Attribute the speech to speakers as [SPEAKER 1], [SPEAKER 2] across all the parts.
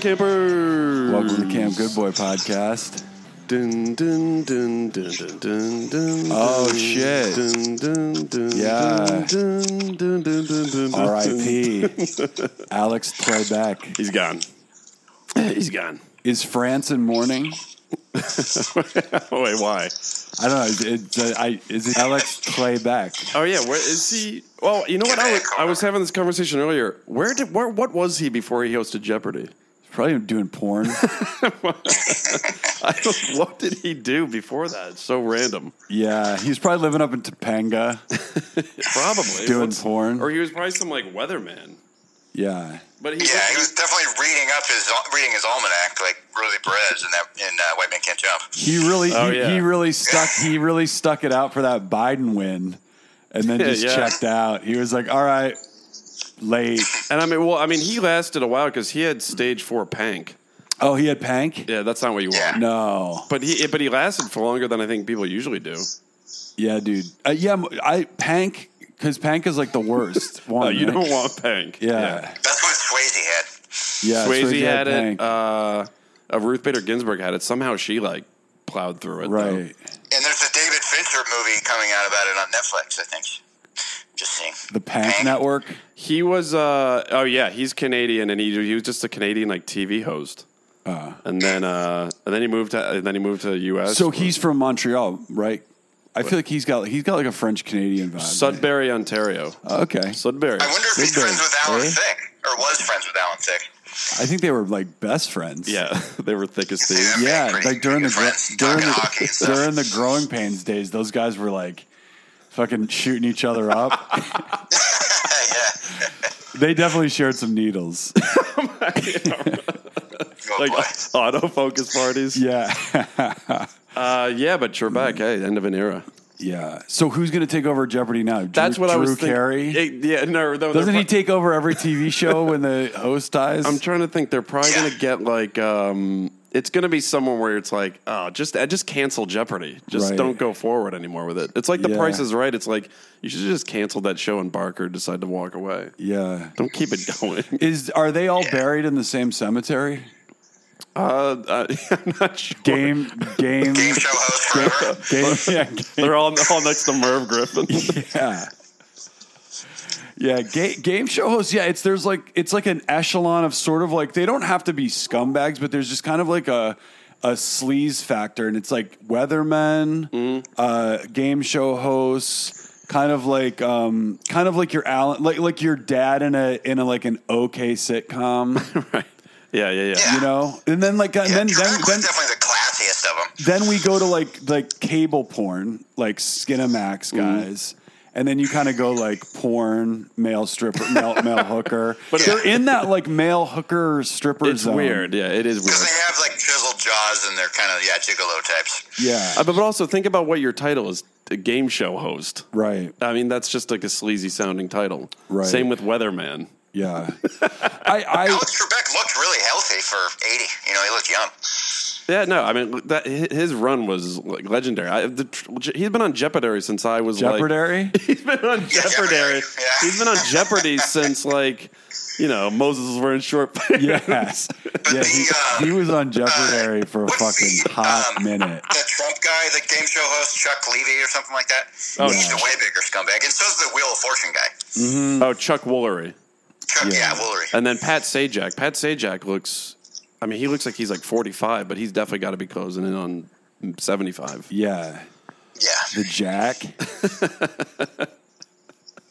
[SPEAKER 1] campers.
[SPEAKER 2] Welcome to Camp Good Boy Podcast.
[SPEAKER 1] Dun, dun, dun, dun, dun, dun, dun,
[SPEAKER 2] Oh,
[SPEAKER 1] dun,
[SPEAKER 2] shit.
[SPEAKER 1] Dun, dun, dun,
[SPEAKER 2] Yeah.
[SPEAKER 1] Dun, dun, dun, dun, dun, dun,
[SPEAKER 2] R.I.P. Alex Playback.
[SPEAKER 1] He's gone. He's gone.
[SPEAKER 2] Is France in mourning?
[SPEAKER 1] Wait, why?
[SPEAKER 2] I don't know. Is, it's, uh, I, is it Alex Playback?
[SPEAKER 1] Oh yeah, where is he? Well, you know what? I was, I was having this conversation earlier. Where did where, what was he before he hosted Jeopardy?
[SPEAKER 2] Probably doing porn.
[SPEAKER 1] I don't, what did he do before that? It's so random.
[SPEAKER 2] Yeah, he's probably living up in Topanga
[SPEAKER 1] Probably
[SPEAKER 2] doing
[SPEAKER 1] What's- or
[SPEAKER 2] porn.
[SPEAKER 1] he was probably some like weatherman.
[SPEAKER 2] Yeah.
[SPEAKER 1] But he
[SPEAKER 3] Yeah, he was definitely reading up his reading his almanac like Rosie Perez in that in uh, White Man Can't Jump.
[SPEAKER 2] He really
[SPEAKER 1] Oh,
[SPEAKER 2] he,
[SPEAKER 1] yeah.
[SPEAKER 2] he really stuck he really stuck it out for that Biden win and then
[SPEAKER 1] Yeah,
[SPEAKER 2] just
[SPEAKER 1] yeah.
[SPEAKER 2] checked out. He was like, "All right, late."
[SPEAKER 1] and I mean, well, I mean, he lasted a while because he had stage four pank.
[SPEAKER 2] Oh, he had pank?
[SPEAKER 1] Yeah, that's not what you want.
[SPEAKER 3] Yeah.
[SPEAKER 2] No.
[SPEAKER 1] But he but he lasted for longer than I think people usually do.
[SPEAKER 2] Yeah, dude. Uh, yeah, I pank cuz pank is like the worst one.
[SPEAKER 1] Uh, you
[SPEAKER 2] right?
[SPEAKER 1] don't want pank.
[SPEAKER 2] Yeah.
[SPEAKER 3] That's what Swayze had.
[SPEAKER 2] Yeah,
[SPEAKER 1] Swayze, had,
[SPEAKER 2] Pank.
[SPEAKER 1] it. Uh, uh, Ruth Bader Ginsburg had it. Somehow she like plowed through it. though.
[SPEAKER 2] right.
[SPEAKER 3] And there's a David Fincher movie coming out about it on Netflix, I think. Just seeing.
[SPEAKER 2] The Pank network.
[SPEAKER 1] He was, uh, oh yeah, he's Canadian, and he he was just a Canadian like TV host, and then uh, and then he moved to and then he moved to U.S.
[SPEAKER 2] So he's from Montreal, right? I feel like he's got he's got like a French Canadian vibe. Uh,
[SPEAKER 1] Sudbury, Ontario.
[SPEAKER 2] okay.
[SPEAKER 1] Sudbury.
[SPEAKER 3] I wonder if he's
[SPEAKER 2] Sudbury,
[SPEAKER 3] friends with Alan
[SPEAKER 2] eh?
[SPEAKER 3] Thicke or was friends with Alan Thicke.
[SPEAKER 2] I think they were like best friends.
[SPEAKER 1] Yeah, they were thick as thieves.
[SPEAKER 2] Yeah,
[SPEAKER 3] Pretty
[SPEAKER 2] like during the
[SPEAKER 3] good
[SPEAKER 2] gro-
[SPEAKER 3] friends,
[SPEAKER 2] during
[SPEAKER 3] talking hockey
[SPEAKER 2] the,
[SPEAKER 3] and stuff.
[SPEAKER 2] during the growing pains days, those guys were like fucking shooting each other up.
[SPEAKER 3] yeah.
[SPEAKER 2] they definitely shared some needles.
[SPEAKER 3] Oh,
[SPEAKER 1] Like
[SPEAKER 3] boy.
[SPEAKER 1] autofocus parties.
[SPEAKER 2] yeah,
[SPEAKER 1] Uh, yeah, but Trebek, hey, end of an era.
[SPEAKER 2] yeah. So who's gonna take over Jeopardy now? Drew,
[SPEAKER 1] That's what
[SPEAKER 2] Drew
[SPEAKER 1] I was thinking.
[SPEAKER 2] Carey.
[SPEAKER 1] Eh, yeah, no, no
[SPEAKER 2] Doesn't
[SPEAKER 1] they're pro-
[SPEAKER 2] he take over every TV show when the host dies?
[SPEAKER 1] I'm trying to think. They're probably
[SPEAKER 3] Yeah.
[SPEAKER 1] gonna get like, um, it's gonna be someone where it's like, oh, just eh, just cancel Jeopardy. Just
[SPEAKER 2] Right.
[SPEAKER 1] don't go forward anymore with it. It's like The
[SPEAKER 2] Yeah.
[SPEAKER 1] Price is Right. It's like you should just cancel that show and Barker decide to walk away.
[SPEAKER 2] yeah.
[SPEAKER 1] Don't keep it going.
[SPEAKER 2] Is are they all buried in the same cemetery?
[SPEAKER 1] Uh, uh, I'm not sure.
[SPEAKER 2] Game, game,
[SPEAKER 3] Game show host forever.
[SPEAKER 2] game. Yeah,
[SPEAKER 1] They're all all next to Merv Griffin.
[SPEAKER 2] Yeah. Yeah, ga- game show hosts. Yeah, it's there's like it's like an echelon of sort of like they don't have to be scumbags, but there's just kind of like a a sleaze factor, and it's like weathermen,
[SPEAKER 1] Mm-hmm.
[SPEAKER 2] uh, game show hosts, kind of like um, kind of like your Alan, like like your dad in a in a like an okay sitcom,
[SPEAKER 1] yeah, yeah, yeah.
[SPEAKER 3] Yeah.
[SPEAKER 2] you know. And then like and
[SPEAKER 3] Yeah,
[SPEAKER 2] then then,
[SPEAKER 3] Trebek was
[SPEAKER 2] then
[SPEAKER 3] definitely the classiest of them.
[SPEAKER 2] then we go to like like cable porn, like Skinamax guys. And then you kind of go like porn, male stripper, male, male hooker. But they're in that like male hooker stripper
[SPEAKER 1] It's
[SPEAKER 2] zone.
[SPEAKER 1] weird. Yeah, it is
[SPEAKER 3] Because they
[SPEAKER 1] weird.
[SPEAKER 3] have like chiseled jaws and they're kind of, yeah, gigolo types.
[SPEAKER 2] Yeah.
[SPEAKER 1] Uh, but but also think about what your title is: a game show host.
[SPEAKER 2] right.
[SPEAKER 1] I mean, that's just like a sleazy sounding title.
[SPEAKER 2] Right.
[SPEAKER 1] Same with weatherman.
[SPEAKER 2] Yeah. I, I
[SPEAKER 3] Alex Trebek looked really healthy for 80. You know, he looked young.
[SPEAKER 1] Yeah, no, I mean that hi- his run was like legendary. I, the, tr- he's been on Jeopardy since I was like
[SPEAKER 2] Jeopardy.
[SPEAKER 1] he's been on Jeopardy.
[SPEAKER 3] Jeopardy, yeah.
[SPEAKER 1] He's been on Jeopardy since like you know Moses was wearing short pants.
[SPEAKER 2] yes. Yeah. He, he was on Jeopardy for a
[SPEAKER 3] what's the,
[SPEAKER 2] fucking hot
[SPEAKER 3] um,
[SPEAKER 2] minute.
[SPEAKER 3] the Trump guy, the game show host Chuck Levy or something like that.
[SPEAKER 1] Oh,
[SPEAKER 3] he's
[SPEAKER 1] yeah.
[SPEAKER 3] a way bigger scumbag, and so's the Wheel of Fortune guy.
[SPEAKER 1] Oh, Chuck Woolery,
[SPEAKER 3] Chuck,
[SPEAKER 2] Yeah.
[SPEAKER 3] yeah, Woolery.
[SPEAKER 1] and then Pat Sajak. Pat Sajak looks. I mean, he looks like he's like forty five, but he's definitely got to be closing in on seventy five.
[SPEAKER 2] Yeah.
[SPEAKER 3] yeah.
[SPEAKER 2] The Jack.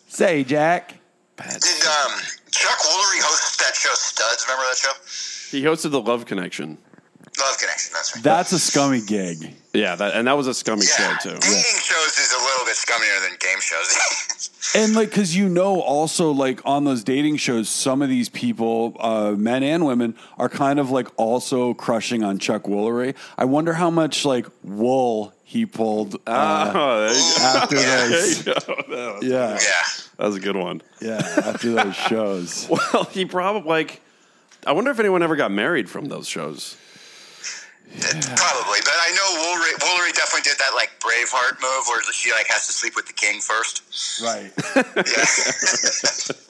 [SPEAKER 2] Say, Jack.
[SPEAKER 3] Did um, Chuck Woolery host that show Studs? Remember that show?
[SPEAKER 1] He hosted the Love Connection.
[SPEAKER 3] Love Connection. That's right.
[SPEAKER 2] That's a scummy gig.
[SPEAKER 1] Yeah, that, and that was a scummy
[SPEAKER 3] yeah,
[SPEAKER 1] show too.
[SPEAKER 3] dating shows is a little bit scummier than game shows.
[SPEAKER 2] And like, cause you know, also like on those dating shows, some of these people, uh, men and women, are kind of like also crushing on Chuck Woolery. I wonder how much like wool he pulled uh,
[SPEAKER 1] Oh, there you
[SPEAKER 2] after those.
[SPEAKER 1] go. That was-
[SPEAKER 2] Yeah,
[SPEAKER 3] yeah,
[SPEAKER 1] that was a good one.
[SPEAKER 2] yeah, after those shows.
[SPEAKER 1] Well, he probably like. I wonder if anyone ever got married from those shows.
[SPEAKER 3] probably. But I know Woolery, Woolery definitely did that like Braveheart move, where she like has to sleep with the king first.
[SPEAKER 2] Right.
[SPEAKER 3] Yeah.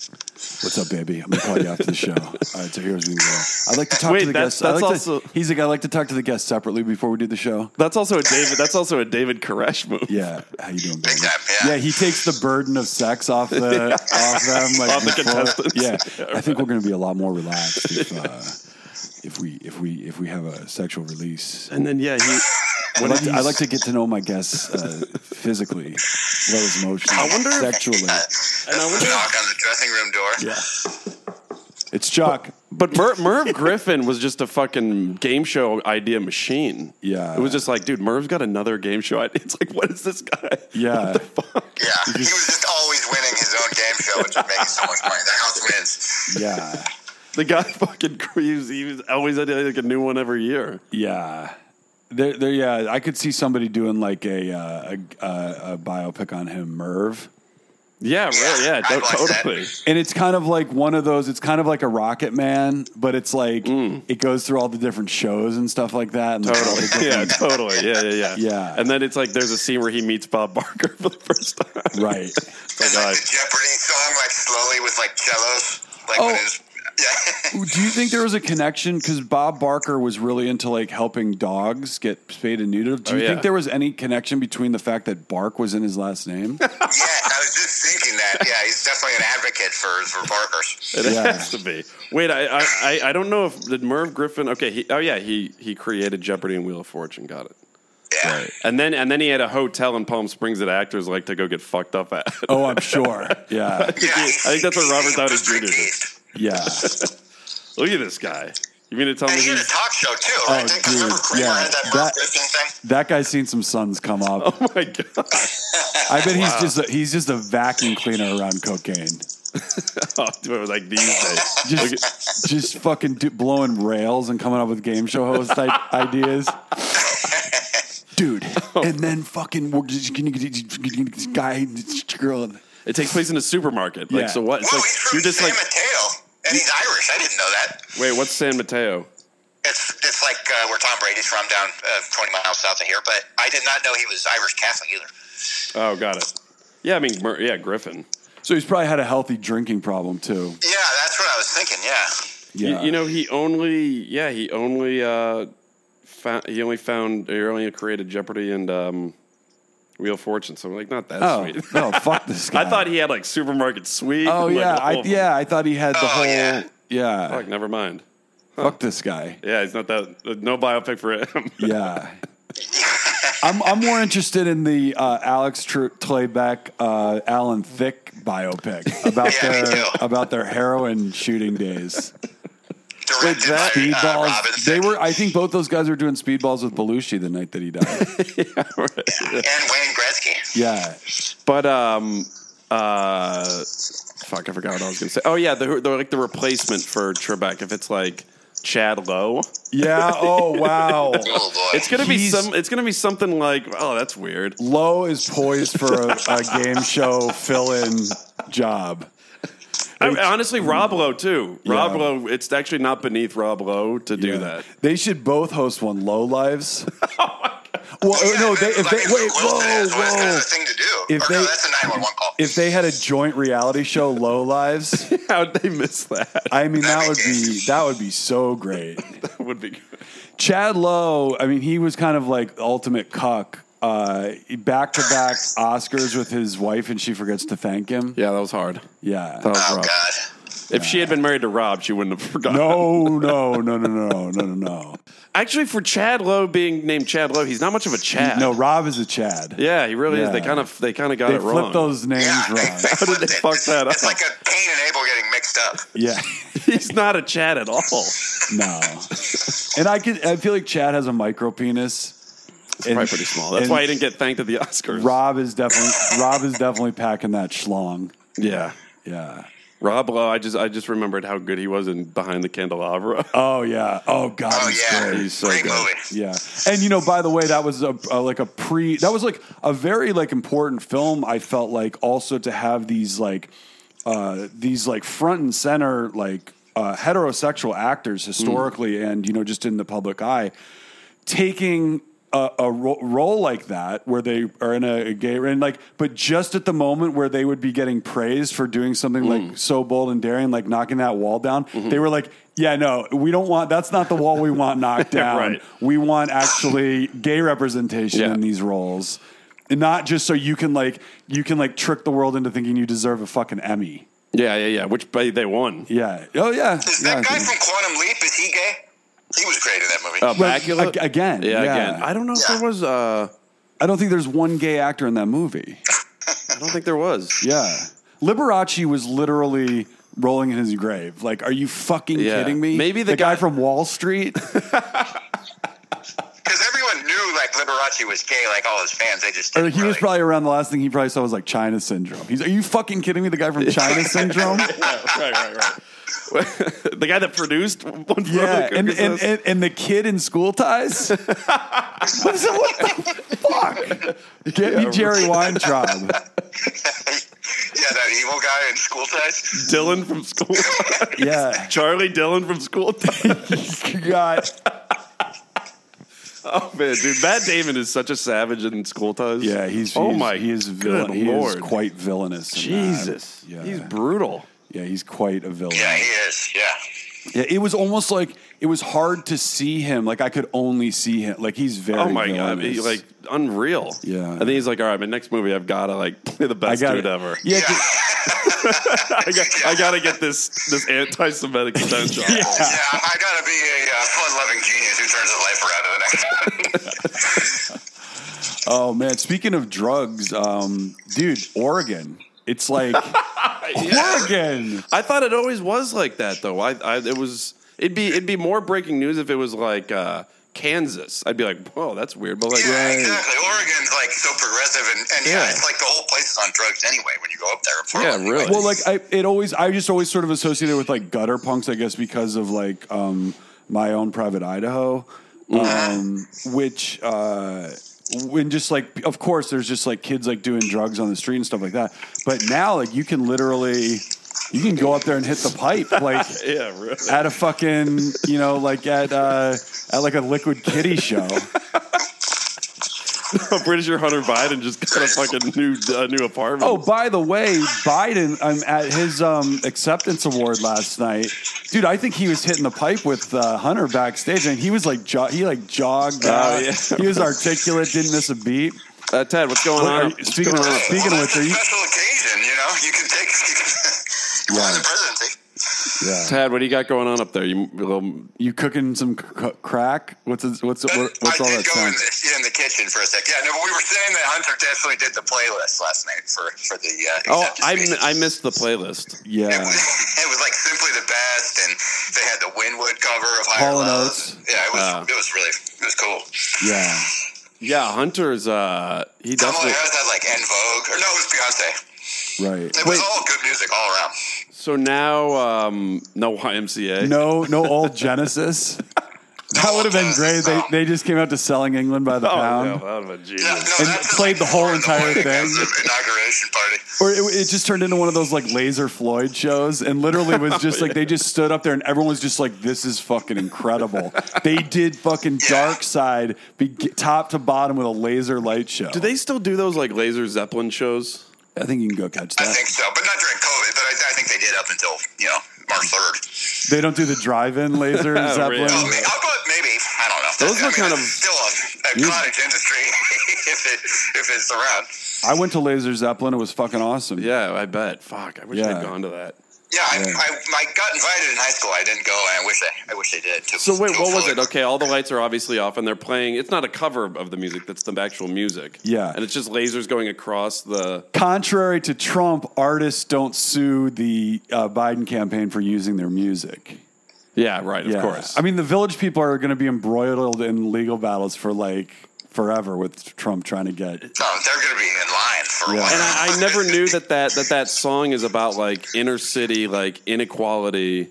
[SPEAKER 2] What's up, baby? I'm gonna call you after the show. All right, so here's where we go. I'd like to talk
[SPEAKER 1] Wait,
[SPEAKER 2] to the
[SPEAKER 1] that's-
[SPEAKER 2] guests. I
[SPEAKER 1] that's
[SPEAKER 2] like
[SPEAKER 1] also-
[SPEAKER 2] to, he's like, I like to talk to the guests separately before we do the show.
[SPEAKER 1] That's also a David. That's also a David Koresh move.
[SPEAKER 2] Yeah, how you doing, baby?
[SPEAKER 3] time, yeah.
[SPEAKER 2] he takes the burden of sex off the off them, like
[SPEAKER 1] Off the
[SPEAKER 2] before-
[SPEAKER 1] contestants.
[SPEAKER 2] Yeah, I think we're going to be a lot more relaxed if, uh, if we if we if we have a sexual release.
[SPEAKER 1] And then yeah, he.
[SPEAKER 2] I
[SPEAKER 1] What
[SPEAKER 2] like,
[SPEAKER 1] did
[SPEAKER 2] to,
[SPEAKER 1] he
[SPEAKER 2] I like to get to know my guests uh, physically, as well as emotionally,
[SPEAKER 1] I wonder if-
[SPEAKER 2] sexually.
[SPEAKER 1] And I wonder-
[SPEAKER 3] knock on the dressing room door.
[SPEAKER 2] Yeah, it's Chuck.
[SPEAKER 1] But Mer- Merv Griffin was just a fucking game show idea machine.
[SPEAKER 2] Yeah.
[SPEAKER 1] It was just like, dude, Merv's got another game show. idea. It's like, what is this guy?
[SPEAKER 2] Yeah,
[SPEAKER 3] Yeah, he was just always winning his own game show, which was making so much money. The house wins.
[SPEAKER 2] yeah,
[SPEAKER 1] The guy fucking he was, he was always had like a new one every year.
[SPEAKER 2] yeah. There, there, yeah. I could see somebody doing like a uh, a, a, a biopic on him, Merv.
[SPEAKER 1] Yeah, really, yeah,
[SPEAKER 3] I'd
[SPEAKER 1] to-
[SPEAKER 3] watch that.
[SPEAKER 1] totally.
[SPEAKER 2] And it's kind of like one of those. It's kind of like a Rocket Man, but it's like
[SPEAKER 1] Mm.
[SPEAKER 2] it goes through all the different shows and stuff like that. And all the
[SPEAKER 1] Totally. Yeah,
[SPEAKER 2] different-
[SPEAKER 1] totally. Yeah, yeah, yeah.
[SPEAKER 2] Yeah.
[SPEAKER 1] And then it's like there's a scene where he meets Bob Barker for the first time.
[SPEAKER 2] right.
[SPEAKER 3] And
[SPEAKER 1] Oh, God.
[SPEAKER 3] like the Jeopardy song, like slowly with like cellos, like
[SPEAKER 2] Oh.
[SPEAKER 3] when it was, yeah.
[SPEAKER 2] Do you think there was a connection because Bob Barker was really into like helping dogs get spayed and neutered? Do
[SPEAKER 1] Oh,
[SPEAKER 2] you
[SPEAKER 1] yeah.
[SPEAKER 2] think there was any connection between the fact that Bark was in his last name?
[SPEAKER 3] yeah, I was just thinking that. Yeah, he's definitely an advocate for for barkers.
[SPEAKER 1] "Oh, It
[SPEAKER 2] Yeah.
[SPEAKER 1] has to be. Wait, I, I, I, I don't know if did Merv Griffin. Okay, he, oh yeah, he he created Jeopardy and Wheel of Fortune. Got it.
[SPEAKER 3] Yeah.
[SPEAKER 1] And then and then he had a hotel in Palm Springs that actors like to go get fucked up at.
[SPEAKER 2] Oh, I'm sure. Yeah,
[SPEAKER 1] I think that's what Robert Downey Jr. did.
[SPEAKER 2] yeah.
[SPEAKER 1] Look at this guy. You mean to tell me
[SPEAKER 3] And he had a
[SPEAKER 1] he's?
[SPEAKER 3] talk show too, right?
[SPEAKER 2] Oh,
[SPEAKER 3] Didn't- 'cause remember
[SPEAKER 2] dude,
[SPEAKER 3] Kramer
[SPEAKER 2] yeah,
[SPEAKER 3] had that,
[SPEAKER 2] that-
[SPEAKER 3] Merv Griffin thing?
[SPEAKER 2] That guy's seen some suns come up.
[SPEAKER 1] Oh my god!
[SPEAKER 2] I bet he's just a, he's just a vacuum cleaner around cocaine.
[SPEAKER 1] Oh, dude, like these days.
[SPEAKER 2] just just fucking do, blowing rails and coming up with game show host type ideas. Dude,
[SPEAKER 1] Oh.
[SPEAKER 2] and then fucking we're just gonna get this guy and this girl. and-
[SPEAKER 1] It takes place in a supermarket. Like
[SPEAKER 2] Yeah.
[SPEAKER 1] so, what? It's
[SPEAKER 3] Whoa,
[SPEAKER 1] like,
[SPEAKER 3] Oh, he's from
[SPEAKER 1] you're just
[SPEAKER 3] San
[SPEAKER 1] like,
[SPEAKER 3] Mateo, and he's Irish. I didn't know that.
[SPEAKER 1] wait, what's San Mateo?
[SPEAKER 3] It's it's like uh, where Tom Brady's from, down uh, 20 miles south of here. But I did not know he was Irish Catholic either.
[SPEAKER 1] Oh, got it. Yeah, I mean, Mer- yeah, Griffin.
[SPEAKER 2] So he's probably had a healthy drinking problem too.
[SPEAKER 3] Yeah, that's what I was thinking. Yeah,
[SPEAKER 1] You-
[SPEAKER 2] Yeah,
[SPEAKER 1] You, know, he only, yeah, he only, uh, found, he only found, he only created Jeopardy and um, Wheel of Fortune. So I'm like, not that
[SPEAKER 2] Oh
[SPEAKER 1] sweet.
[SPEAKER 2] no, fuck this guy.
[SPEAKER 1] I thought he had like supermarket suite.
[SPEAKER 2] Oh
[SPEAKER 1] I'm like,
[SPEAKER 2] yeah, I,
[SPEAKER 1] oh,
[SPEAKER 2] yeah. I thought he had the
[SPEAKER 3] Oh,
[SPEAKER 2] whole. Yeah,
[SPEAKER 3] yeah.
[SPEAKER 1] Fuck, never mind.
[SPEAKER 2] fuck this guy.
[SPEAKER 1] Yeah, he's not that. No biopic for him.
[SPEAKER 2] Yeah. I'm, I'm more interested in the uh, Alex Tr- Trebek, uh, Alan Thick biopic about
[SPEAKER 3] Yeah, me
[SPEAKER 2] their
[SPEAKER 3] too.
[SPEAKER 2] about their heroin shooting days.
[SPEAKER 1] that-
[SPEAKER 3] directed by uh,
[SPEAKER 2] Speedballs.
[SPEAKER 3] Robinson
[SPEAKER 2] they were. I think both those guys were doing speedballs with Belushi the night that he died.
[SPEAKER 3] and Wayne Gretzky.
[SPEAKER 2] yeah.
[SPEAKER 1] But um, uh, fuck, I forgot what I was gonna say. Oh yeah, the, the like the replacement for Trebek. If it's like Chad Lowe,
[SPEAKER 2] Yeah. Oh wow.
[SPEAKER 3] Oh boy,
[SPEAKER 1] it's gonna
[SPEAKER 2] He's-
[SPEAKER 1] be some. It's gonna be something like, oh, that's weird.
[SPEAKER 2] Lowe is poised for a, a game show fill-in job.
[SPEAKER 1] I, honestly, Rob Lowe too. Rob
[SPEAKER 2] Yeah.
[SPEAKER 1] Lowe. It's actually not beneath Rob Lowe to do
[SPEAKER 2] Yeah.
[SPEAKER 1] that.
[SPEAKER 2] They should both host one. Low lives.
[SPEAKER 3] Oh
[SPEAKER 2] Well, uh,
[SPEAKER 3] Yeah,
[SPEAKER 2] Oh, no. They,
[SPEAKER 3] it
[SPEAKER 2] if
[SPEAKER 3] was
[SPEAKER 2] they
[SPEAKER 3] like
[SPEAKER 2] wait.
[SPEAKER 3] Wilson
[SPEAKER 2] Whoa,
[SPEAKER 3] is, well, it's kind
[SPEAKER 2] whoa.
[SPEAKER 3] of a thing to do.
[SPEAKER 2] If
[SPEAKER 3] or no,
[SPEAKER 2] they-
[SPEAKER 3] that's a 911 call.
[SPEAKER 2] if they had a joint reality show, Low Lives,
[SPEAKER 1] How'd they miss that?
[SPEAKER 2] I mean that would be that would be so great.
[SPEAKER 1] That would be. Good.
[SPEAKER 2] Chad Lowe, I mean he was kind of like ultimate cuck. Uh, Back to back Oscars with his wife, and she forgets to thank him.
[SPEAKER 1] Yeah, that was hard.
[SPEAKER 2] Yeah.
[SPEAKER 1] That was
[SPEAKER 3] oh
[SPEAKER 1] rough.
[SPEAKER 3] god,
[SPEAKER 1] If she had been married to Rob, she wouldn't have forgotten.
[SPEAKER 2] No, no, no, no, no, no, no, no.
[SPEAKER 1] Actually, for Chad Lowe being named Chad Lowe, he's not much of a Chad.
[SPEAKER 2] No, Rob is a Chad.
[SPEAKER 1] Yeah, he really
[SPEAKER 2] Yeah.
[SPEAKER 1] is. They kind of they kind of got
[SPEAKER 2] They
[SPEAKER 1] it wrong.
[SPEAKER 2] flip those names
[SPEAKER 3] yeah, they,
[SPEAKER 2] wrong.
[SPEAKER 3] they
[SPEAKER 1] How did
[SPEAKER 3] flipped
[SPEAKER 1] they
[SPEAKER 3] it.
[SPEAKER 1] fuck that
[SPEAKER 3] It's
[SPEAKER 1] up?
[SPEAKER 3] like a Cain and Abel getting mixed up.
[SPEAKER 2] Yeah.
[SPEAKER 1] He's not a Chad at all.
[SPEAKER 2] No. And I could I feel like Chad has a micro penis. And-
[SPEAKER 1] Probably pretty small. That's
[SPEAKER 2] and
[SPEAKER 1] why he didn't get thanked at the Oscars.
[SPEAKER 2] Rob is definitely Rob is definitely packing that schlong.
[SPEAKER 1] yeah.
[SPEAKER 2] Yeah.
[SPEAKER 1] Rob Lowe, I just I just remembered how good he was in Behind the Candelabra.
[SPEAKER 2] Oh yeah. Oh god.
[SPEAKER 3] Oh
[SPEAKER 2] he's
[SPEAKER 3] yeah,
[SPEAKER 2] great.
[SPEAKER 1] he's so
[SPEAKER 3] great
[SPEAKER 1] good.
[SPEAKER 3] movie.
[SPEAKER 2] Yeah. And you know, by the way, that was a, a like a pre. That was like a very like important film. I felt like also to have these like uh, these like front and center like uh, heterosexual actors historically, and you know, just in the public eye, taking. a, a ro- role like that where they are in a, a gay and like, but just at the moment where they would be getting praised for doing something like so bold and daring, like knocking that wall down, they were like, "Yeah, no, we don't want. That's not the wall we want knocked down.
[SPEAKER 1] Right.
[SPEAKER 2] We want actually gay representation
[SPEAKER 1] Yeah.
[SPEAKER 2] in these roles, and not just so you can like you can like trick the world into thinking you deserve a fucking Emmy."
[SPEAKER 1] Yeah, yeah, yeah. Which but they won.
[SPEAKER 2] Yeah. Oh yeah.
[SPEAKER 3] Is
[SPEAKER 2] yeah.
[SPEAKER 3] that guy from Quantum Leap? Is he gay? He was great in that movie.
[SPEAKER 1] Uh,
[SPEAKER 2] Like,
[SPEAKER 1] Bakula?
[SPEAKER 2] ag- again,
[SPEAKER 1] Yeah,
[SPEAKER 2] yeah.
[SPEAKER 1] again. I don't know if there was. Uh,
[SPEAKER 2] I don't think there's one gay actor in that movie.
[SPEAKER 1] I don't think there was.
[SPEAKER 2] Yeah. Liberace was literally rolling in his grave. Like, are you fucking
[SPEAKER 1] Yeah.
[SPEAKER 2] kidding me?
[SPEAKER 1] Maybe the
[SPEAKER 2] guy,
[SPEAKER 1] guy-
[SPEAKER 2] from Wall Street.
[SPEAKER 3] Because everyone knew like Liberace was gay, like all his fans. They just
[SPEAKER 2] or
[SPEAKER 3] didn't
[SPEAKER 2] Uh, he was
[SPEAKER 3] really-
[SPEAKER 2] probably around the last thing he probably saw was like China Syndrome. He's, are you fucking kidding me? The guy from China Syndrome?
[SPEAKER 1] right, right, right. the guy that produced one Flew Over the
[SPEAKER 2] Yeah. And,
[SPEAKER 1] Cuckoo's
[SPEAKER 2] and,
[SPEAKER 1] Nest?
[SPEAKER 2] and, and the kid in school ties? what, is it, what the fuck? Get me Jerry Weintraub.
[SPEAKER 3] yeah, that evil guy in school ties.
[SPEAKER 1] Dylan from school.
[SPEAKER 2] Yeah.
[SPEAKER 1] Charlie Dylan from school.
[SPEAKER 2] You got.
[SPEAKER 1] oh man, dude, Matt Damon is such a savage in school ties.
[SPEAKER 2] Yeah, he's.
[SPEAKER 1] oh
[SPEAKER 2] he's-
[SPEAKER 1] my,
[SPEAKER 2] he is
[SPEAKER 1] good
[SPEAKER 2] villain. He is
[SPEAKER 1] lord,
[SPEAKER 2] quite villainous. in that.
[SPEAKER 1] Jesus,
[SPEAKER 2] Yeah,
[SPEAKER 1] he's brutal.
[SPEAKER 2] yeah, he's quite a villain.
[SPEAKER 3] Yeah, he is. Yeah.
[SPEAKER 2] Yeah, it was almost like it was hard to see him. Like I could only see him. Like he's very.
[SPEAKER 1] Oh my god,
[SPEAKER 2] villainous.
[SPEAKER 1] he's like unreal.
[SPEAKER 2] Yeah.
[SPEAKER 1] and then he's like, all right, my next movie, I've got to like play the
[SPEAKER 2] I
[SPEAKER 1] best
[SPEAKER 2] got
[SPEAKER 1] dude
[SPEAKER 2] it.
[SPEAKER 1] ever.
[SPEAKER 2] Yeah,
[SPEAKER 3] Yeah.
[SPEAKER 2] 'cause-
[SPEAKER 1] I got, I got to get this this anti-Semitic attention.
[SPEAKER 3] Yeah, I gotta be a uh, fun-loving genius who turns his life around in the next.
[SPEAKER 2] oh man. Speaking of drugs, um, dude, Oregon. It's like Oregon.
[SPEAKER 1] I thought it always was like that though. I, I it was it'd be it'd be more breaking news if it was like uh, Kansas. I'd be like, whoa, that's weird. But like,
[SPEAKER 3] yeah, exactly. Oregon's like so progressive, and, and yeah.
[SPEAKER 1] Yeah.
[SPEAKER 3] it's like the whole place is on drugs anyway when you go up there.
[SPEAKER 1] Yeah,
[SPEAKER 3] Portland,
[SPEAKER 1] really.
[SPEAKER 3] anyway.
[SPEAKER 2] Well, like I, it always. I just always sort of associated with like gutter punks, I guess, because of like um, my own private Idaho, um, which. Uh, when just like of course there's just like kids like doing drugs on the street and stuff like that but now like you can literally you can go up there and hit the pipe like
[SPEAKER 1] yeah, really.
[SPEAKER 2] at a fucking you know like at uh at like a liquid kitty show
[SPEAKER 1] I'm pretty sure Hunter Biden just got a fucking new uh, new apartment.
[SPEAKER 2] oh by the way biden i'm at his um acceptance award last night dude i think he was hitting the pipe with uh, hunter backstage and he was like jo- he like jogged out.
[SPEAKER 1] Oh, yeah.
[SPEAKER 2] he was articulate didn't miss a beat
[SPEAKER 1] uh, Ted, what's going
[SPEAKER 2] Are
[SPEAKER 1] on?
[SPEAKER 2] you- speaking of,
[SPEAKER 3] Hey,
[SPEAKER 2] speaking of
[SPEAKER 3] well,
[SPEAKER 2] which
[SPEAKER 3] that's
[SPEAKER 2] are
[SPEAKER 3] a
[SPEAKER 2] you
[SPEAKER 3] special occasion, you know, you can take you can, you
[SPEAKER 2] Yeah.
[SPEAKER 3] run the presidency.
[SPEAKER 2] yeah.
[SPEAKER 1] Tad, what do you got going on up there? You little
[SPEAKER 2] you cooking some c- c- crack what's it, what's it, what- what's
[SPEAKER 3] I
[SPEAKER 2] all
[SPEAKER 3] did
[SPEAKER 2] that
[SPEAKER 3] go
[SPEAKER 2] sound
[SPEAKER 3] in the, in the kitchen for a sec. Yeah, no, but we were saying that Hunter definitely did the playlist last night for for the. Uh,
[SPEAKER 1] Oh,
[SPEAKER 3] acceptance
[SPEAKER 1] I
[SPEAKER 3] speech.
[SPEAKER 1] m- I missed the playlist.
[SPEAKER 3] It
[SPEAKER 2] yeah
[SPEAKER 3] was, it was like simply the best, and they had the Winwood cover of Higher
[SPEAKER 2] Hall and
[SPEAKER 3] Love.
[SPEAKER 2] Oates.
[SPEAKER 3] Yeah, it was
[SPEAKER 1] Uh,
[SPEAKER 3] it was really it was cool.
[SPEAKER 2] yeah
[SPEAKER 1] Yeah, Hunter's uh he
[SPEAKER 3] Kamala
[SPEAKER 1] definitely
[SPEAKER 3] Harris had like En Vogue, or no, it was Beyonce.
[SPEAKER 2] right
[SPEAKER 3] It was all good music all around.
[SPEAKER 1] So now um no YMCA.
[SPEAKER 2] No, no old Genesis. That would have been great. They, they just came out to Selling England by the
[SPEAKER 1] Oh,
[SPEAKER 2] pound.
[SPEAKER 1] no, that would've been
[SPEAKER 3] Yeah,
[SPEAKER 1] genius.
[SPEAKER 3] no,
[SPEAKER 2] And
[SPEAKER 3] that's just,
[SPEAKER 2] played the whole
[SPEAKER 3] four in
[SPEAKER 2] entire
[SPEAKER 3] morning
[SPEAKER 2] thing.
[SPEAKER 3] as an inauguration party.
[SPEAKER 2] Or it, it just turned into one of those like Laser Floyd shows and literally
[SPEAKER 1] Oh,
[SPEAKER 2] was just like they just stood up there and everyone was just like, this is fucking incredible. they did fucking
[SPEAKER 3] Yeah.
[SPEAKER 2] Dark Side be, top to bottom with a laser light show.
[SPEAKER 1] Do they still do those like laser Zeppelin shows?
[SPEAKER 2] I think you can go catch
[SPEAKER 3] I
[SPEAKER 2] that.
[SPEAKER 3] think so, but not during COVID. But I, I think they did up until you know March third.
[SPEAKER 2] They don't do the drive in laser
[SPEAKER 1] Oh, Really?
[SPEAKER 2] Zeppelin.
[SPEAKER 3] Well, may- how about maybe I don't know.
[SPEAKER 1] Those
[SPEAKER 3] I
[SPEAKER 1] were
[SPEAKER 3] mean,
[SPEAKER 1] kind
[SPEAKER 3] it's
[SPEAKER 1] of-
[SPEAKER 3] still a, a cottage industry if it if it's around.
[SPEAKER 2] I went to Laser Zeppelin. It was fucking awesome.
[SPEAKER 1] Yeah, I bet. Fuck, I wish
[SPEAKER 2] Yeah.
[SPEAKER 1] I'd gone to that.
[SPEAKER 3] Yeah, I,
[SPEAKER 2] Yeah.
[SPEAKER 3] I, I got invited in high school. I didn't go, and I wish I, I wish I did. To,
[SPEAKER 1] So wait,
[SPEAKER 3] to a
[SPEAKER 1] what was
[SPEAKER 3] full-
[SPEAKER 1] it? Okay, all the lights are obviously off, and they're playing. It's not a cover of the music; that's the actual music.
[SPEAKER 2] Yeah.
[SPEAKER 1] and it's just lasers going across the.
[SPEAKER 2] contrary to Trump, artists don't sue the uh, Biden campaign for using their music.
[SPEAKER 1] Yeah, right. Of course.
[SPEAKER 2] I mean, the village people are going to be embroiled in legal battles for like forever with Trump trying to get.
[SPEAKER 3] No, Oh, they're going to be in line for
[SPEAKER 2] Yeah.
[SPEAKER 3] a while.
[SPEAKER 1] and I, I never knew that that that that song is about like inner city like inequality.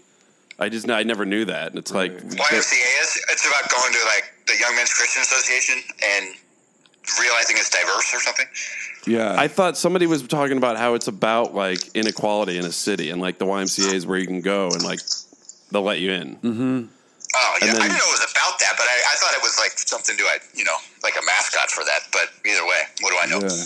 [SPEAKER 1] I just I never knew that, and it's like
[SPEAKER 3] YMCA is it's about going to like the Young Men's Christian Association and realizing it's diverse or something.
[SPEAKER 2] Yeah.
[SPEAKER 1] I thought somebody was talking about how it's about like inequality in a city, and like the YMCA is where you can go and like they'll let you in. Mm-hmm.
[SPEAKER 3] Oh yeah,
[SPEAKER 1] And
[SPEAKER 3] I
[SPEAKER 1] then-
[SPEAKER 3] didn't know it was about that, but I, I thought it was like something to, I- you know, like a mascot for that. But either way, what do I know?
[SPEAKER 2] Yeah.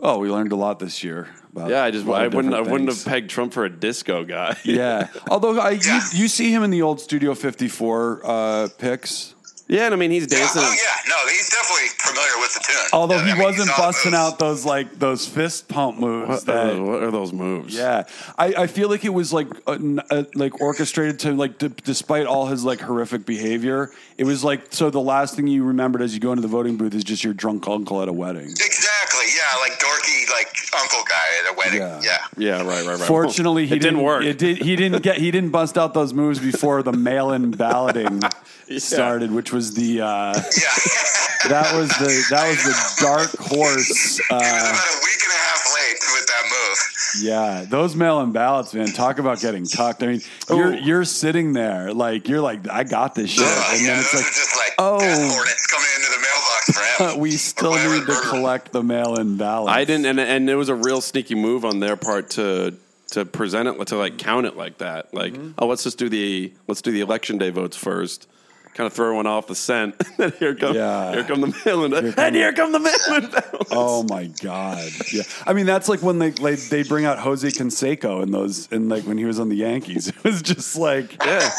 [SPEAKER 2] Oh, we learned a lot this year. About
[SPEAKER 1] Yeah, I just
[SPEAKER 2] a lot
[SPEAKER 1] I
[SPEAKER 2] of
[SPEAKER 1] wouldn't I
[SPEAKER 2] different
[SPEAKER 1] wouldn't
[SPEAKER 2] things.
[SPEAKER 1] have pegged Trump for a disco guy.
[SPEAKER 2] Yeah. Although I, you,
[SPEAKER 3] Yeah.
[SPEAKER 2] you see him in the old Studio 54 uh, pics.
[SPEAKER 1] yeah, and I mean he's
[SPEAKER 3] Yeah,
[SPEAKER 1] dancing.
[SPEAKER 3] oh yeah, no, he's definitely familiar with the tune.
[SPEAKER 2] Although
[SPEAKER 3] Yeah,
[SPEAKER 2] he
[SPEAKER 3] I mean,
[SPEAKER 2] wasn't
[SPEAKER 3] saw the
[SPEAKER 2] busting
[SPEAKER 3] moves.
[SPEAKER 2] out those like those fist pump moves.
[SPEAKER 1] What, Oh, are
[SPEAKER 2] that-
[SPEAKER 1] those, what are those moves?
[SPEAKER 2] yeah, I, I feel like it was like uh, n- uh, like orchestrated to like d- despite all his like horrific behavior, it was like so the last thing you remembered as you go into the voting booth is just your drunk uncle at a wedding.
[SPEAKER 3] Exactly. Yeah, like dorky, like uncle guy at a wedding.
[SPEAKER 2] Yeah.
[SPEAKER 3] Yeah.
[SPEAKER 1] yeah, right, right, right.
[SPEAKER 2] Fortunately, he
[SPEAKER 1] it didn't, work.
[SPEAKER 2] It did, he didn't get. He didn't bust out those moves before the mail-in balloting
[SPEAKER 1] Yeah.
[SPEAKER 2] started, which was the uh,
[SPEAKER 3] Yeah.
[SPEAKER 2] that was the that was the dark horse.
[SPEAKER 3] he was
[SPEAKER 2] Uh,
[SPEAKER 3] about a week and a half late with that move.
[SPEAKER 2] yeah, those mail-in ballots, man. Talk about getting tucked. I mean, you're
[SPEAKER 1] Ooh.
[SPEAKER 2] you're sitting there like you're like I got this shit,
[SPEAKER 3] Ugh,
[SPEAKER 2] and
[SPEAKER 3] Oh, yeah,
[SPEAKER 2] then
[SPEAKER 3] those
[SPEAKER 2] it's
[SPEAKER 3] are
[SPEAKER 2] like
[SPEAKER 3] just like
[SPEAKER 2] oh.
[SPEAKER 3] death hornets coming into the mailbox for
[SPEAKER 2] uh,
[SPEAKER 3] him.
[SPEAKER 2] we
[SPEAKER 3] Or
[SPEAKER 2] still
[SPEAKER 3] whatever
[SPEAKER 2] need to
[SPEAKER 3] murder-
[SPEAKER 2] collect the mail-in ballots.
[SPEAKER 1] I didn't, and and it was a real sneaky move on their part to to present it to like count it like that. Like,
[SPEAKER 2] Mm-hmm.
[SPEAKER 1] oh, let's just do the let's do the election day votes first. Kind of throwing off the scent. then here come
[SPEAKER 2] Yeah.
[SPEAKER 1] here come the mail in,
[SPEAKER 2] come-
[SPEAKER 1] and here come the mail in ballots.
[SPEAKER 2] Oh my god! Yeah, I mean that's like when they they, they bring out Jose Canseco in those and like when he was on the Yankees, it was just like
[SPEAKER 1] Yeah.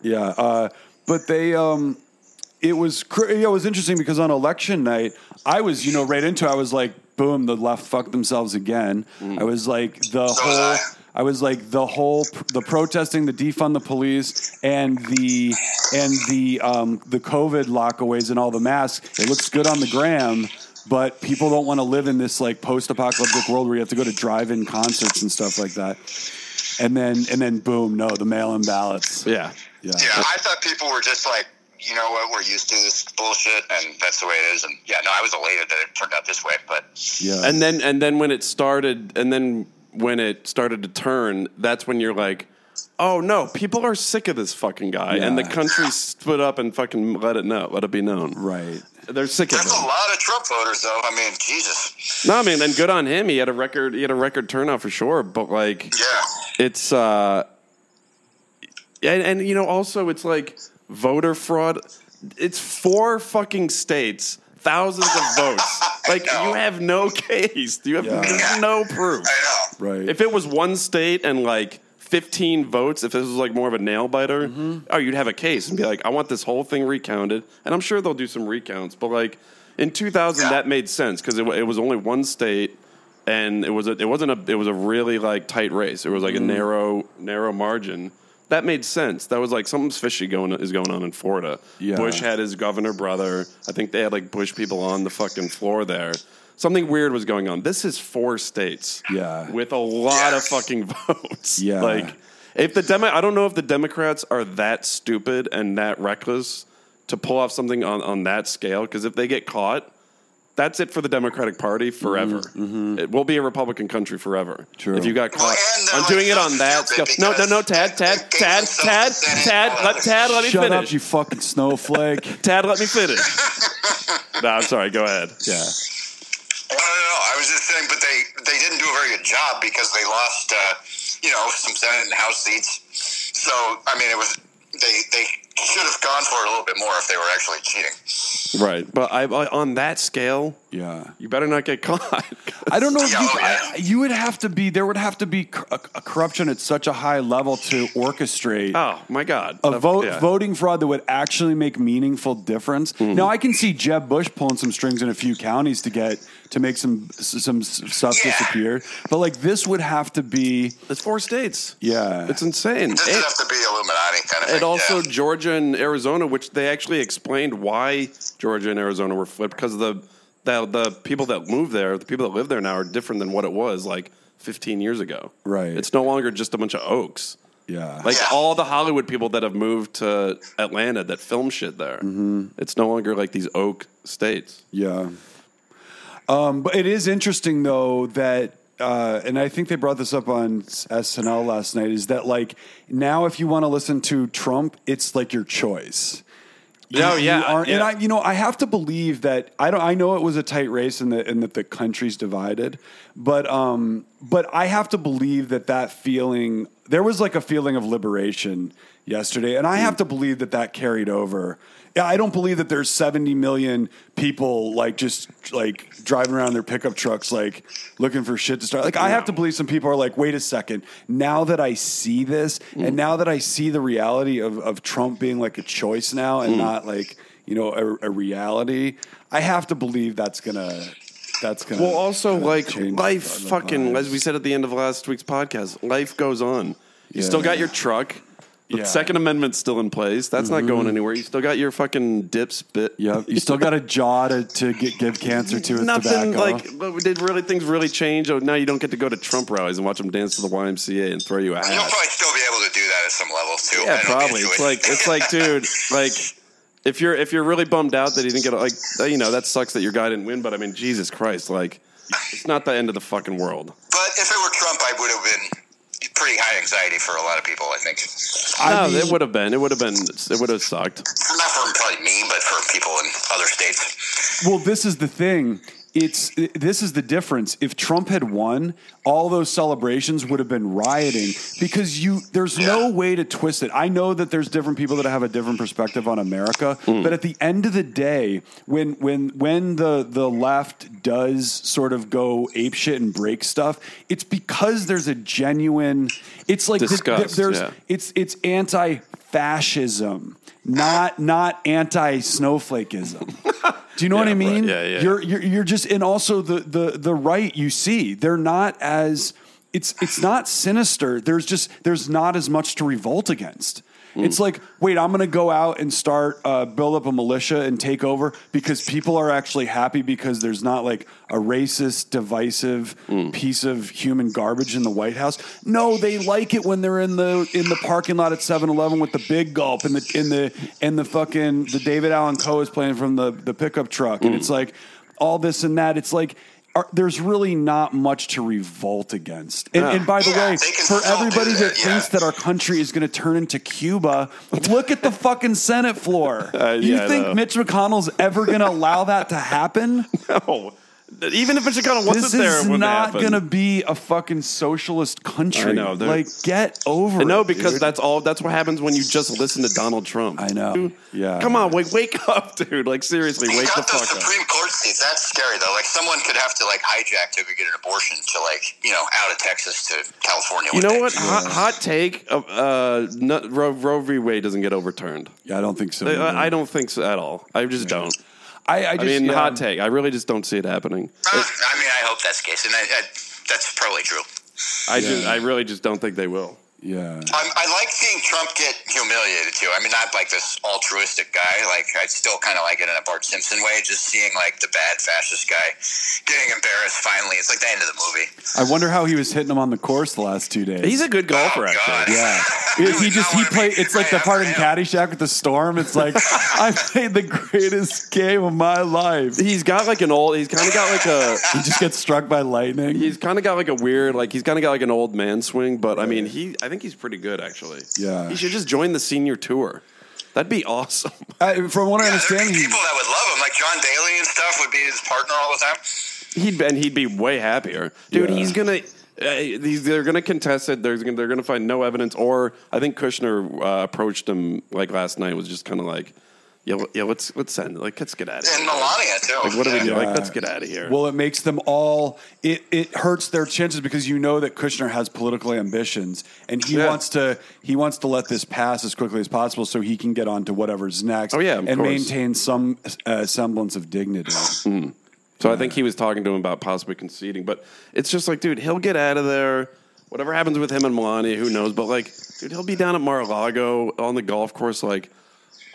[SPEAKER 2] yeah. Uh, but they um, it was cr- yeah, it was interesting because on election night I was you know right into it. I was like boom the left fucked themselves again. I was like the
[SPEAKER 3] So was
[SPEAKER 2] whole.
[SPEAKER 3] I.
[SPEAKER 2] I was like the whole the protesting, the defund the police, and the and the um, the COVID lockaways and all the masks. It looks good on the gram, but people don't want to live in this like post apocalyptic world where you have to go to drive-in concerts and stuff like that. And then and then boom, no, the mail-in ballots.
[SPEAKER 1] yeah.
[SPEAKER 2] Yeah,
[SPEAKER 3] Yeah, I thought people were just like, you know what, we're used to this bullshit, and that's the way it is. And yeah, no, I was elated that it turned out this way, but
[SPEAKER 2] yeah.
[SPEAKER 1] And then and then when it started, and then when it started to turn, that's when you're like, oh no, people are sick of this fucking guy, and the
[SPEAKER 2] Yeah.
[SPEAKER 1] country stood up and fucking let it know, let it be known.
[SPEAKER 2] right.
[SPEAKER 1] They're sick of
[SPEAKER 3] that's
[SPEAKER 1] him.
[SPEAKER 3] a lot of Trump voters, though. I mean, Jesus.
[SPEAKER 1] No, I mean, and good on him. He had a record. He had a record turnout for sure. But like,
[SPEAKER 3] Yeah.
[SPEAKER 1] it's uh, and and you know, also it's like voter fraud. It's four fucking states, thousands of votes. Like
[SPEAKER 3] know.
[SPEAKER 1] you have no case. You have
[SPEAKER 2] Yeah.
[SPEAKER 1] no proof.
[SPEAKER 3] I know.
[SPEAKER 2] Right.
[SPEAKER 1] If it was one state and like. 15 votes if this was like more of a nail biter
[SPEAKER 2] Mm-hmm.
[SPEAKER 1] oh you'd have a case and be like i want this whole thing recounted and i'm sure they'll do some recounts but like in 2000
[SPEAKER 3] Yeah.
[SPEAKER 1] that made sense because it, wa- it was only one state and it was a, it wasn't a it was a really like tight race it was like a
[SPEAKER 2] Mm-hmm.
[SPEAKER 1] narrow narrow margin that made sense that was like something's fishy going is going on in florida
[SPEAKER 2] Yeah.
[SPEAKER 1] bush had his governor brother i think they had like bush people on the fucking floor there something weird was going on this is four states
[SPEAKER 2] Yeah.
[SPEAKER 1] with a lot
[SPEAKER 3] Yeah.
[SPEAKER 1] of fucking votes.
[SPEAKER 2] Yeah.
[SPEAKER 1] Like if the demo I don't know if the Democrats are that stupid and that reckless to pull off something on, on that scale, because if they get caught, that's it for the Democratic Party forever. It will be a Republican country forever.
[SPEAKER 2] Mm-hmm. True.
[SPEAKER 1] If you got caught,
[SPEAKER 3] and they're
[SPEAKER 1] I'm
[SPEAKER 3] like
[SPEAKER 1] doing it
[SPEAKER 3] so
[SPEAKER 1] on that scale.
[SPEAKER 3] stupid
[SPEAKER 1] No, no,
[SPEAKER 3] because
[SPEAKER 1] no, Tad, Tad,
[SPEAKER 3] they gave
[SPEAKER 1] Tad,
[SPEAKER 3] themselves
[SPEAKER 1] Tad,
[SPEAKER 3] the Senate
[SPEAKER 1] Tad, let
[SPEAKER 3] dollars.
[SPEAKER 1] Tad, let me
[SPEAKER 2] Shut
[SPEAKER 1] finish.
[SPEAKER 2] up, you fucking snowflake.
[SPEAKER 1] Tad, let me finish. no, I'm sorry. Go ahead.
[SPEAKER 2] yeah.
[SPEAKER 3] No, no, no. I was just saying, but they they didn't do a very good job because they lost, uh, you know, some Senate and House seats. So I mean, it was they they should have gone for it a little bit more if they were actually cheating.
[SPEAKER 1] Right, but I, I on that scale,
[SPEAKER 2] Yeah.
[SPEAKER 1] you better not get caught.
[SPEAKER 2] I don't know if
[SPEAKER 3] Yeah,
[SPEAKER 2] you,
[SPEAKER 3] oh, yeah.
[SPEAKER 2] I- you would have to be there would have to be cor- a, a corruption at such a high level to orchestrate
[SPEAKER 1] Oh my God!
[SPEAKER 2] a vote
[SPEAKER 1] yeah. Mm-hmm.
[SPEAKER 2] voting fraud that would actually make meaningful difference. Now I can see Jeb Bush pulling some strings in a few counties to get to make some s- some s- stuff
[SPEAKER 3] Yeah.
[SPEAKER 2] disappear, but like this would have to be
[SPEAKER 1] It's four states.
[SPEAKER 2] yeah.
[SPEAKER 1] It's insane.
[SPEAKER 3] This would
[SPEAKER 1] It,
[SPEAKER 3] have to be Illuminati kind of.
[SPEAKER 1] and
[SPEAKER 3] thing,
[SPEAKER 1] also
[SPEAKER 3] yeah.
[SPEAKER 1] Georgia and Arizona, which they actually explained why Georgia and Arizona were flipped because the, the the people that moved there, the people that live there now, are different than what it was like 15 years ago.
[SPEAKER 2] Right.
[SPEAKER 1] It's no longer just a bunch of oaks.
[SPEAKER 2] yeah.
[SPEAKER 1] Like
[SPEAKER 3] Yeah.
[SPEAKER 1] all the Hollywood people that have moved to Atlanta that film shit there. It's no longer like these oak states.
[SPEAKER 2] Yeah. Um, but it is interesting though that, uh, and I think they brought this up on S- SNL last night, is that like now if you want to listen to Trump, it's like your choice. You-
[SPEAKER 1] Oh, yeah,
[SPEAKER 2] you aren't- and
[SPEAKER 1] yeah.
[SPEAKER 2] I, you know, I have to believe that I don't. I know it was a tight race and that and that the country's divided, but um, but I have to believe that that feeling there was like a feeling of liberation yesterday, and I have to believe that that carried over. Yeah, I don't believe that there's 70 million people like just like driving around in their pickup trucks like looking for shit to start. Like I have to believe some people are like, wait a second, now that I see this, and now that I see the reality of of Trump being like a choice now and not like you know a, a reality, I have to believe that's gonna that's gonna
[SPEAKER 1] Well, also
[SPEAKER 2] kinda
[SPEAKER 1] like
[SPEAKER 2] change
[SPEAKER 1] life,
[SPEAKER 2] the
[SPEAKER 1] fucking
[SPEAKER 2] vibes.
[SPEAKER 1] as we said at the end of last week's podcast, life goes on. You still got your truck. The
[SPEAKER 2] Yeah.
[SPEAKER 1] Second Amendment's still in place. That's not going anywhere. You still got your fucking dips bit.
[SPEAKER 2] Yeah, you still got a jaw to, to get, give cancer to with
[SPEAKER 1] Nothing
[SPEAKER 2] tobacco.
[SPEAKER 1] like but we did really things really change. Oh, now you don't get to go to Trump rallies and watch them dance to the YMCA and throw you a
[SPEAKER 3] You'll
[SPEAKER 1] hat.
[SPEAKER 3] probably still be able to do that at some level too. I
[SPEAKER 1] Yeah,
[SPEAKER 3] don't
[SPEAKER 1] probably.
[SPEAKER 3] get
[SPEAKER 1] It's
[SPEAKER 3] to it.
[SPEAKER 1] like it's like, dude, like if you're if you're really bummed out that he didn't get like you know that sucks that your guy didn't win, but I mean Jesus Christ, like it's not the end of the fucking world.
[SPEAKER 3] but if it were Trump, I would have been pretty high anxiety for a lot of people. I think
[SPEAKER 2] I
[SPEAKER 1] no, it
[SPEAKER 2] mean-
[SPEAKER 1] would have been. It would have been. It would have sucked.
[SPEAKER 3] not for probably me, but for people in other states.
[SPEAKER 2] well, this is the thing. It's this is the difference. If Trump had won, all those celebrations would have been rioting because you there's no way to twist it. I know that there's different people that have a different perspective on America,
[SPEAKER 1] Hmm.
[SPEAKER 2] but at the end of the day, when when when the the left does sort of go apeshit and break stuff, it's because there's a genuine. It's like th- th-
[SPEAKER 1] Disgust,
[SPEAKER 2] there's
[SPEAKER 1] yeah.
[SPEAKER 2] it's it's anti fascism, not not anti snowflakeism. Do you know
[SPEAKER 1] Yeah,
[SPEAKER 2] what I
[SPEAKER 1] right.
[SPEAKER 2] mean?
[SPEAKER 1] Yeah, yeah.
[SPEAKER 2] You're, you're you're just and also the the the right you see they're not as it's it's not sinister. There's just there's not as much to revolt against. It's like wait, I'm going to go out and start uh, build up a militia and take over because people are actually happy because there's not like a racist, divisive piece of human garbage in the White House. No, they like it when they're in the in the parking lot at 7-Eleven with the big gulp and the in the and the fucking the David Allen Coe is playing from the the pickup truck and it's like all this and that. It's like are, there's really not much to revolt against. And, and by the
[SPEAKER 3] Yeah,
[SPEAKER 2] way,
[SPEAKER 3] they can
[SPEAKER 2] for
[SPEAKER 3] still do
[SPEAKER 2] everybody that,
[SPEAKER 3] that, yeah.
[SPEAKER 2] thinks that our country is going to turn into Cuba, look at the fucking Senate floor. you
[SPEAKER 1] Uh, yeah, I
[SPEAKER 2] think
[SPEAKER 1] know.
[SPEAKER 2] Mitch McConnell's ever going to allow that to happen?
[SPEAKER 1] No, even if it's kind of wasn't
[SPEAKER 2] this
[SPEAKER 1] there,
[SPEAKER 2] is
[SPEAKER 1] it wouldn't
[SPEAKER 2] not
[SPEAKER 1] happen.
[SPEAKER 2] going to be a fucking socialist country.
[SPEAKER 1] I know, they're-
[SPEAKER 2] like, get over
[SPEAKER 1] No,
[SPEAKER 2] it.
[SPEAKER 1] because
[SPEAKER 2] dude.
[SPEAKER 1] that's all. That's what happens when you just listen to Donald Trump.
[SPEAKER 2] I know.
[SPEAKER 1] Dude,
[SPEAKER 2] Yeah.
[SPEAKER 1] Come on, wake, wake up, dude. Like seriously,
[SPEAKER 3] He's
[SPEAKER 1] wake the
[SPEAKER 3] got those
[SPEAKER 1] fuck up.
[SPEAKER 3] Supreme Court seats. That's scary though. Like someone could have to like hijack to get an abortion to like you know out of Texas to California.
[SPEAKER 1] You
[SPEAKER 3] one
[SPEAKER 1] know
[SPEAKER 3] day.
[SPEAKER 1] what? Hot, hot take. Uh, uh, no- Roe, Roe v. Wade doesn't get overturned.
[SPEAKER 2] Yeah, I don't think so.
[SPEAKER 1] I,
[SPEAKER 2] either.
[SPEAKER 1] uh, I- I don't think so at all. I just don't.
[SPEAKER 2] I, I
[SPEAKER 1] I
[SPEAKER 2] just,
[SPEAKER 1] mean,
[SPEAKER 2] yeah.
[SPEAKER 1] hot take. I really just don't see it happening.
[SPEAKER 3] Uh, I mean, I hope that's the case, and I, I, that's probably true.
[SPEAKER 1] I just, I really just don't think they will.
[SPEAKER 2] Yeah.
[SPEAKER 3] I'm, Um, I like seeing Trump get humiliated too. I mean, not like this altruistic guy. Like, I still kind of like it in a Bart Simpson way. Just seeing like the bad fascist guy getting embarrassed. Finally, it's like the end of the movie.
[SPEAKER 2] I wonder how he was hitting him on the course the last two days.
[SPEAKER 1] He's a good golfer,
[SPEAKER 3] Oh,
[SPEAKER 1] actually.
[SPEAKER 3] God.
[SPEAKER 2] Yeah.
[SPEAKER 3] You
[SPEAKER 2] he
[SPEAKER 3] would
[SPEAKER 2] just
[SPEAKER 3] not
[SPEAKER 2] he
[SPEAKER 3] wanna
[SPEAKER 2] played.
[SPEAKER 3] be
[SPEAKER 2] It's like the
[SPEAKER 3] Graham
[SPEAKER 2] part in
[SPEAKER 3] Graham.
[SPEAKER 2] Caddyshack with the storm. It's like I played the greatest game of my life. He
[SPEAKER 1] He's got like an old. He's kind of got like a.
[SPEAKER 2] just gets struck by lightning.
[SPEAKER 1] He's kind of got like a weird, like he's kind of got like an old man swing, but I mean, he, I think he's pretty good actually.
[SPEAKER 2] Yeah.
[SPEAKER 1] he should just join the senior tour. That'd be awesome.
[SPEAKER 2] I, from what I
[SPEAKER 3] Yeah, there'd
[SPEAKER 2] understand,
[SPEAKER 3] be
[SPEAKER 2] he,
[SPEAKER 3] people that would love him, like John Daly and stuff, would be his partner all the time.
[SPEAKER 1] He'd and he'd be way happier, dude.
[SPEAKER 2] Yeah.
[SPEAKER 1] He's gonna. Uh, he's, they're going to contest it. They're going to they're gonna find no evidence. Or I think Kushner uh, approached him like last night was just kind of like, yeah, well, yeah, let's let's send it. like let's get out of
[SPEAKER 3] And
[SPEAKER 1] here.
[SPEAKER 3] Melania too.
[SPEAKER 1] Like what do we do?
[SPEAKER 2] Yeah.
[SPEAKER 1] Like let's get out of here.
[SPEAKER 2] well, it makes them all. It it hurts their chances because you know that Kushner has political ambitions and he
[SPEAKER 1] Yeah.
[SPEAKER 2] wants to he wants to let this pass as quickly as possible so he can get on to whatever's next.
[SPEAKER 1] Oh, yeah, of
[SPEAKER 2] and
[SPEAKER 1] course. Mm.
[SPEAKER 2] maintain some uh, semblance of dignity.
[SPEAKER 1] So I think he was talking to him about possibly conceding, but it's just like, dude, he'll get out of there. Whatever happens with him and Melania, who knows? But like, dude, he'll be down at Mar-a-Lago on the golf course, like,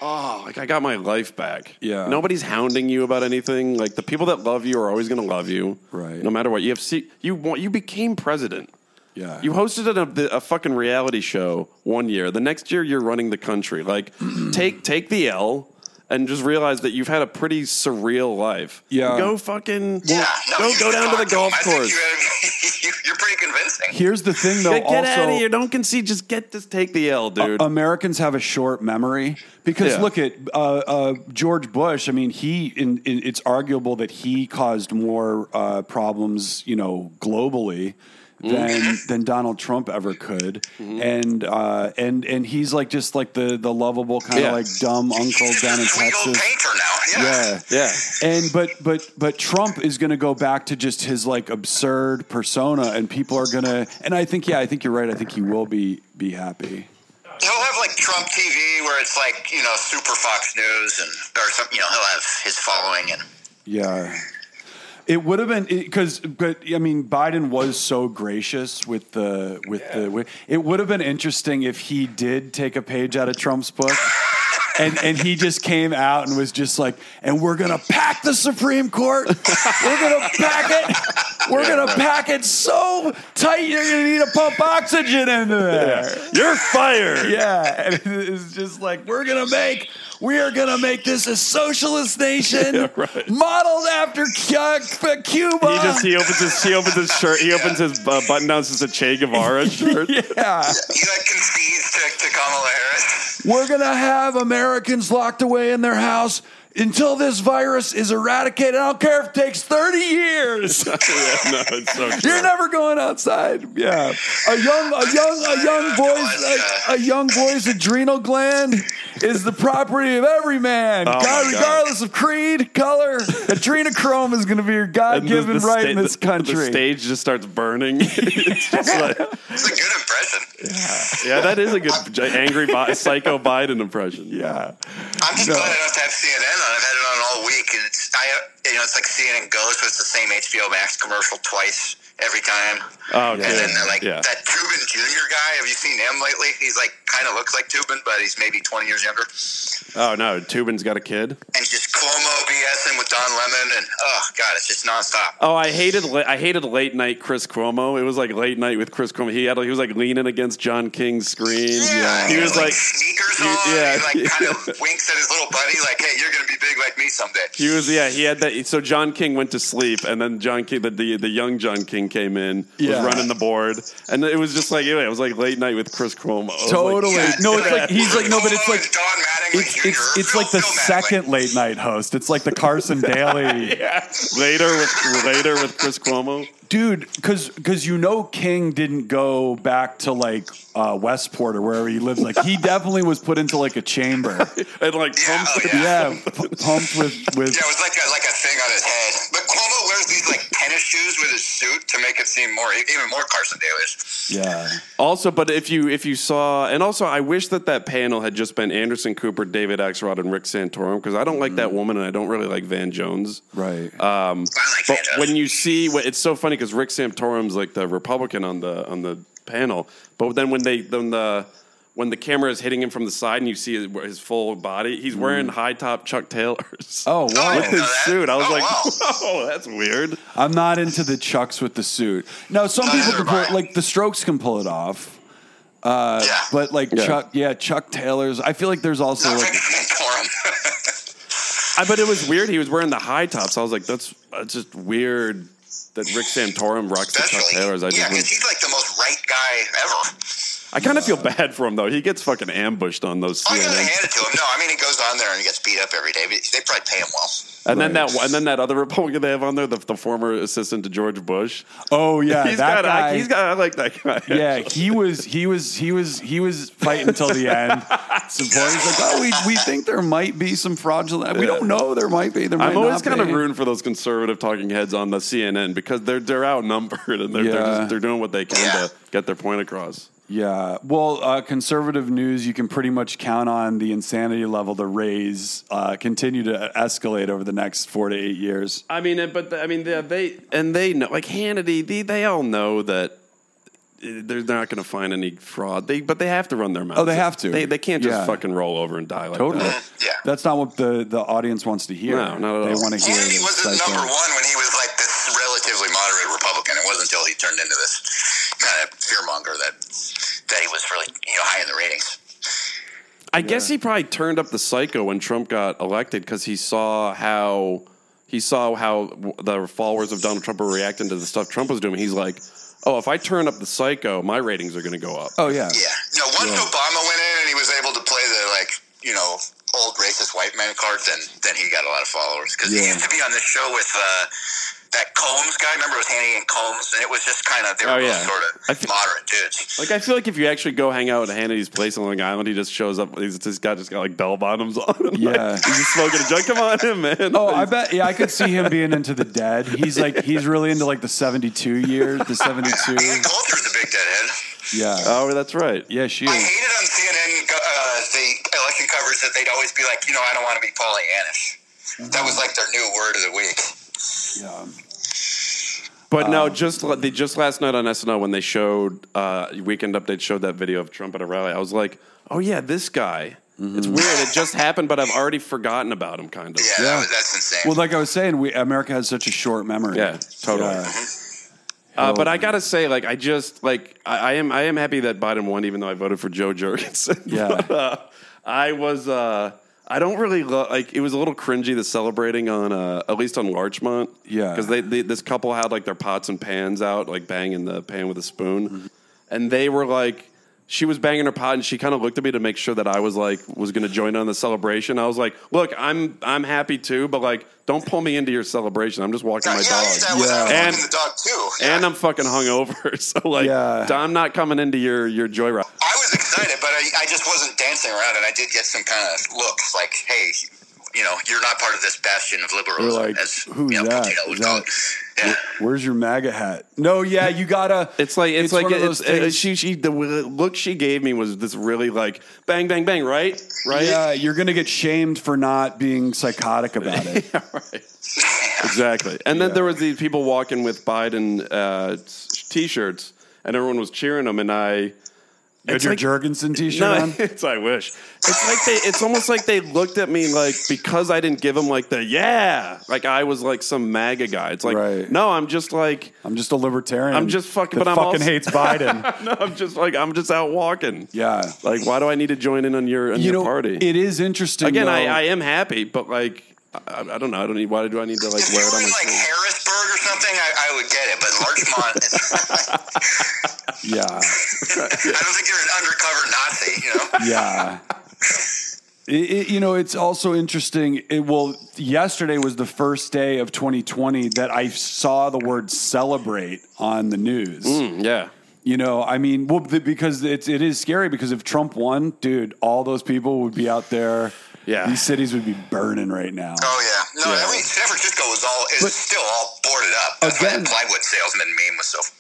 [SPEAKER 1] oh, like I got my life back.
[SPEAKER 2] Yeah.
[SPEAKER 1] nobody's hounding you about anything. Like the people that love you are always going to love you,
[SPEAKER 2] Right.
[SPEAKER 1] No matter what. You have se- you want you became president.
[SPEAKER 2] Yeah.
[SPEAKER 1] You hosted a, a fucking reality show one year. The next year, you're running the country. Like, take take the L and just realize that you've had a pretty surreal life.
[SPEAKER 2] Yeah.
[SPEAKER 1] Go fucking
[SPEAKER 3] Yeah, no,
[SPEAKER 1] go
[SPEAKER 3] you
[SPEAKER 1] go
[SPEAKER 3] should
[SPEAKER 1] down to the
[SPEAKER 3] talk him.
[SPEAKER 1] golf
[SPEAKER 3] I think
[SPEAKER 1] course.
[SPEAKER 3] you, you're pretty convincing.
[SPEAKER 2] Here's the thing, though.
[SPEAKER 1] Get, get
[SPEAKER 2] also,
[SPEAKER 1] out of here! Don't concede. Just get this. Take the L, dude.
[SPEAKER 2] Americans have a short memory because
[SPEAKER 1] Yeah.
[SPEAKER 2] look at uh, uh, George Bush. I mean, he in, in, it's arguable that he caused more uh, problems, you know, globally
[SPEAKER 1] Mm.
[SPEAKER 2] than than Donald Trump ever could,
[SPEAKER 1] Mm-hmm.
[SPEAKER 2] and uh, and and he's like just like the the lovable kind of
[SPEAKER 1] Yeah.
[SPEAKER 2] like dumb uncle
[SPEAKER 3] He's
[SPEAKER 2] down in
[SPEAKER 3] just a sweet old
[SPEAKER 2] Texas.
[SPEAKER 3] painter now. Yeah.
[SPEAKER 2] Yeah,
[SPEAKER 1] Yeah.
[SPEAKER 2] and but but but Trump is going to go back to just his like absurd persona, and people are going to. And I think yeah, I think you're right. I think he will be be happy.
[SPEAKER 3] He'll have like Trump TV where it's like, you know, super Fox News and, or something, you know, he'll have his following and.
[SPEAKER 2] Yeah. It would have been because, but I mean, Biden was so gracious with the with the. wi- It would have been interesting if he did take a page out of Trump's book, and and he just came out and was just like, "And we're gonna pack the Supreme Court. We're gonna pack it. We're gonna pack it so tight you're gonna need to pump oxygen into there."
[SPEAKER 1] You're fired.
[SPEAKER 2] Yeah, and it's just like we're gonna make we are gonna make this a socialist nation
[SPEAKER 1] Yeah, right.
[SPEAKER 2] modeled after Cu- Cuba.
[SPEAKER 1] He just he opens his he opens his shirt he opens his uh, button down says a Che Guevara shirt.
[SPEAKER 2] yeah,
[SPEAKER 3] He like concedes to, to Kamala Harris.
[SPEAKER 2] we're gonna have Americans locked away in their house until this virus is eradicated. I don't care if it takes thirty years.
[SPEAKER 1] Yeah, no, it's so true.
[SPEAKER 2] You're never going outside. Yeah, a young, a young, a young boy's, a, a young boy's adrenal gland is the property of every man,
[SPEAKER 1] Oh, my
[SPEAKER 2] God,
[SPEAKER 1] God.
[SPEAKER 2] regardless of creed, color. Adrenochrome is going to be your
[SPEAKER 1] And the-
[SPEAKER 2] God-given
[SPEAKER 1] the
[SPEAKER 2] right
[SPEAKER 1] sta-
[SPEAKER 2] in this
[SPEAKER 1] the-
[SPEAKER 2] country.
[SPEAKER 1] The stage just starts burning. it's just like,
[SPEAKER 3] It's a good impression.
[SPEAKER 1] yeah, that is a good j- angry bi- psycho Biden impression.
[SPEAKER 2] yeah,
[SPEAKER 3] I'm just
[SPEAKER 2] No.
[SPEAKER 3] glad I don't have to have CNN on. I've had it on all week, and it's I you know it's like CNN goes, so it's the same HBO Max commercial twice every time.
[SPEAKER 1] Oh,
[SPEAKER 3] And
[SPEAKER 1] okay.
[SPEAKER 3] then they're like
[SPEAKER 1] yeah.
[SPEAKER 3] that Tubin Junior guy. Have you seen him lately? He's like kind of looks like Tubin, but he's maybe 20 years younger.
[SPEAKER 1] oh no, Tubin's got a kid.
[SPEAKER 3] And just Cuomo BSing with Don Lemon, and oh god, it's just nonstop.
[SPEAKER 1] Oh, I hated la- I hated late night Chris Cuomo. It was like late night with Chris Cuomo. He had he was like leaning against John King's screen. He
[SPEAKER 3] and
[SPEAKER 1] was like
[SPEAKER 3] sneakers
[SPEAKER 1] he-
[SPEAKER 3] on.
[SPEAKER 1] yeah.
[SPEAKER 3] he like kind of winks at his little buddy, like, "Hey, you're gonna be big like me someday."
[SPEAKER 1] He was yeah. He had that. So John King went to sleep, and then John King, the the, the young John King, came in,
[SPEAKER 2] Yeah.
[SPEAKER 1] was running the board, and it was just like anyway, it was like late night with Chris Cuomo. It was like-
[SPEAKER 2] totally. No, it's like he's like no, but it's
[SPEAKER 3] Cuomo
[SPEAKER 2] like
[SPEAKER 3] and Don Mattingly
[SPEAKER 2] it's
[SPEAKER 3] Jr.
[SPEAKER 2] it's it's
[SPEAKER 3] Bill-
[SPEAKER 2] like the
[SPEAKER 3] Bill Mattingly.
[SPEAKER 2] second late night host. It's like the Carson Daly.
[SPEAKER 1] later with later with Chris Cuomo.
[SPEAKER 2] dude because because you know king didn't go back to like uh westport or wherever he lived like he definitely was put into like a chamber
[SPEAKER 1] And like
[SPEAKER 3] Yeah,
[SPEAKER 1] Trump's-
[SPEAKER 3] oh, yeah.
[SPEAKER 2] yeah p- pumped with with
[SPEAKER 3] Yeah, it was like a, like a thing on his head. But Cuomo wears these like tennis shoes with his suit to make it seem more e-, even more Carson Daly.
[SPEAKER 2] yeah
[SPEAKER 1] also, but if you if you saw, and also, I wish that that panel had just been Anderson Cooper, David Axelrod, and Rick Santorum because I don't like that woman, and I don't really like Van Jones.
[SPEAKER 2] right
[SPEAKER 3] Mm. I like
[SPEAKER 1] But
[SPEAKER 3] Santa.
[SPEAKER 1] when you see, wh- it's so funny because Rick Santorum's like the Republican on the on the panel, but then when they then the when the camera is hitting him from the side and you see his, his full body, he's wearing high top Chuck Taylors.
[SPEAKER 2] oh
[SPEAKER 3] Mm. Oh, I
[SPEAKER 2] wow
[SPEAKER 3] didn't
[SPEAKER 1] his
[SPEAKER 3] know that.
[SPEAKER 1] suit. I was
[SPEAKER 3] Oh,
[SPEAKER 1] like,
[SPEAKER 3] wow.
[SPEAKER 1] oh, that's weird.
[SPEAKER 2] i'm not into the chucks with the suit now some
[SPEAKER 3] No,
[SPEAKER 2] people
[SPEAKER 3] neither
[SPEAKER 2] can pull
[SPEAKER 3] am
[SPEAKER 2] it
[SPEAKER 3] I.
[SPEAKER 2] like the strokes can pull it off uh,
[SPEAKER 3] yeah.
[SPEAKER 2] but like
[SPEAKER 1] Yeah.
[SPEAKER 2] chuck yeah chuck taylor's i feel like there's also
[SPEAKER 3] Not
[SPEAKER 2] like
[SPEAKER 3] recommend for him.
[SPEAKER 1] I, but it was weird. He was wearing the high tops. I was like, that's that's just weird that Rick Santorum rocks the Chuck
[SPEAKER 3] Especially,
[SPEAKER 1] Taylors. I
[SPEAKER 3] yeah,
[SPEAKER 1] just
[SPEAKER 3] because
[SPEAKER 1] wouldn't-
[SPEAKER 3] he's like the most right guy ever.
[SPEAKER 1] I kind of feel bad for him though. He gets fucking ambushed on those.
[SPEAKER 3] I'm gonna
[SPEAKER 1] CNN
[SPEAKER 3] hand it to him. No, I mean he goes on there and he gets beat up every day. But they probably pay him well.
[SPEAKER 1] And then
[SPEAKER 2] Right.
[SPEAKER 1] that and then that other Republican they have on there, the, the former assistant to George Bush.
[SPEAKER 2] oh yeah
[SPEAKER 1] he's
[SPEAKER 2] that
[SPEAKER 1] got I-
[SPEAKER 2] guy
[SPEAKER 1] he's got I like that guy.
[SPEAKER 2] yeah, he was he was he was he was fighting till the end. Supporters like, oh, we we think there might be some fraudulent. We
[SPEAKER 1] Yeah.
[SPEAKER 2] don't know. There might be. There might
[SPEAKER 1] I'm always
[SPEAKER 2] not
[SPEAKER 1] kind of
[SPEAKER 2] be.
[SPEAKER 1] rooting for those conservative talking heads on the CNN because they're they're outnumbered and they're they're,
[SPEAKER 2] Yeah.
[SPEAKER 1] just, they're doing what they can
[SPEAKER 3] Yeah.
[SPEAKER 1] to get their point across.
[SPEAKER 2] Yeah. Well, uh, conservative news, you can pretty much count on the insanity level to raise, uh, continue to escalate over the next four to eight years.
[SPEAKER 1] I mean, and- but the, I mean they, they and they know like Hannity, they, they all know that they're not going to find any fraud. They but they have to run their mouths.
[SPEAKER 2] Oh, they have to.
[SPEAKER 1] They they can't just
[SPEAKER 2] Yeah.
[SPEAKER 1] fucking roll over and die like
[SPEAKER 2] Totally.
[SPEAKER 1] that.
[SPEAKER 3] Yeah.
[SPEAKER 2] Uh, That's not what the, the audience wants to hear.
[SPEAKER 1] No, not at
[SPEAKER 2] They
[SPEAKER 1] all.
[SPEAKER 2] want to hear.
[SPEAKER 3] Hannity
[SPEAKER 2] the
[SPEAKER 3] was
[SPEAKER 2] psycho-
[SPEAKER 3] number one when he was like this relatively moderate Republican. It wasn't until he turned into this kind of fearmonger that that he was really you know high in the ratings.
[SPEAKER 1] I guess he probably turned up the psycho when Trump got elected because he saw how he saw how w- the followers of Donald Trump were reacting to the stuff Trump was doing. He's like, "Oh, if I turn up the psycho, my ratings are going to go up."
[SPEAKER 2] Oh yeah.
[SPEAKER 3] Yeah. No, once Obama went in and he was able to play the like, you know, old racist white man card, then then he got a lot of followers because
[SPEAKER 2] Yeah.
[SPEAKER 3] he used to be on this show with uh, that Combs guy. Remember, it was Haney and Combs, and it was just kind of they were
[SPEAKER 1] Oh,
[SPEAKER 3] both
[SPEAKER 1] yeah.
[SPEAKER 3] sort
[SPEAKER 1] I
[SPEAKER 3] of
[SPEAKER 1] thi-
[SPEAKER 3] moderate dudes.
[SPEAKER 1] Like I feel like if you actually go hang out at Hannity's place on Long Island, he just shows up. He's this guy just got like bell bottoms on. Him.
[SPEAKER 2] Yeah.
[SPEAKER 1] like, he's just smoking a joint. Come on in, man.
[SPEAKER 2] Oh, I bet. Yeah, I could see him being into the dead. He's like, he's really into like the 72 years, the 72.
[SPEAKER 3] Ian Coulter's a big deadhead.
[SPEAKER 2] Yeah.
[SPEAKER 1] Oh, that's right.
[SPEAKER 2] Yeah, she
[SPEAKER 3] I
[SPEAKER 2] is.
[SPEAKER 3] hated on CNN uh, the election covers that they'd always be like, you know, I don't want to be Pollyannish. That was like their new word of the week.
[SPEAKER 2] Yeah.
[SPEAKER 1] But no,
[SPEAKER 2] Um,
[SPEAKER 1] just la- they just last night on SNL when they showed uh, Weekend Update showed that video of Trump at a rally. I was like, oh yeah, this guy. It's
[SPEAKER 2] Mm-hmm.
[SPEAKER 1] weird. It just happened, but I've already forgotten about him. Kind of.
[SPEAKER 3] Yeah, That was, that's insane.
[SPEAKER 2] Well, like I was saying, we America has such a short memory.
[SPEAKER 1] Yeah, totally. Uh, but I gotta
[SPEAKER 2] mm-hmm.
[SPEAKER 1] say, like, I just like I, I am I am happy that Biden won, even though I voted for Joe Jurgensen.
[SPEAKER 2] Yeah.
[SPEAKER 1] But, uh, I was. Uh, I don't really lo- like. It was a little cringy the celebrating on uh, at least on Larchmont.
[SPEAKER 2] Yeah.
[SPEAKER 1] because they, they this couple had like their pots and pans out, like banging the pan with a spoon,
[SPEAKER 2] Mm-hmm.
[SPEAKER 1] and they were like. She was banging her pot, and she kind of looked at me to make sure that I was like was going to join on the celebration. I was like, "Look, I'm I'm happy too, but like, don't pull me into your celebration. I'm just walking
[SPEAKER 3] yeah,
[SPEAKER 1] my
[SPEAKER 3] I
[SPEAKER 1] dog."
[SPEAKER 3] did that with
[SPEAKER 2] Yeah.
[SPEAKER 3] I was walking
[SPEAKER 1] And-
[SPEAKER 3] the dog too.
[SPEAKER 1] and I'm fucking hungover. So like,
[SPEAKER 2] Yeah.
[SPEAKER 1] I'm not coming into your your joyride.
[SPEAKER 3] I was excited, but I, I just wasn't dancing around, and I did get some kind of looks like, "Hey, you know, you're not part of this bastion of liberalism."
[SPEAKER 2] You're like,
[SPEAKER 3] as
[SPEAKER 2] "Who's
[SPEAKER 3] you know,
[SPEAKER 2] that?
[SPEAKER 3] Potato would
[SPEAKER 2] Is
[SPEAKER 3] call
[SPEAKER 2] that-
[SPEAKER 3] it. Yeah.
[SPEAKER 2] Where's your MAGA hat? No, yeah, you gotta.
[SPEAKER 1] It's like it's, like
[SPEAKER 2] one of
[SPEAKER 1] it's,
[SPEAKER 2] those things-
[SPEAKER 1] uh, she she the w- look she gave me was this really like bang bang bang right right
[SPEAKER 2] Yeah, you're gonna get shamed for not being psychotic about it.
[SPEAKER 1] Yeah, right exactly. And then there was these people walking with Biden uh, t-shirts, and everyone was cheering them, and I.
[SPEAKER 2] You had
[SPEAKER 1] It's
[SPEAKER 2] your
[SPEAKER 1] like-
[SPEAKER 2] Jurgensen T-shirt on.
[SPEAKER 1] it's I wish. It's like they. It's almost like they looked at me like because I didn't give them like the yeah, like I was like some MAGA guy. It's like
[SPEAKER 2] Right.
[SPEAKER 1] no, I'm just like
[SPEAKER 2] I'm just a libertarian.
[SPEAKER 1] I'm just fucking-
[SPEAKER 2] that
[SPEAKER 1] but I'm
[SPEAKER 2] fucking
[SPEAKER 1] also-
[SPEAKER 2] hates Biden.
[SPEAKER 1] no, I'm just like I'm just out walking.
[SPEAKER 2] yeah,
[SPEAKER 1] Like, why do I need to join in on your on
[SPEAKER 2] you
[SPEAKER 1] your
[SPEAKER 2] know,
[SPEAKER 1] party?
[SPEAKER 2] it is interesting.
[SPEAKER 1] Again, I,
[SPEAKER 2] though.
[SPEAKER 1] I am happy, but like, I, I don't know. I don't need. Why do I need to like
[SPEAKER 3] If you
[SPEAKER 1] wear it
[SPEAKER 3] were
[SPEAKER 1] on my
[SPEAKER 3] in like
[SPEAKER 1] sleeve?
[SPEAKER 3] Harrisburg or something, I, I would get it. But Larchmont,
[SPEAKER 2] yeah,
[SPEAKER 3] I don't think you're an undercover Nazi. You know,
[SPEAKER 2] yeah. It, it- you know, it's also interesting. It, well, yesterday was the first day of 2020 that I saw the word "celebrate" on the news.
[SPEAKER 1] Mm, yeah,
[SPEAKER 2] You know, I mean, well, the, because it's it is scary because if Trump won, dude, all those people would be out there.
[SPEAKER 1] Yeah.
[SPEAKER 2] these cities would be burning right now.
[SPEAKER 3] Oh yeah, no.
[SPEAKER 1] Yeah.
[SPEAKER 3] Every San Francisco was all is still all boarded up. That's
[SPEAKER 2] Again-
[SPEAKER 3] why the plywood salesman meme was so.
[SPEAKER 2] But-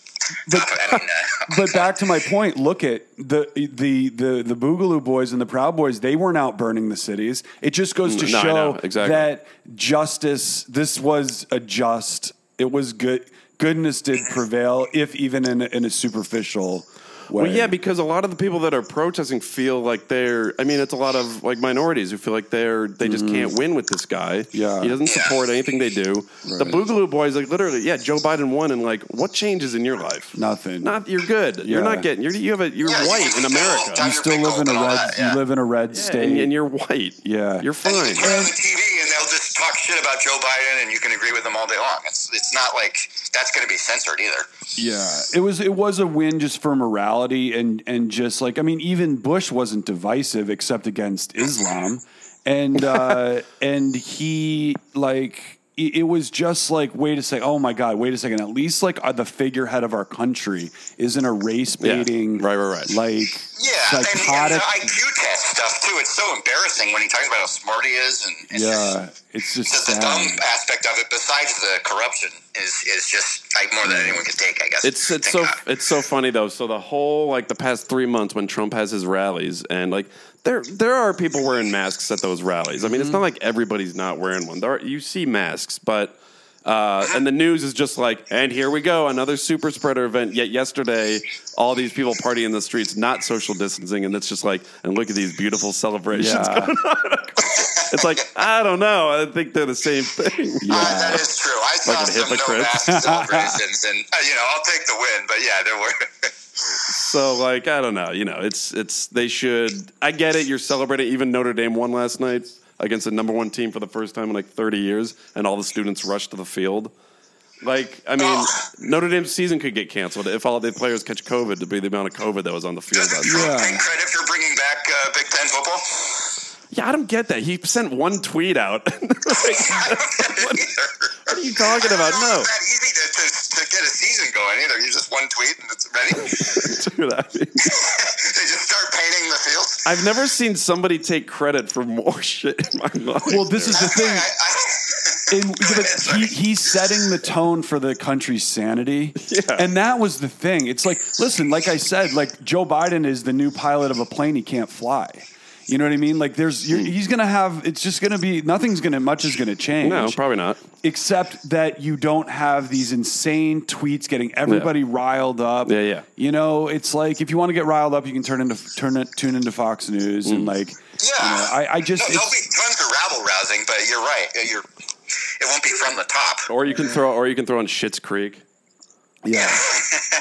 [SPEAKER 3] I mean, uh,
[SPEAKER 2] But back to my point, look at the the the the Boogaloo Boys and the Proud Boys. They weren't out burning the cities. It just goes to
[SPEAKER 1] No, I
[SPEAKER 2] show
[SPEAKER 1] know, exactly.
[SPEAKER 2] that justice. This was a just. It was good. Goodness did prevail, if even in a, in a superficial way.
[SPEAKER 1] well, yeah, because a lot of the people that are protesting feel like they're. I mean, it's a lot of like minorities who feel like they're they just can't win with this guy.
[SPEAKER 2] Mm-hmm. Yeah.
[SPEAKER 1] he doesn't
[SPEAKER 3] Yeah.
[SPEAKER 1] support anything they do. The Boogaloo Boys, like literally, yeah, Joe Biden won, and like, what changes in your life?
[SPEAKER 2] nothing.
[SPEAKER 1] Not you're good. You're
[SPEAKER 2] Yeah.
[SPEAKER 1] not getting. You're, you have a. You're
[SPEAKER 3] Yeah, you
[SPEAKER 1] white
[SPEAKER 3] just
[SPEAKER 1] in
[SPEAKER 3] go
[SPEAKER 1] America.
[SPEAKER 3] down
[SPEAKER 2] you
[SPEAKER 3] your
[SPEAKER 2] still
[SPEAKER 3] big
[SPEAKER 2] live in
[SPEAKER 3] old
[SPEAKER 2] a
[SPEAKER 3] and all
[SPEAKER 2] red.
[SPEAKER 3] that,
[SPEAKER 2] You
[SPEAKER 3] yeah.
[SPEAKER 2] live in a red
[SPEAKER 1] Yeah,
[SPEAKER 2] state.
[SPEAKER 1] and, and you're white.
[SPEAKER 2] Yeah.
[SPEAKER 1] you're fine.
[SPEAKER 3] Turn on the TV and they'll just talk shit about Joe Biden, and you can agree with them all day long. It's it's not like that's going to be censored either.
[SPEAKER 2] Yeah, it was it was a win just for morality and and just like I mean, even Bush wasn't divisive except against Islam, and uh, and he like it it was just like wait a second, oh my god, wait a second. At least like uh, the figurehead of our country isn't a race baiting,
[SPEAKER 1] Yeah. Right, right, right.
[SPEAKER 2] like
[SPEAKER 3] Yeah, and, and
[SPEAKER 2] psychotic.
[SPEAKER 3] the IQ test stuff too. It's so embarrassing when he talks about how smart he is, and it's just-
[SPEAKER 2] yeah, it's just
[SPEAKER 3] just the dumb
[SPEAKER 2] sad.
[SPEAKER 3] aspect of it, besides the corruption, is is just like more than anyone can take. I guess
[SPEAKER 1] It's it's so
[SPEAKER 3] Thank God.
[SPEAKER 1] it's so funny though. So the whole like the past three months when Trump has his rallies and like there there are people wearing masks at those rallies. I mean, it's not like everybody's not wearing one. There are, you see masks, but uh, and the news is just like, and here we go, another super spreader event. Yet yesterday, all these people partying in the streets, not social distancing, and it's just like, and look at these beautiful celebrations.
[SPEAKER 2] Yeah,
[SPEAKER 1] It's like I don't know. I think they're the same thing.
[SPEAKER 3] Uh,
[SPEAKER 2] yeah.
[SPEAKER 3] that is true. I saw
[SPEAKER 1] Like a
[SPEAKER 3] some no
[SPEAKER 1] hypocrite.
[SPEAKER 3] mask celebrations, and uh, you know I'll take the win. But yeah, there were.
[SPEAKER 1] So like I don't know, you know, it's it's they should. I get it. You're celebrating. Even Notre Dame won last night against the number one team for the first time in like 30 years, and all the students rushed to the field. Like I mean,
[SPEAKER 3] Ugh.
[SPEAKER 1] Notre Dame's season could get canceled if all the players catch COVID. To be the amount of COVID that was on the field. last
[SPEAKER 3] Doesn't
[SPEAKER 1] night.
[SPEAKER 3] Trump
[SPEAKER 2] Yeah.
[SPEAKER 3] take credit for bringing back uh, Big Ten football?
[SPEAKER 1] Yeah, I don't get that. He sent one tweet out. Like,
[SPEAKER 3] what,
[SPEAKER 1] what are you talking about? No.
[SPEAKER 3] It's not easy to, to, to get a season going either. You just one tweet and it's ready. they
[SPEAKER 1] Dude, I mean,
[SPEAKER 3] just start painting the fields.
[SPEAKER 1] I've never seen somebody take credit for more shit in my life.
[SPEAKER 2] Well, this is the
[SPEAKER 3] I,
[SPEAKER 2] thing.
[SPEAKER 3] I,
[SPEAKER 2] in, but he, he's setting the tone for the country's sanity.
[SPEAKER 1] Yeah.
[SPEAKER 2] And that was the thing. It's like, listen, like I said, like Joe Biden is the new pilot of a plane he can't fly. You know what I mean? Like, there's
[SPEAKER 1] Hmm.
[SPEAKER 2] you're, he's gonna have. It's just gonna be nothing's gonna much is gonna change.
[SPEAKER 1] no, probably not.
[SPEAKER 2] except that you don't have these insane tweets getting everybody riled up.
[SPEAKER 1] Yeah, yeah.
[SPEAKER 2] You know, it's like if you want to get riled up, you can turn into turn it tune into Fox News
[SPEAKER 1] Hmm.
[SPEAKER 2] and like.
[SPEAKER 3] yeah.
[SPEAKER 2] You know, I, I just
[SPEAKER 3] no, there'll
[SPEAKER 2] it's-
[SPEAKER 3] be tons of rabble rousing, but you're right. You're, it won't be from the top.
[SPEAKER 1] Or you can throw, or you can throw on Shit's Creek.
[SPEAKER 2] yeah.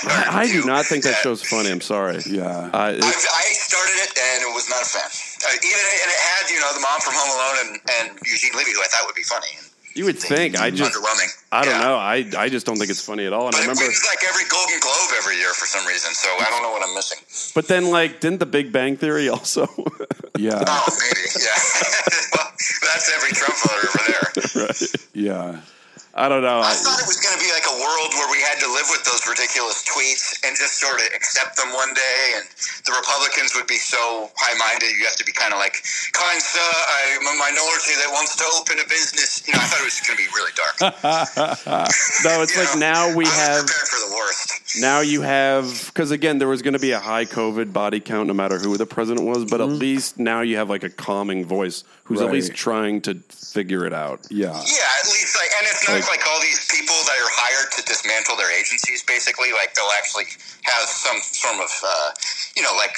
[SPEAKER 1] I, I do not think that show's funny. I'm sorry.
[SPEAKER 2] Yeah.
[SPEAKER 1] Uh,
[SPEAKER 3] I,
[SPEAKER 1] it-
[SPEAKER 3] I started it and was not a fan. Uh, even and it had you know the mom from Home Alone and, and Eugene Levy, who I thought would be funny. And
[SPEAKER 1] you would think. I just,
[SPEAKER 3] underwhelming.
[SPEAKER 1] I don't
[SPEAKER 3] Yeah.
[SPEAKER 1] know. I, I just don't think it's funny at all. And
[SPEAKER 3] But
[SPEAKER 1] I remember,
[SPEAKER 3] it wins like every Golden Globe every year for some reason, so I don't know what I'm missing.
[SPEAKER 1] but then like, didn't The Big Bang Theory also?
[SPEAKER 2] Yeah.
[SPEAKER 3] Oh, maybe, yeah. well, that's every Trump voter over there.
[SPEAKER 2] Yeah.
[SPEAKER 1] I don't know. I,
[SPEAKER 3] I thought it was going to be like a world where we had to live with those ridiculous tweets and just sort of accept them one day, and the Republicans would be so high-minded. You have to be kind of like, kind sir, I'm a minority that wants to open a business. You know, I thought it was going to be really dark.
[SPEAKER 1] no, it's
[SPEAKER 3] You
[SPEAKER 1] like
[SPEAKER 3] know,
[SPEAKER 1] now we
[SPEAKER 3] I was
[SPEAKER 1] have
[SPEAKER 3] prepared for the worst.
[SPEAKER 1] now you have because again there was going to be a high COVID body count no matter who the president was, but at least now you have like a calming voice who's at
[SPEAKER 2] Right.
[SPEAKER 1] least trying to figure it out.
[SPEAKER 2] Yeah.
[SPEAKER 3] Yeah, at least like, and it's not like, all these people that are hired to dismantle their agencies. Basically, like they'll actually have some form of, uh, you know, like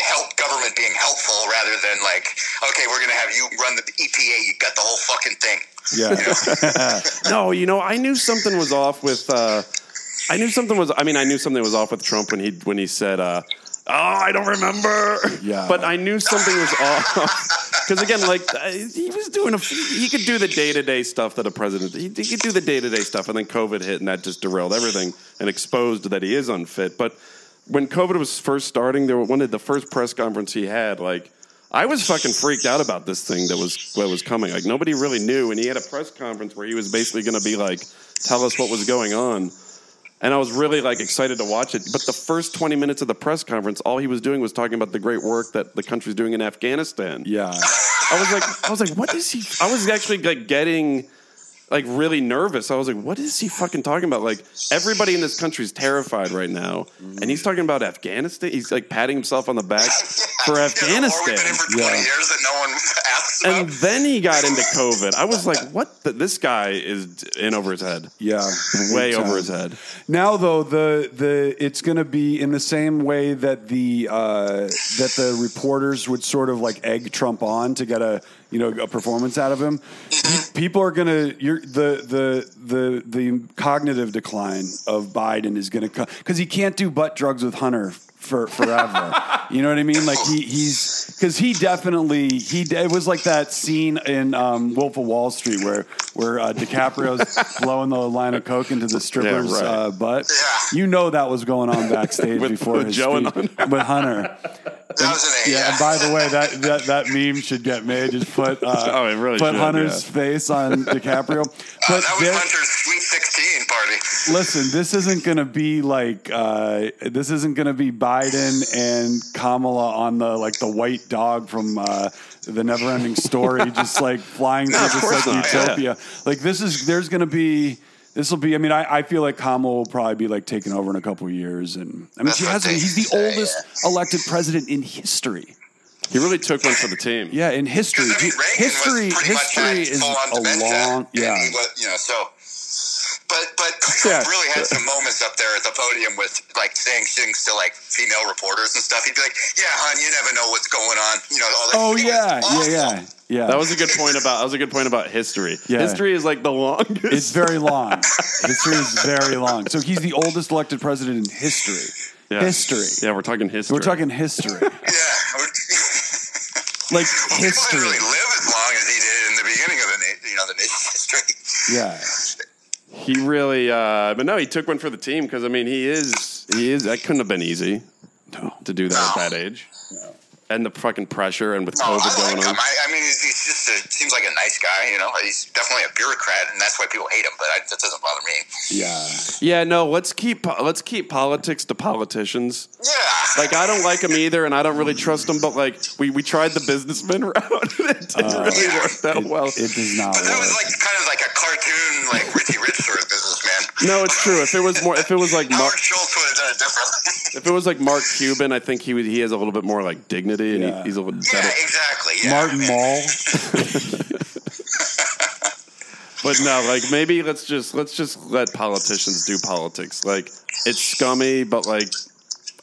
[SPEAKER 3] help government being helpful rather than like, okay, we're gonna have you run the EPA. You got the whole fucking thing.
[SPEAKER 2] Yeah.
[SPEAKER 1] No, you know I knew something was off with. Uh, I knew something was. I mean, I knew something was off with Trump when he when he said. Uh, Oh, I don't remember.
[SPEAKER 2] Yeah.
[SPEAKER 1] but I knew something was off because again, like uh, he was doing a, he could do the day to day stuff that a president he, he could do the day to day stuff, and then COVID hit, and that just derailed everything and exposed that he is unfit. But when COVID was first starting, there were one of the first press conference he had, like I was fucking freaked out about this thing that was that was coming. Like nobody really knew, and he had a press conference where he was basically going to be like, "Tell us what was going on." And I was really like excited to watch it. But the first 20 minutes of the press conference, all he was doing was talking about the great work that the country's doing in Afghanistan.
[SPEAKER 2] Yeah.
[SPEAKER 1] I was like, I was like, what is he? I was actually like getting like really nervous. I was like, what is he fucking talking about? Like everybody in this country is terrified right now, and he's talking about Afghanistan. He's like patting himself on the back for
[SPEAKER 3] Yeah, the war we've been in
[SPEAKER 1] Afghanistan.
[SPEAKER 3] for 20
[SPEAKER 2] Yeah.
[SPEAKER 3] years that no one asks about.
[SPEAKER 1] And then he got into COVID. I was like, what? The, this guy is in over his head,
[SPEAKER 2] Yeah.
[SPEAKER 1] way
[SPEAKER 2] Big
[SPEAKER 1] over
[SPEAKER 2] time.
[SPEAKER 1] his head.
[SPEAKER 2] Now though the the it's going to be in the same way that the uh, that the reporters would sort of like egg Trump on to get a you know a performance out of him. People are going to you're the the the the cognitive decline of Biden is going to come because he can't do butt drugs with Hunter for forever. you know what I mean? Like he he's because he definitely he it was like that scene in um, Wolf of Wall Street where where uh, DiCaprio's blowing the line of coke into the stripper's
[SPEAKER 1] right.
[SPEAKER 2] uh, butt.
[SPEAKER 3] Yeah.
[SPEAKER 2] You know that was going on backstage
[SPEAKER 1] With-
[SPEAKER 2] before
[SPEAKER 1] with
[SPEAKER 2] his
[SPEAKER 1] Joe and
[SPEAKER 2] speech- with Hunter.
[SPEAKER 3] that was an A.
[SPEAKER 2] Yeah, and by the way, that, that, that meme should get made. Just put uh,
[SPEAKER 1] Oh, it really
[SPEAKER 2] put
[SPEAKER 1] should,
[SPEAKER 2] Hunter's
[SPEAKER 1] yeah. Oh,
[SPEAKER 2] face on DiCaprio.
[SPEAKER 3] Uh,
[SPEAKER 2] But
[SPEAKER 3] that was
[SPEAKER 2] there-
[SPEAKER 3] Hunter's Sweet 16 party.
[SPEAKER 2] Listen, this isn't going to be like uh, this isn't going to be Biden and Kamala on the like the white dog from uh, the Neverending Story, just like flying
[SPEAKER 1] of
[SPEAKER 2] through
[SPEAKER 1] course
[SPEAKER 2] just like
[SPEAKER 1] not, yeah.
[SPEAKER 2] utopia. Like this is there's going to be. This will be. I mean, I, I feel like Kamala will probably be like taken over in a couple of years, and I mean,
[SPEAKER 3] That's
[SPEAKER 2] she
[SPEAKER 3] what
[SPEAKER 2] has.
[SPEAKER 3] they
[SPEAKER 2] He's the
[SPEAKER 3] say,
[SPEAKER 2] oldest elected president in history.
[SPEAKER 1] He really took one for the team.
[SPEAKER 2] Yeah, in history.
[SPEAKER 3] I mean, Reagan
[SPEAKER 2] history.
[SPEAKER 3] was pretty
[SPEAKER 2] History
[SPEAKER 3] much
[SPEAKER 2] is
[SPEAKER 3] full on
[SPEAKER 2] a long. Yeah.
[SPEAKER 3] And he was, you know, so. But but
[SPEAKER 2] Yeah.
[SPEAKER 3] Trump really had some moments up there at the podium with like saying things to like female reporters and stuff. He'd be like, "Yeah, hon, you never know what's going on." You know, all that.
[SPEAKER 2] Oh
[SPEAKER 3] It was
[SPEAKER 2] yeah, yeah,
[SPEAKER 3] awful.
[SPEAKER 2] yeah, yeah.
[SPEAKER 1] That was a good point about. That was a good point about history.
[SPEAKER 2] Yeah.
[SPEAKER 1] History is like the longest.
[SPEAKER 2] It's very long. history is very long. So he's the oldest elected president in history.
[SPEAKER 1] Yeah.
[SPEAKER 2] History.
[SPEAKER 1] Yeah, we're talking history.
[SPEAKER 2] We're talking history.
[SPEAKER 3] Yeah,
[SPEAKER 2] Like
[SPEAKER 3] people didn't
[SPEAKER 2] history.
[SPEAKER 3] really live as long as he did in the beginning of the na- you know the nation's history.
[SPEAKER 2] Yeah.
[SPEAKER 1] He really, uh, but no, he took one for the team because I mean, he is, he is. That couldn't have been easy
[SPEAKER 2] No.
[SPEAKER 1] to do that at that age. and the fucking pressure and with
[SPEAKER 3] No,
[SPEAKER 2] Oh,
[SPEAKER 1] COVID
[SPEAKER 3] Oh, I
[SPEAKER 1] going
[SPEAKER 3] like
[SPEAKER 1] on.
[SPEAKER 3] him. I, I mean, he's, he's just a, seems like a nice guy. You know, he's definitely a bureaucrat, and that's why people hate him. But I, that doesn't bother me.
[SPEAKER 2] Yeah.
[SPEAKER 1] yeah, no, let's keep let's keep politics to politicians.
[SPEAKER 3] Yeah,
[SPEAKER 1] Like I don't like them either, and I don't really trust them. But like we, we tried the businessman route, and it didn't really work that well.
[SPEAKER 2] It does not
[SPEAKER 3] Oh, but that was
[SPEAKER 2] work.
[SPEAKER 3] like kind of like a cartoon, like Richie Rich sort of businessman.
[SPEAKER 1] no, it's true. If it was more, if it was like Mark,
[SPEAKER 3] Howard Schultz would have done it differently.
[SPEAKER 1] if it was like Mark Cuban, I think he would, he has a little bit more like dignity, and
[SPEAKER 2] Yeah.
[SPEAKER 1] he, he's a little
[SPEAKER 3] yeah,
[SPEAKER 1] better.
[SPEAKER 3] exactly. Yeah.
[SPEAKER 2] Martin Mall.
[SPEAKER 1] But no, like maybe let's just let's just let politicians do politics. Like it's scummy, but like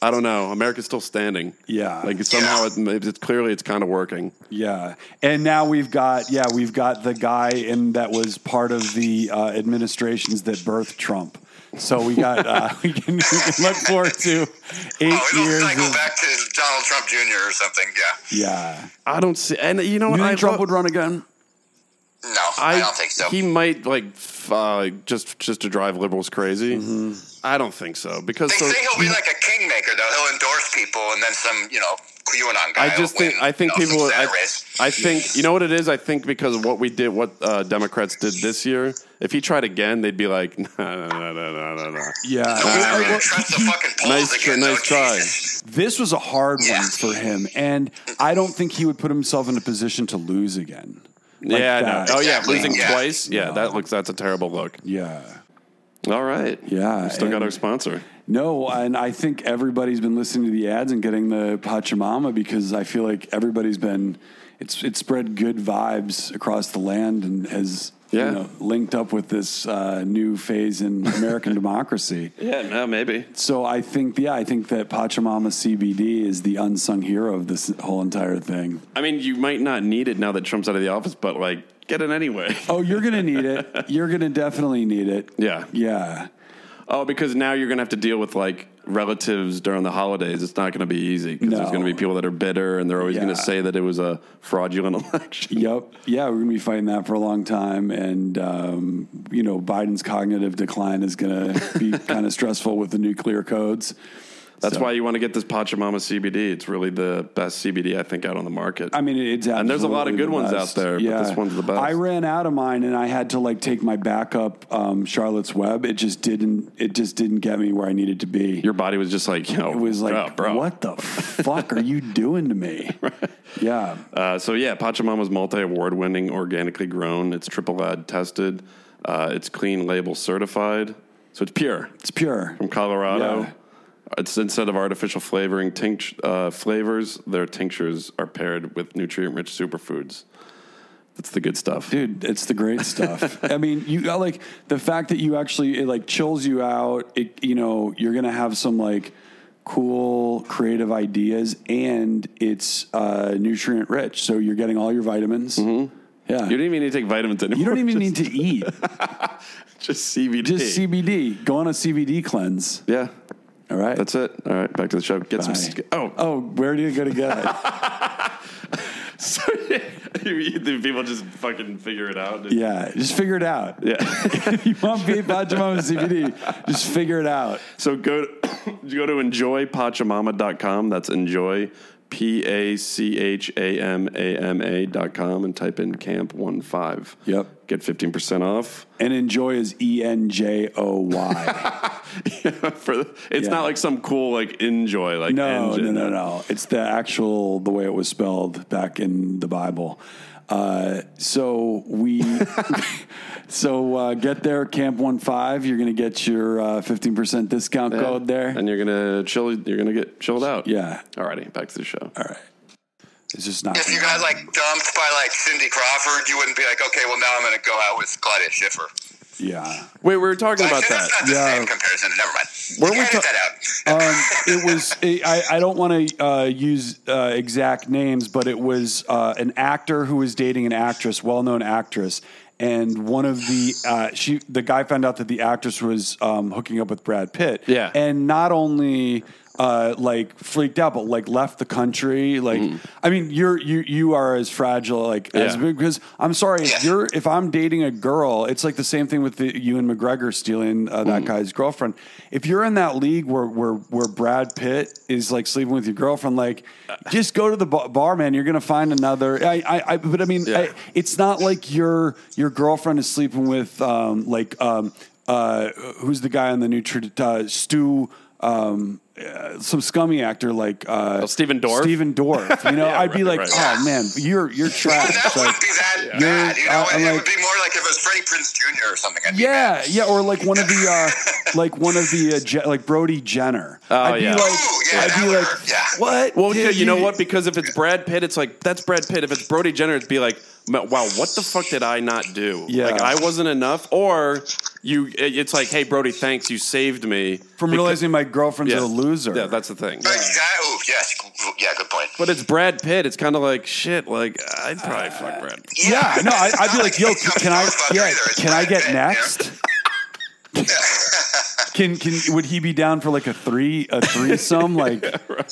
[SPEAKER 1] I don't know, America's still standing.
[SPEAKER 2] Yeah.
[SPEAKER 1] Like somehow it, maybe it's clearly it's kind of working.
[SPEAKER 2] Yeah, and now we've got yeah we've got the guy in that was part of the uh, administrations that birthed Trump. So we got uh, we, can, we can look forward to eight
[SPEAKER 3] Oh, it'll
[SPEAKER 2] years.
[SPEAKER 3] cycle
[SPEAKER 2] of-
[SPEAKER 3] back to Donald Trump Jr. or something. Yeah.
[SPEAKER 2] yeah,
[SPEAKER 1] I don't see, and you know what?
[SPEAKER 2] you
[SPEAKER 1] I
[SPEAKER 2] think Trump
[SPEAKER 1] love-
[SPEAKER 2] would run again?
[SPEAKER 3] No, I, don't think so.
[SPEAKER 1] He might like f- uh, just just to drive liberals crazy. I don't think so because
[SPEAKER 3] they
[SPEAKER 1] so,
[SPEAKER 3] say he'll be like a kingmaker, though. He'll endorse people, and then some, you know, QAnon guy.
[SPEAKER 1] I just
[SPEAKER 3] will
[SPEAKER 1] think
[SPEAKER 3] win,
[SPEAKER 1] I think
[SPEAKER 3] you know,
[SPEAKER 1] people
[SPEAKER 3] some
[SPEAKER 1] I,
[SPEAKER 3] sad race.
[SPEAKER 1] I think you know what it is. I think because of what we did, what uh, Democrats did this year. If he tried again, they'd be like, no, no, no, no, no, no.
[SPEAKER 2] Yeah,
[SPEAKER 3] We're not
[SPEAKER 2] I-
[SPEAKER 3] gonna
[SPEAKER 2] I-
[SPEAKER 3] trust the fucking polls
[SPEAKER 1] Nice tr-
[SPEAKER 3] again.
[SPEAKER 1] nice
[SPEAKER 3] though,
[SPEAKER 1] try.
[SPEAKER 3] Jesus.
[SPEAKER 2] this was a hard
[SPEAKER 3] Yeah.
[SPEAKER 2] one for him, and I don't think he would put himself in a position to lose again. Like
[SPEAKER 1] yeah,
[SPEAKER 2] that.
[SPEAKER 1] no. oh yeah,
[SPEAKER 3] Exactly.
[SPEAKER 1] losing
[SPEAKER 3] Yeah.
[SPEAKER 1] twice. Yeah, that looks that's a terrible look.
[SPEAKER 2] yeah.
[SPEAKER 1] All right,
[SPEAKER 2] Yeah,
[SPEAKER 1] we still got
[SPEAKER 2] and-
[SPEAKER 1] our sponsor.
[SPEAKER 2] No, and I think everybody's been listening to the ads and getting the Pachamama because I feel like everybody's been it's it's spread good vibes across the land and has
[SPEAKER 1] Yeah.
[SPEAKER 2] you know, linked up with this uh, new phase in American democracy.
[SPEAKER 1] Yeah, no, maybe.
[SPEAKER 2] So I think yeah, I think that Pachamama CBD is the unsung hero of this whole entire thing.
[SPEAKER 1] I mean, you might not need it now that Trump's out of the office, but like, get it anyway.
[SPEAKER 2] Oh, you're gonna need it. You're gonna definitely need it.
[SPEAKER 1] Yeah.
[SPEAKER 2] Yeah.
[SPEAKER 1] Oh, because now you're gonna have to deal with like relatives during the holidays. It's not gonna be easy because there's
[SPEAKER 2] No.
[SPEAKER 1] gonna be people that are bitter and they're always
[SPEAKER 2] Yeah.
[SPEAKER 1] gonna say that it was a fraudulent election.
[SPEAKER 2] Yep. Yeah, we're going to be fighting that for a long time. And, um, you know, Biden's cognitive decline is going to be kind of stressful with the nuclear codes.
[SPEAKER 1] That's
[SPEAKER 2] So,
[SPEAKER 1] why you want to get this Pachamama CBD. It's really the best CBD I think out on the market.
[SPEAKER 2] I mean, it's
[SPEAKER 1] And there's a lot of
[SPEAKER 2] absolutely
[SPEAKER 1] good ones
[SPEAKER 2] the
[SPEAKER 1] out
[SPEAKER 2] best.
[SPEAKER 1] there, but this one's the best.
[SPEAKER 2] I ran out of mine, and I had to like take my backup um, Charlotte's Web. It just didn't. It just didn't get me where I needed to be.
[SPEAKER 1] Your body was just like, yo,
[SPEAKER 2] it was like,
[SPEAKER 1] bro, bro.
[SPEAKER 2] what the fuck are you doing to me? Yeah,
[SPEAKER 1] Uh, so yeah, Pachamama's multi-award-winning, organically grown. It's triple ad tested. Uh, it's clean label certified. So it's pure
[SPEAKER 2] it's pure.
[SPEAKER 1] from Colorado.
[SPEAKER 2] Yeah.
[SPEAKER 1] It's instead of artificial flavoring tinct- uh, flavors, their tinctures are paired with nutrient-rich superfoods. That's the good stuff.
[SPEAKER 2] dude it's the great stuff i mean you got like the fact that you actually it like chills you out it you know you're gonna have some like cool creative ideas and it's uh nutrient rich so you're getting all your vitamins
[SPEAKER 1] Mm-hmm.
[SPEAKER 2] yeah
[SPEAKER 1] You
[SPEAKER 2] you
[SPEAKER 1] don't even need to take vitamins anymore.
[SPEAKER 2] don't even
[SPEAKER 1] just,
[SPEAKER 2] need to eat
[SPEAKER 1] just CBD.
[SPEAKER 2] just cbd go on a cbd cleanse
[SPEAKER 1] yeah,
[SPEAKER 2] all right
[SPEAKER 1] that's it. All right, back to the show. Get some.
[SPEAKER 2] Bye.
[SPEAKER 1] sk- Oh,
[SPEAKER 2] oh where do you go to get it
[SPEAKER 1] so you- the people just fucking figure it out.
[SPEAKER 2] yeah just figure it out
[SPEAKER 1] yeah.
[SPEAKER 2] if you want beef pachamama cbd just figure it out
[SPEAKER 1] So go go to enjoypachamama.com. That's enjoy p a c h a m a m a dot com and type in camp one five.
[SPEAKER 2] Yep.
[SPEAKER 1] Get fifteen percent off.
[SPEAKER 2] and enjoy E is e-n-j-o-y
[SPEAKER 1] For the, it's
[SPEAKER 2] Yeah.
[SPEAKER 1] not like some cool like enjoy like
[SPEAKER 2] No,
[SPEAKER 1] engine.
[SPEAKER 2] no, no, no. It's the actual the way it was spelled back in the Bible. Uh, so we, so uh, get there, Camp One Five. You're going to get your uh, fifteen percent discount code there.
[SPEAKER 1] and you're gonna chill. You're gonna get chilled out.
[SPEAKER 2] yeah,
[SPEAKER 1] Alrighty, back to the show.
[SPEAKER 2] all right. It's just not.
[SPEAKER 3] If you got like dumped by like Cindy Crawford, you wouldn't be like, okay, well now I'm going to go out with Claudia Schiffer.
[SPEAKER 2] yeah.
[SPEAKER 1] Wait, we were talking about
[SPEAKER 3] Actually,
[SPEAKER 1] that.
[SPEAKER 3] that's not the
[SPEAKER 2] Yeah.
[SPEAKER 3] same comparison. Never mind.
[SPEAKER 2] Where
[SPEAKER 3] You
[SPEAKER 2] we
[SPEAKER 3] edit
[SPEAKER 2] ta-
[SPEAKER 3] that out.
[SPEAKER 2] Um, it was. It, I, I don't want to uh, use uh, exact names, but it was uh, an actor who was dating an actress, well-known actress, and one of the uh, she the guy found out that the actress was um, hooking up with Brad Pitt.
[SPEAKER 1] Yeah.
[SPEAKER 2] and not only uh, like freaked out, but like left the country. Like, I mean, you're you you are as fragile like as
[SPEAKER 1] Yeah.
[SPEAKER 2] because I'm sorry if
[SPEAKER 3] Yeah.
[SPEAKER 2] you're if I'm dating a girl, it's like the same thing with the Ewan McGregor stealing uh, that guy's girlfriend. If you're in that league where where where Brad Pitt is like sleeping with your girlfriend, like just go to the ba- bar, man. You're gonna find another. I I, I but I mean,
[SPEAKER 1] Yeah.
[SPEAKER 2] I, it's not like your your girlfriend is sleeping with um like um uh who's the guy on the new tr- uh, Stu. Um, uh, some scummy actor like uh,
[SPEAKER 1] Oh, Stephen Dorff?
[SPEAKER 2] Stephen Dorff. You know, I'd be
[SPEAKER 1] right,
[SPEAKER 2] like,
[SPEAKER 1] right.
[SPEAKER 2] "Oh man, you're you're trash."
[SPEAKER 3] that
[SPEAKER 2] Like,
[SPEAKER 3] wouldn't be that
[SPEAKER 2] Yeah.
[SPEAKER 3] bad, you know.
[SPEAKER 2] I- I'm
[SPEAKER 3] it
[SPEAKER 2] like-
[SPEAKER 3] would be more like if it was Freddie Prince Jr. or something. I'd be
[SPEAKER 2] Yeah, yeah, or like one of the uh, like one of the uh, Je- like Brody Jenner.
[SPEAKER 1] Oh,
[SPEAKER 2] I'd
[SPEAKER 1] yeah.
[SPEAKER 2] be like,
[SPEAKER 3] Ooh, yeah,
[SPEAKER 2] I'd
[SPEAKER 3] that
[SPEAKER 2] be
[SPEAKER 3] would
[SPEAKER 2] like,
[SPEAKER 3] hurt, yeah.
[SPEAKER 2] what?
[SPEAKER 1] Well,
[SPEAKER 2] Dude,
[SPEAKER 1] yeah, you know what? Because if it's Brad Pitt, it's like that's Brad Pitt. If it's Brody Jenner, it'd be like, "Ma- wow, what the fuck did I not do?
[SPEAKER 2] Yeah.
[SPEAKER 1] Like I wasn't enough. Or you, it- it's like, hey, Brody, thanks, you saved me
[SPEAKER 2] From
[SPEAKER 1] Because-
[SPEAKER 2] realizing my girlfriend's
[SPEAKER 1] Yeah.
[SPEAKER 2] a loser.
[SPEAKER 1] Yeah, that's the thing.
[SPEAKER 3] Like that, ooh, yes, yeah, good point.
[SPEAKER 1] But it's Brad Pitt. It's kind of like shit. Like I'd probably
[SPEAKER 2] Uh,
[SPEAKER 1] fuck Brad. Pitt.
[SPEAKER 2] yeah, no, I, I'd be like, yo,
[SPEAKER 3] It's
[SPEAKER 2] can, can
[SPEAKER 3] not
[SPEAKER 2] I?
[SPEAKER 3] a
[SPEAKER 2] Yeah,
[SPEAKER 3] either. It's
[SPEAKER 2] can I
[SPEAKER 3] Brad
[SPEAKER 2] get
[SPEAKER 3] Pitt, you know?
[SPEAKER 2] next? Can can would he be down for like a three a threesome? Like,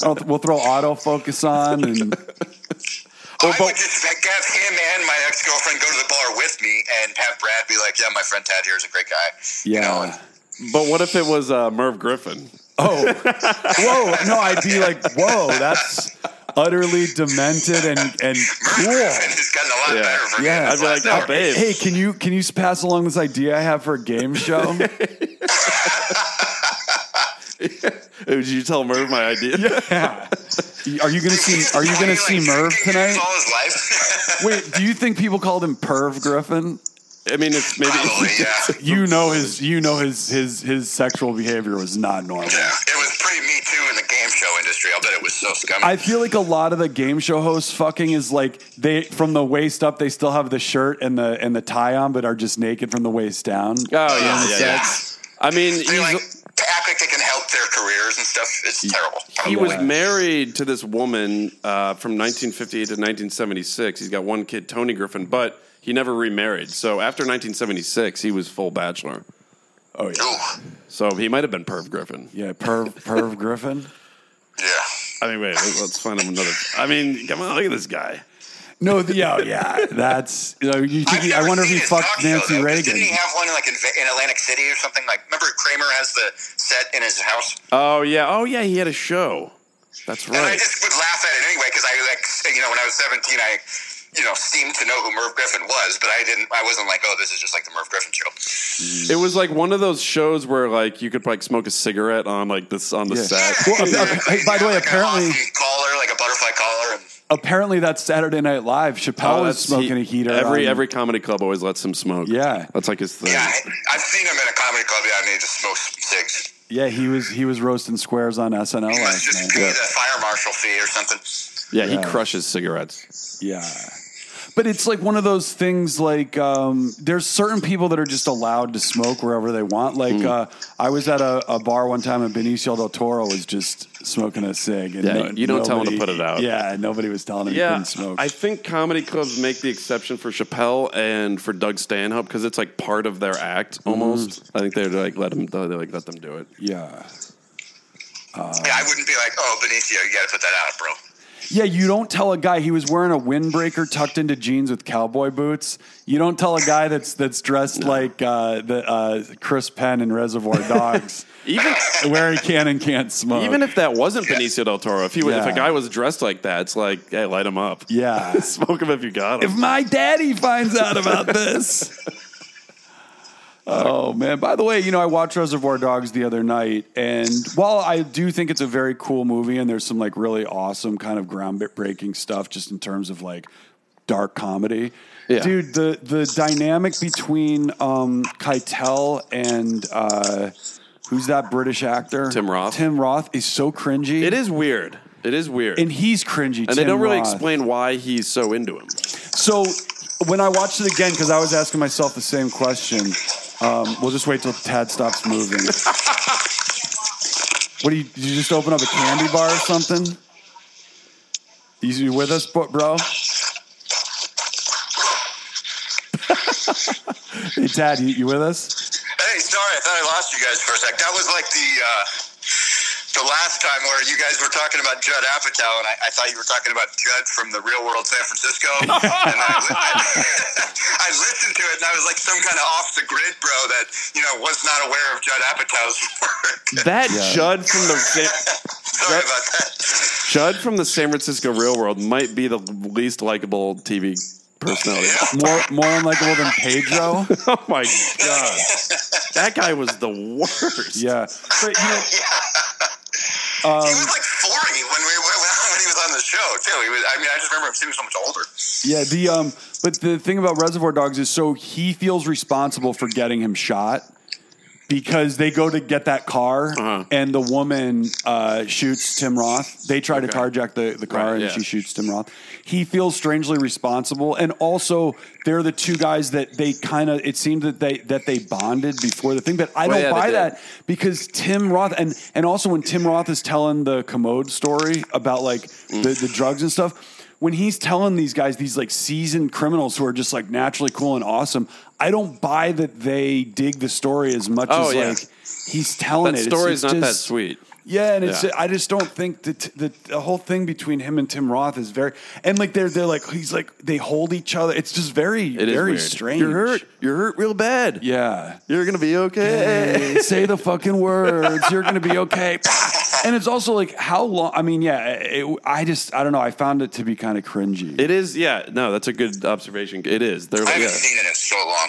[SPEAKER 2] I'll, we'll throw autofocus on and
[SPEAKER 3] I would just like, have him and my ex girlfriend go to the bar with me and have Brad be like, "Yeah, my friend Tad here is a great guy." You know, and-
[SPEAKER 2] yeah.
[SPEAKER 1] But what if it was uh, Merv Griffin?
[SPEAKER 2] Oh, whoa! No, I'd be like, whoa, that's utterly demented and and cool.
[SPEAKER 3] and it's gotten a lot
[SPEAKER 1] Yeah.
[SPEAKER 3] better for
[SPEAKER 2] Yeah.
[SPEAKER 3] him.
[SPEAKER 1] I'd be like, oh, babe.
[SPEAKER 2] Hey, can you can you pass along this idea I have for a game show?
[SPEAKER 1] Did you tell Merv my idea?
[SPEAKER 2] yeah. Are you gonna see Are you gonna see Merv tonight?
[SPEAKER 3] All his life.
[SPEAKER 2] Wait, do you think people called him Perv Griffin?
[SPEAKER 1] I mean, it's maybe.
[SPEAKER 3] Probably, yeah.
[SPEAKER 2] You know his you know his his his sexual behavior was not normal.
[SPEAKER 3] Yeah. It was pretty me too in the game show industry. I'll bet it was so scummy.
[SPEAKER 2] I feel like a lot of the game show hosts fucking is like they from the waist up they still have the shirt and the and the tie on but are just naked from the waist down.
[SPEAKER 1] Oh yeah, yeah, yeah. I mean,
[SPEAKER 3] They're like
[SPEAKER 1] he's,
[SPEAKER 3] epic. They can help their careers and stuff. It's terrible.
[SPEAKER 1] he was married to this woman uh, from 1958 to 1976. He's got one kid, Tony Griffin, but he never remarried. So after 1976, he was full bachelor.
[SPEAKER 2] Oh yeah.
[SPEAKER 3] Ooh,
[SPEAKER 1] So he might have been Perv Griffin.
[SPEAKER 2] Yeah, Perv Perv Griffin.
[SPEAKER 3] yeah.
[SPEAKER 1] I mean, wait, let's let's find him another. I mean, come on, look at this guy.
[SPEAKER 2] No, the, yeah, yeah. That's you know, you think
[SPEAKER 3] I've
[SPEAKER 2] he, I
[SPEAKER 3] never
[SPEAKER 2] wonder if
[SPEAKER 3] seen
[SPEAKER 2] he
[SPEAKER 3] his talk
[SPEAKER 2] fucked
[SPEAKER 3] show,
[SPEAKER 2] Nancy
[SPEAKER 3] though, 'cause
[SPEAKER 2] Reagan.
[SPEAKER 3] Didn't he have one like in, in Atlantic City or something? Like, remember Kramer has the set in his house?
[SPEAKER 1] Oh yeah, oh yeah, he had a show. That's
[SPEAKER 3] And I
[SPEAKER 1] right.
[SPEAKER 3] just would laugh at it anyway because I like you know when I was seventeen I you know seemed to know who Merv Griffin was, but I didn't. I wasn't like oh this is just like the Merv Griffin show.
[SPEAKER 1] It was like one of those shows where like you could like smoke a cigarette on like this on the
[SPEAKER 2] Yeah.
[SPEAKER 1] set.
[SPEAKER 2] Uh, Well, ap- ap- hey, by the way,
[SPEAKER 3] Like a
[SPEAKER 2] apparently,
[SPEAKER 3] Aussie collar like a butterfly collar. And,
[SPEAKER 2] apparently that's Saturday Night
[SPEAKER 3] Oh,
[SPEAKER 2] Live. Chappelle was
[SPEAKER 1] that's-
[SPEAKER 2] smoking
[SPEAKER 1] he-
[SPEAKER 2] a heater.
[SPEAKER 1] Every
[SPEAKER 2] on-
[SPEAKER 1] every comedy club always lets him smoke.
[SPEAKER 2] Yeah.
[SPEAKER 1] that's like his thing.
[SPEAKER 3] yeah, I, I've seen him in a comedy club. Yeah, I need to smoke some cigs.
[SPEAKER 2] yeah, he was he was roasting squares on SNL
[SPEAKER 3] He must
[SPEAKER 2] last
[SPEAKER 3] just
[SPEAKER 2] night.
[SPEAKER 3] pay the fire marshal fee or something.
[SPEAKER 1] Yeah,
[SPEAKER 2] Yeah.
[SPEAKER 1] he crushes cigarettes.
[SPEAKER 2] Yeah. But it's like one of those things like um, there's certain people that are just allowed to smoke wherever they want. Like
[SPEAKER 1] Hmm.
[SPEAKER 2] uh, I was at a, a bar one time and Benicio del Toro was just smoking a cig. And
[SPEAKER 1] Yeah, you don't tell him to
[SPEAKER 2] nobody-
[SPEAKER 1] put it out.
[SPEAKER 2] Yeah, nobody was telling him he
[SPEAKER 1] Yeah,
[SPEAKER 2] couldn't smoke.
[SPEAKER 1] I think comedy clubs make the exception for Chappelle and for Doug Stanhope because it's like part of their act almost. I think they're like let them they like let them do it.
[SPEAKER 2] yeah.
[SPEAKER 3] yeah, I wouldn't be like oh Benicio, you got to put that out, bro.
[SPEAKER 2] Yeah, you don't tell a guy he was wearing a windbreaker tucked into jeans with cowboy boots. You don't tell a guy that's that's dressed like uh, the uh, Chris Penn in Reservoir Dogs,
[SPEAKER 1] Even
[SPEAKER 2] where he can and can't smoke.
[SPEAKER 1] even if that wasn't Benicio del Toro, if he was, if
[SPEAKER 2] Yeah.
[SPEAKER 1] a guy was dressed like that, it's like hey, light him up.
[SPEAKER 2] yeah,
[SPEAKER 1] Smoke him if you got
[SPEAKER 2] if
[SPEAKER 1] him.
[SPEAKER 2] my daddy finds out about this. Oh man! By the way, you know I watched Reservoir Dogs the other night, and while I do think it's a very cool movie, and there's some like really awesome kind of groundbreaking stuff, just in terms of like dark comedy,
[SPEAKER 1] Yeah.
[SPEAKER 2] dude. The the dynamic between um, Keitel and uh, who's that British actor?
[SPEAKER 1] Tim Roth.
[SPEAKER 2] Tim Roth is so cringy.
[SPEAKER 1] It is weird. It is weird.
[SPEAKER 2] and he's cringy.
[SPEAKER 1] and they don't really explain why he's so into him.
[SPEAKER 2] So when I watched it again, because I was asking myself the same question, um, we'll just wait till Tad stops moving. what do you? Did you just open up a candy bar or something? You, you with us, bro- bro? hey, Tad, you, you with us?
[SPEAKER 3] Hey, sorry, I thought I lost you guys for a sec. That was like the uh, the last time where you guys were talking about Judd Apatow, and I, I thought you were talking about Judd from the Real World San Francisco. and I, li- I, I listened to it, and I was like some kind of off the grid bro that you know was not aware of Judd Apatow's work.
[SPEAKER 1] That Judd from the Sa-
[SPEAKER 3] Sorry about that.
[SPEAKER 1] Judd from the San Francisco Real World might be the least likable TV personality.
[SPEAKER 2] More more unlikable than Pedro.
[SPEAKER 1] Oh my god, that guy was the worst.
[SPEAKER 2] Yeah, but you know,
[SPEAKER 3] he was like forty when we when, when he was on the show too. He was. I mean, I just remember him seeming so much older.
[SPEAKER 2] yeah. The um, but the thing about Reservoir Dogs is so he feels responsible for getting him shot because they go to get that car
[SPEAKER 1] Uh-huh.
[SPEAKER 2] and the woman uh, shoots Tim Roth. They try to carjack the the car
[SPEAKER 1] Right,
[SPEAKER 2] and
[SPEAKER 1] yeah.
[SPEAKER 2] she shoots Tim Roth. He feels strangely responsible, and also they're the two guys that they kind of it seemed that they that they bonded before the thing, but I
[SPEAKER 1] Well,
[SPEAKER 2] don't
[SPEAKER 1] yeah, they
[SPEAKER 2] buy
[SPEAKER 1] did.
[SPEAKER 2] that because Tim Roth and and also when Tim Roth is telling the commode story about like
[SPEAKER 1] Mm.
[SPEAKER 2] the, the drugs and stuff, when he's telling these guys these like seasoned criminals who are just like naturally cool and awesome, I don't buy that they dig the story as much
[SPEAKER 1] Oh,
[SPEAKER 2] as
[SPEAKER 1] yeah.
[SPEAKER 2] like he's telling
[SPEAKER 1] that
[SPEAKER 2] it.
[SPEAKER 1] story's
[SPEAKER 2] It's-
[SPEAKER 1] not
[SPEAKER 2] it's
[SPEAKER 1] that
[SPEAKER 2] just-
[SPEAKER 1] sweet.
[SPEAKER 2] yeah, and it's
[SPEAKER 1] Yeah.
[SPEAKER 2] I just don't think that the, the whole thing between him and Tim Roth is very and like they're they're like he's like they hold each other. It's just very
[SPEAKER 1] It is
[SPEAKER 2] very
[SPEAKER 1] weird.
[SPEAKER 2] strange.
[SPEAKER 1] You're hurt. You're hurt real bad.
[SPEAKER 2] Yeah.
[SPEAKER 1] You're gonna be okay.
[SPEAKER 2] Hey, say the fucking words. You're going to be okay. And it's also like how long? I mean, yeah. It, I just I don't know. I found it to be kind of cringy.
[SPEAKER 1] It is. Yeah. No, that's a good observation. It is. They're
[SPEAKER 3] I
[SPEAKER 1] like, yeah.
[SPEAKER 3] haven't seen it in so long.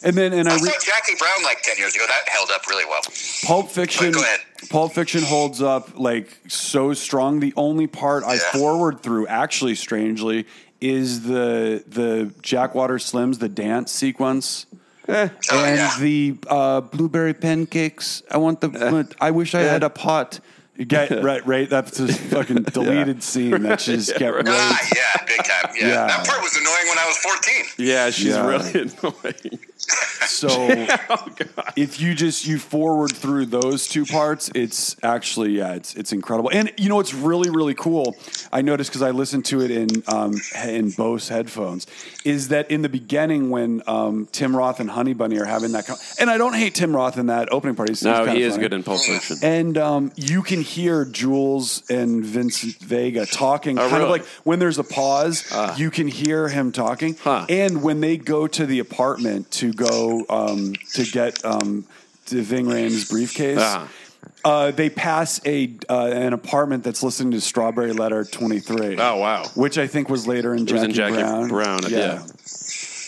[SPEAKER 2] and then and I
[SPEAKER 3] I
[SPEAKER 2] re-
[SPEAKER 3] saw Jackie Brown like ten years ago. That held up really well.
[SPEAKER 2] Pulp Fiction.
[SPEAKER 3] Go ahead.
[SPEAKER 2] Pulp Fiction holds up like so strong. The only part I
[SPEAKER 3] Yeah.
[SPEAKER 2] forward through, actually, strangely, is the the Jack Water Slims the dance sequence.
[SPEAKER 3] Oh,
[SPEAKER 2] and
[SPEAKER 3] yeah.
[SPEAKER 2] the uh, blueberry pancakes. I want the. I wish I had a pot. Get right, right. That's this fucking deleted scene that she just kept. rolling.
[SPEAKER 3] Ah, yeah, big time. Yeah.
[SPEAKER 2] Yeah.
[SPEAKER 3] that part was annoying when I was fourteen.
[SPEAKER 1] Yeah, she's
[SPEAKER 2] Yeah.
[SPEAKER 1] really annoying.
[SPEAKER 2] So
[SPEAKER 1] Oh,
[SPEAKER 2] if you just you forward through those two parts, it's actually yeah, it's it's incredible. And you know what's really really cool? I noticed because I listened to it in um, he- in Bose headphones. Is that in the beginning when um, Tim Roth and Honey Bunny are having that? Con- and I don't hate Tim Roth in that opening part. He's, he's
[SPEAKER 1] No,
[SPEAKER 2] kinda
[SPEAKER 1] he is
[SPEAKER 2] funny.
[SPEAKER 1] good in Pulp Fiction.
[SPEAKER 2] And um, you can hear Jules and Vincent Vega talking,
[SPEAKER 1] Oh,
[SPEAKER 2] kind of
[SPEAKER 1] really? Ah.
[SPEAKER 2] like when there's a pause, you can hear him talking.
[SPEAKER 1] Huh.
[SPEAKER 2] And when they go to the apartment to go um, to get um, to Ving Rhames' briefcase,
[SPEAKER 1] Uh-huh.
[SPEAKER 2] uh, they pass a uh, an apartment that's listening to Strawberry Letter 23.
[SPEAKER 1] Oh, wow.
[SPEAKER 2] Which I think was later in,
[SPEAKER 1] was
[SPEAKER 2] Jackie,
[SPEAKER 1] in Jackie
[SPEAKER 2] Brown.
[SPEAKER 1] Brown, yeah.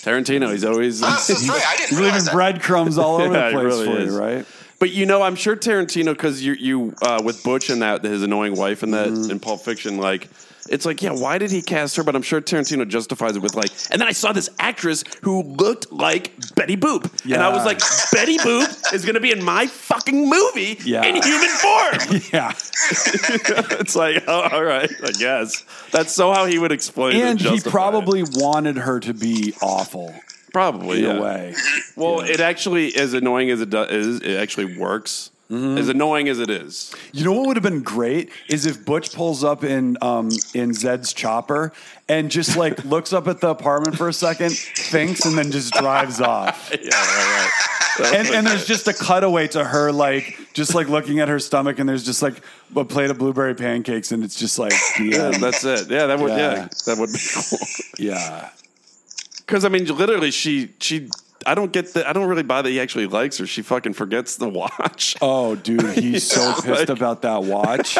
[SPEAKER 1] Tarantino, he's always.
[SPEAKER 3] Oh, that's right. I didn't
[SPEAKER 2] You're leaving
[SPEAKER 3] realize that.
[SPEAKER 2] breadcrumbs all over
[SPEAKER 1] Yeah, it
[SPEAKER 2] the place
[SPEAKER 1] really
[SPEAKER 2] for
[SPEAKER 1] is.
[SPEAKER 2] you, right?
[SPEAKER 1] But you know, I'm sure Tarantino, because you you uh, with Butch and that his annoying wife and that in Pulp Fiction, like it's like, yeah, why did he cast her? But I'm sure Tarantino justifies it with like, and then I saw this actress who looked like Betty Boop, and I was
[SPEAKER 2] Yeah.
[SPEAKER 1] like, Betty Boop is going to be in my fucking movie
[SPEAKER 2] Yeah.
[SPEAKER 1] in human form.
[SPEAKER 2] Yeah.
[SPEAKER 1] it's like, oh, all right, I guess that's so how he would explain. it
[SPEAKER 2] and he
[SPEAKER 1] justify it.
[SPEAKER 2] probably wanted her to be awful
[SPEAKER 1] probably
[SPEAKER 2] in
[SPEAKER 1] yeah.
[SPEAKER 2] a way.
[SPEAKER 1] Well, it actually, as annoying as it does, is, it actually works. As annoying as it is,
[SPEAKER 2] You know what would have been great is if Butch pulls up in um, in Zed's chopper and just like looks up at the apartment for a second, thinks, and then just drives off.
[SPEAKER 1] yeah, right, right.
[SPEAKER 2] And, and there's just a cutaway to her like just like looking at her stomach, and there's just like a plate of blueberry pancakes, and it's just like
[SPEAKER 1] Yeah,
[SPEAKER 2] yeah,
[SPEAKER 1] that's it. Yeah, that would. Yeah,
[SPEAKER 2] Yeah.
[SPEAKER 1] that would be cool.
[SPEAKER 2] yeah.
[SPEAKER 1] Because I mean, literally, she she. I don't get that. I don't really buy that he actually likes her. She fucking forgets the watch.
[SPEAKER 2] Oh, dude, he's so pissed
[SPEAKER 1] like-
[SPEAKER 2] about that watch.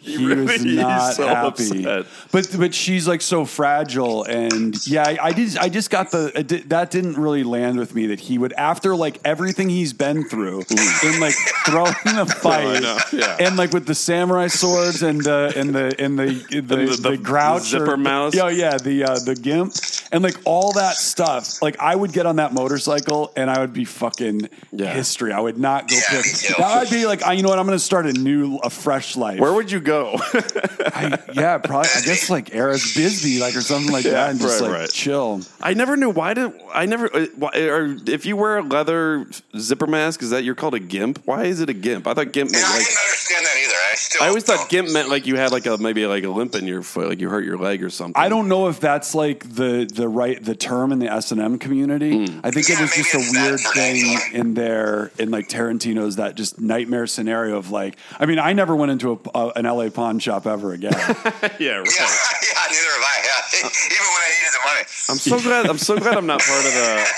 [SPEAKER 2] he was
[SPEAKER 1] really is
[SPEAKER 2] not
[SPEAKER 1] so
[SPEAKER 2] happy.
[SPEAKER 1] upset.
[SPEAKER 2] But but she's like so fragile, and yeah, I, I did. I just got the I did- that didn't really land with me that he would after like everything he's been through in like throwing the fight
[SPEAKER 1] know, yeah.
[SPEAKER 2] and like with the samurai swords and the and the and the the, the,
[SPEAKER 1] the- the
[SPEAKER 2] grouch
[SPEAKER 1] zipper
[SPEAKER 2] or,
[SPEAKER 1] mouse.
[SPEAKER 2] Yeah, yeah, the uh, the gimp and like all that stuff. Like I would get on that motorcycle and I would be fucking
[SPEAKER 1] Yeah.
[SPEAKER 2] history. I would not go
[SPEAKER 3] Yeah,
[SPEAKER 2] pick.
[SPEAKER 3] me too.
[SPEAKER 2] That would be like, I, you know what? I'm going to start a new, a fresh life.
[SPEAKER 1] Where would you go go?
[SPEAKER 2] I, yeah, probably. I guess like Eris Bisbee, like or something like that, and just
[SPEAKER 1] right,
[SPEAKER 2] like
[SPEAKER 1] right.
[SPEAKER 2] chill.
[SPEAKER 1] I never knew why did I never uh, why, or if you wear a leather zipper mask is that you're called a gimp? Why is it a gimp? I thought gimp
[SPEAKER 3] Yeah,
[SPEAKER 1] meant
[SPEAKER 3] I
[SPEAKER 1] like
[SPEAKER 3] didn't understand that either. I still.
[SPEAKER 1] I always thought
[SPEAKER 3] don't.
[SPEAKER 1] gimp meant like you had like a maybe like a limp in your foot, like you hurt your leg or something.
[SPEAKER 2] I don't know if that's like the the right the term in the S and M community. I think it
[SPEAKER 3] Hmm. Yeah,
[SPEAKER 2] was
[SPEAKER 3] maybe
[SPEAKER 2] just a
[SPEAKER 3] it's that
[SPEAKER 2] weird thing
[SPEAKER 3] vernacular.
[SPEAKER 2] in there in like Tarantino's that just nightmare scenario of like. I mean, I never went into a, a, an LA pawn shop ever again.
[SPEAKER 1] Yeah, right.
[SPEAKER 3] Yeah, yeah, neither have I. Yeah. Even when I needed the money.
[SPEAKER 1] I'm so glad. I'm so glad I'm not part of the.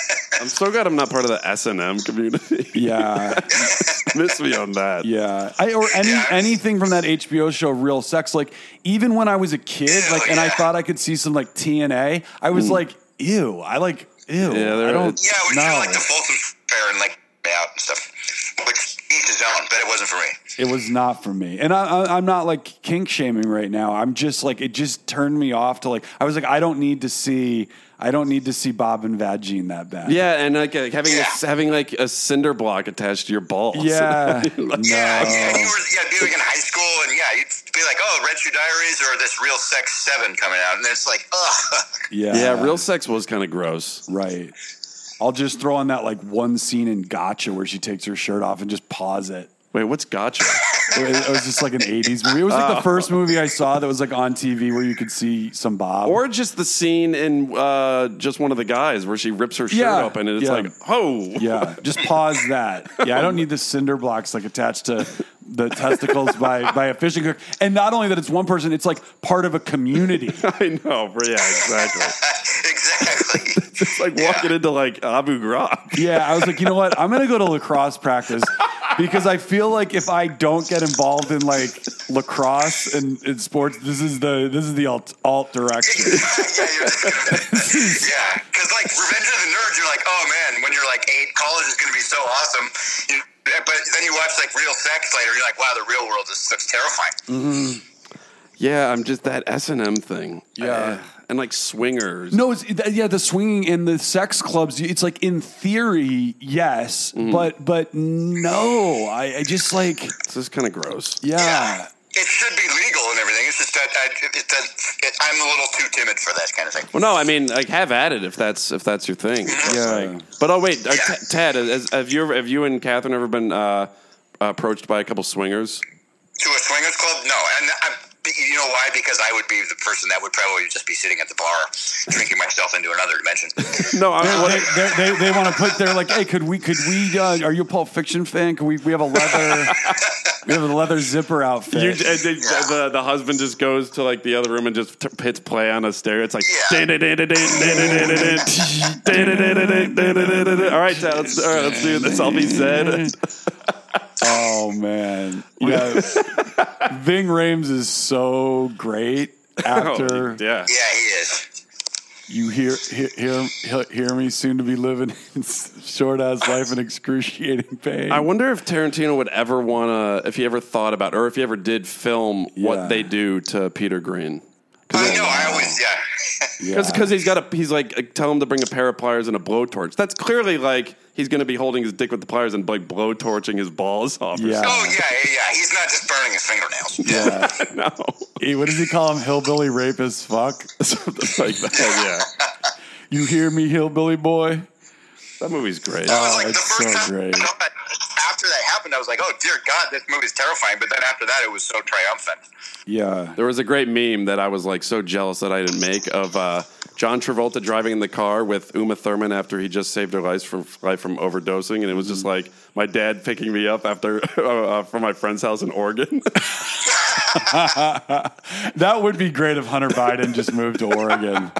[SPEAKER 1] I'm so glad I'm not part of the S and M community.
[SPEAKER 2] yeah,
[SPEAKER 1] Miss me on that.
[SPEAKER 2] yeah. I or any
[SPEAKER 3] Yeah.
[SPEAKER 2] anything from that HBO show, Real Sex. Like even when I was a kid,
[SPEAKER 3] Ew,
[SPEAKER 2] like and I
[SPEAKER 3] yeah.
[SPEAKER 2] thought I could see some like TNA. I was like, ew. I like ew.
[SPEAKER 1] Mm. Yeah, there
[SPEAKER 2] I don't.
[SPEAKER 1] is-
[SPEAKER 3] Yeah, we
[SPEAKER 2] know.
[SPEAKER 3] did like the Folsom Fair and like out and stuff, which each his own, but it wasn't for me.
[SPEAKER 2] It was not for me, and I, I, I'm not like kink shaming right now. I'm just like it just turned me off to like I was like I don't need to see I don't need to see Bob and Vagine that bad.
[SPEAKER 1] Yeah, and like uh, having
[SPEAKER 3] Yeah.
[SPEAKER 1] A, having like a cinder block attached to your balls.
[SPEAKER 2] yeah,
[SPEAKER 3] Yeah,
[SPEAKER 2] no.
[SPEAKER 3] yeah, you were yeah, be like in high school, and yeah, you'd be like, oh, Red Shoe Diaries or this Real Sex Seven coming out, and it's like, ugh.
[SPEAKER 2] yeah,
[SPEAKER 1] yeah, real sex was kind of gross.
[SPEAKER 2] right. I'll just throw on that like one scene in Gotcha where she takes her shirt off and just pause it.
[SPEAKER 1] Wait, what's gotcha?
[SPEAKER 2] It was- it was just like an '80s movie. It was like the first movie I saw that was like on TV where you could see some Bob.
[SPEAKER 1] or just the scene in uh, just one of the guys where she rips her shirt
[SPEAKER 2] Yeah.
[SPEAKER 1] open and it's
[SPEAKER 2] Yeah.
[SPEAKER 1] like, oh,
[SPEAKER 2] Yeah, just pause that. Yeah, I don't need the cinder blocks like attached to the testicles by by a fishing hook. And not only that, it's one person; it's like part of a community.
[SPEAKER 1] I know. Yeah, exactly.
[SPEAKER 3] exactly.
[SPEAKER 1] It's like walking into like Abu Ghraib.
[SPEAKER 2] Yeah, I was like, you know what? I'm gonna go to lacrosse practice because I feel like if I don't get involved in like lacrosse and in sports, this is the this is the alt, alt direction.
[SPEAKER 3] yeah, you're just gonna, yeah, because like Revenge of the Nerds, you're like, oh man, when you're like eight, college is gonna be so awesome. You, but then you watch like Real Sex later, you're like, wow, the real world is looks terrifying.
[SPEAKER 1] Yeah, I'm just that S and M thing. Uh,
[SPEAKER 2] Yeah.
[SPEAKER 1] and like swingers.
[SPEAKER 2] No, it's th- yeah, the swinging and the sex clubs. It's like in theory, yes,
[SPEAKER 1] Mm-hmm.
[SPEAKER 2] but but no, I, I just like
[SPEAKER 1] This is kind of gross.
[SPEAKER 2] yeah.
[SPEAKER 3] It should be legal and everything. It's just that I, it does, it, I'm a little too timid for that kind of thing.
[SPEAKER 1] Well, no, I mean, like, have at it if that's if that's your thing.
[SPEAKER 2] Yeah.
[SPEAKER 1] But oh wait, uh, T- Ted, has, have you ever, have you and Catherine ever been uh, approached by a couple swingers?
[SPEAKER 3] To a swingers club? No. And I, you know why? Because I would be the person that would probably just be sitting at the bar drinking myself into another dimension.
[SPEAKER 1] No, I'm.
[SPEAKER 2] They,
[SPEAKER 1] what,
[SPEAKER 2] they, they, they want to put they're like, hey, could we could we? Uh, are you a Pulp Fiction fan? Could we? We have a leather. we have a leather zipper outfit.
[SPEAKER 1] you, uh, the, the the husband just goes to like the other room and just t- hits play on a stereo. It's like
[SPEAKER 3] Yeah.
[SPEAKER 1] all right, Ted, let's, all right, let's do this. I'll be Zed.
[SPEAKER 2] oh man, yeah. Ving Rhames is so great.
[SPEAKER 1] Oh,
[SPEAKER 2] After
[SPEAKER 1] yeah,
[SPEAKER 3] yeah, he is.
[SPEAKER 2] you hear hear hear, hear- hear me soon to be living in short ass life in excruciating pain.
[SPEAKER 1] I wonder if Tarantino would ever want to, if he ever thought about, or if he ever did film
[SPEAKER 2] Yeah.
[SPEAKER 1] what they do to Peter Green.
[SPEAKER 3] I know. I always, yeah.
[SPEAKER 1] Because he's got a he's like uh, tell him to bring a pair of pliers and a blowtorch. That's clearly like he's going to be holding his dick with the pliers and like blowtorching his balls off. or
[SPEAKER 2] Yeah.
[SPEAKER 3] Oh yeah, yeah, yeah. He's not just burning his fingernails. Yeah.
[SPEAKER 2] Yeah.
[SPEAKER 1] something. no,
[SPEAKER 2] He- what does he call him? Hillbilly rapist? Fuck.
[SPEAKER 1] something like that. Yeah,
[SPEAKER 2] You hear me, hillbilly boy?
[SPEAKER 1] that movie's great.
[SPEAKER 3] That was
[SPEAKER 2] Oh,
[SPEAKER 3] like the
[SPEAKER 2] it's
[SPEAKER 3] first
[SPEAKER 2] so
[SPEAKER 3] time.
[SPEAKER 2] great.
[SPEAKER 3] After that happened, I was like, "Oh dear God, this movie's terrifying." But then after that, it was so triumphant.
[SPEAKER 2] Yeah.
[SPEAKER 1] There was a great meme that I was like so jealous that I didn't make of uh, John Travolta driving in the car with Uma Thurman after he just saved her life from life from overdosing, and it was
[SPEAKER 2] Mm.
[SPEAKER 1] just like my dad picking me up after uh, from my friend's house in Oregon.
[SPEAKER 2] That would be great if Hunter Biden just moved to Oregon.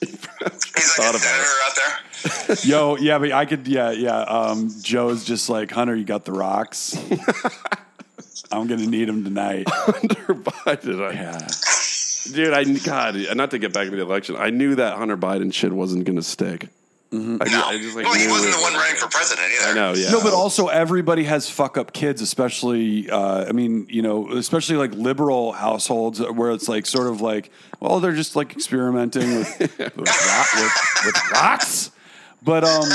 [SPEAKER 3] He's like
[SPEAKER 1] Thought
[SPEAKER 3] a
[SPEAKER 1] about
[SPEAKER 3] senator out there.
[SPEAKER 2] Yo, yeah, but I could, yeah, yeah. Um, Joe's just like, Hunter, you got the rocks. I'm going to need him tonight.
[SPEAKER 1] Hunter Biden, I-
[SPEAKER 2] Yeah.
[SPEAKER 1] dude, I God, not to get back to the election, I knew that Hunter Biden shit wasn't gonna stick. I,
[SPEAKER 3] No,
[SPEAKER 1] I just like
[SPEAKER 3] well, he
[SPEAKER 1] knew
[SPEAKER 3] wasn't
[SPEAKER 1] it.
[SPEAKER 3] the one running for president either.
[SPEAKER 1] I know, yeah.
[SPEAKER 2] No, but also everybody has fuck up kids, especially. Uh, I mean, you know, especially like liberal households where it's like sort of like, well, they're just like experimenting with with, ro- with, with rocks. But um,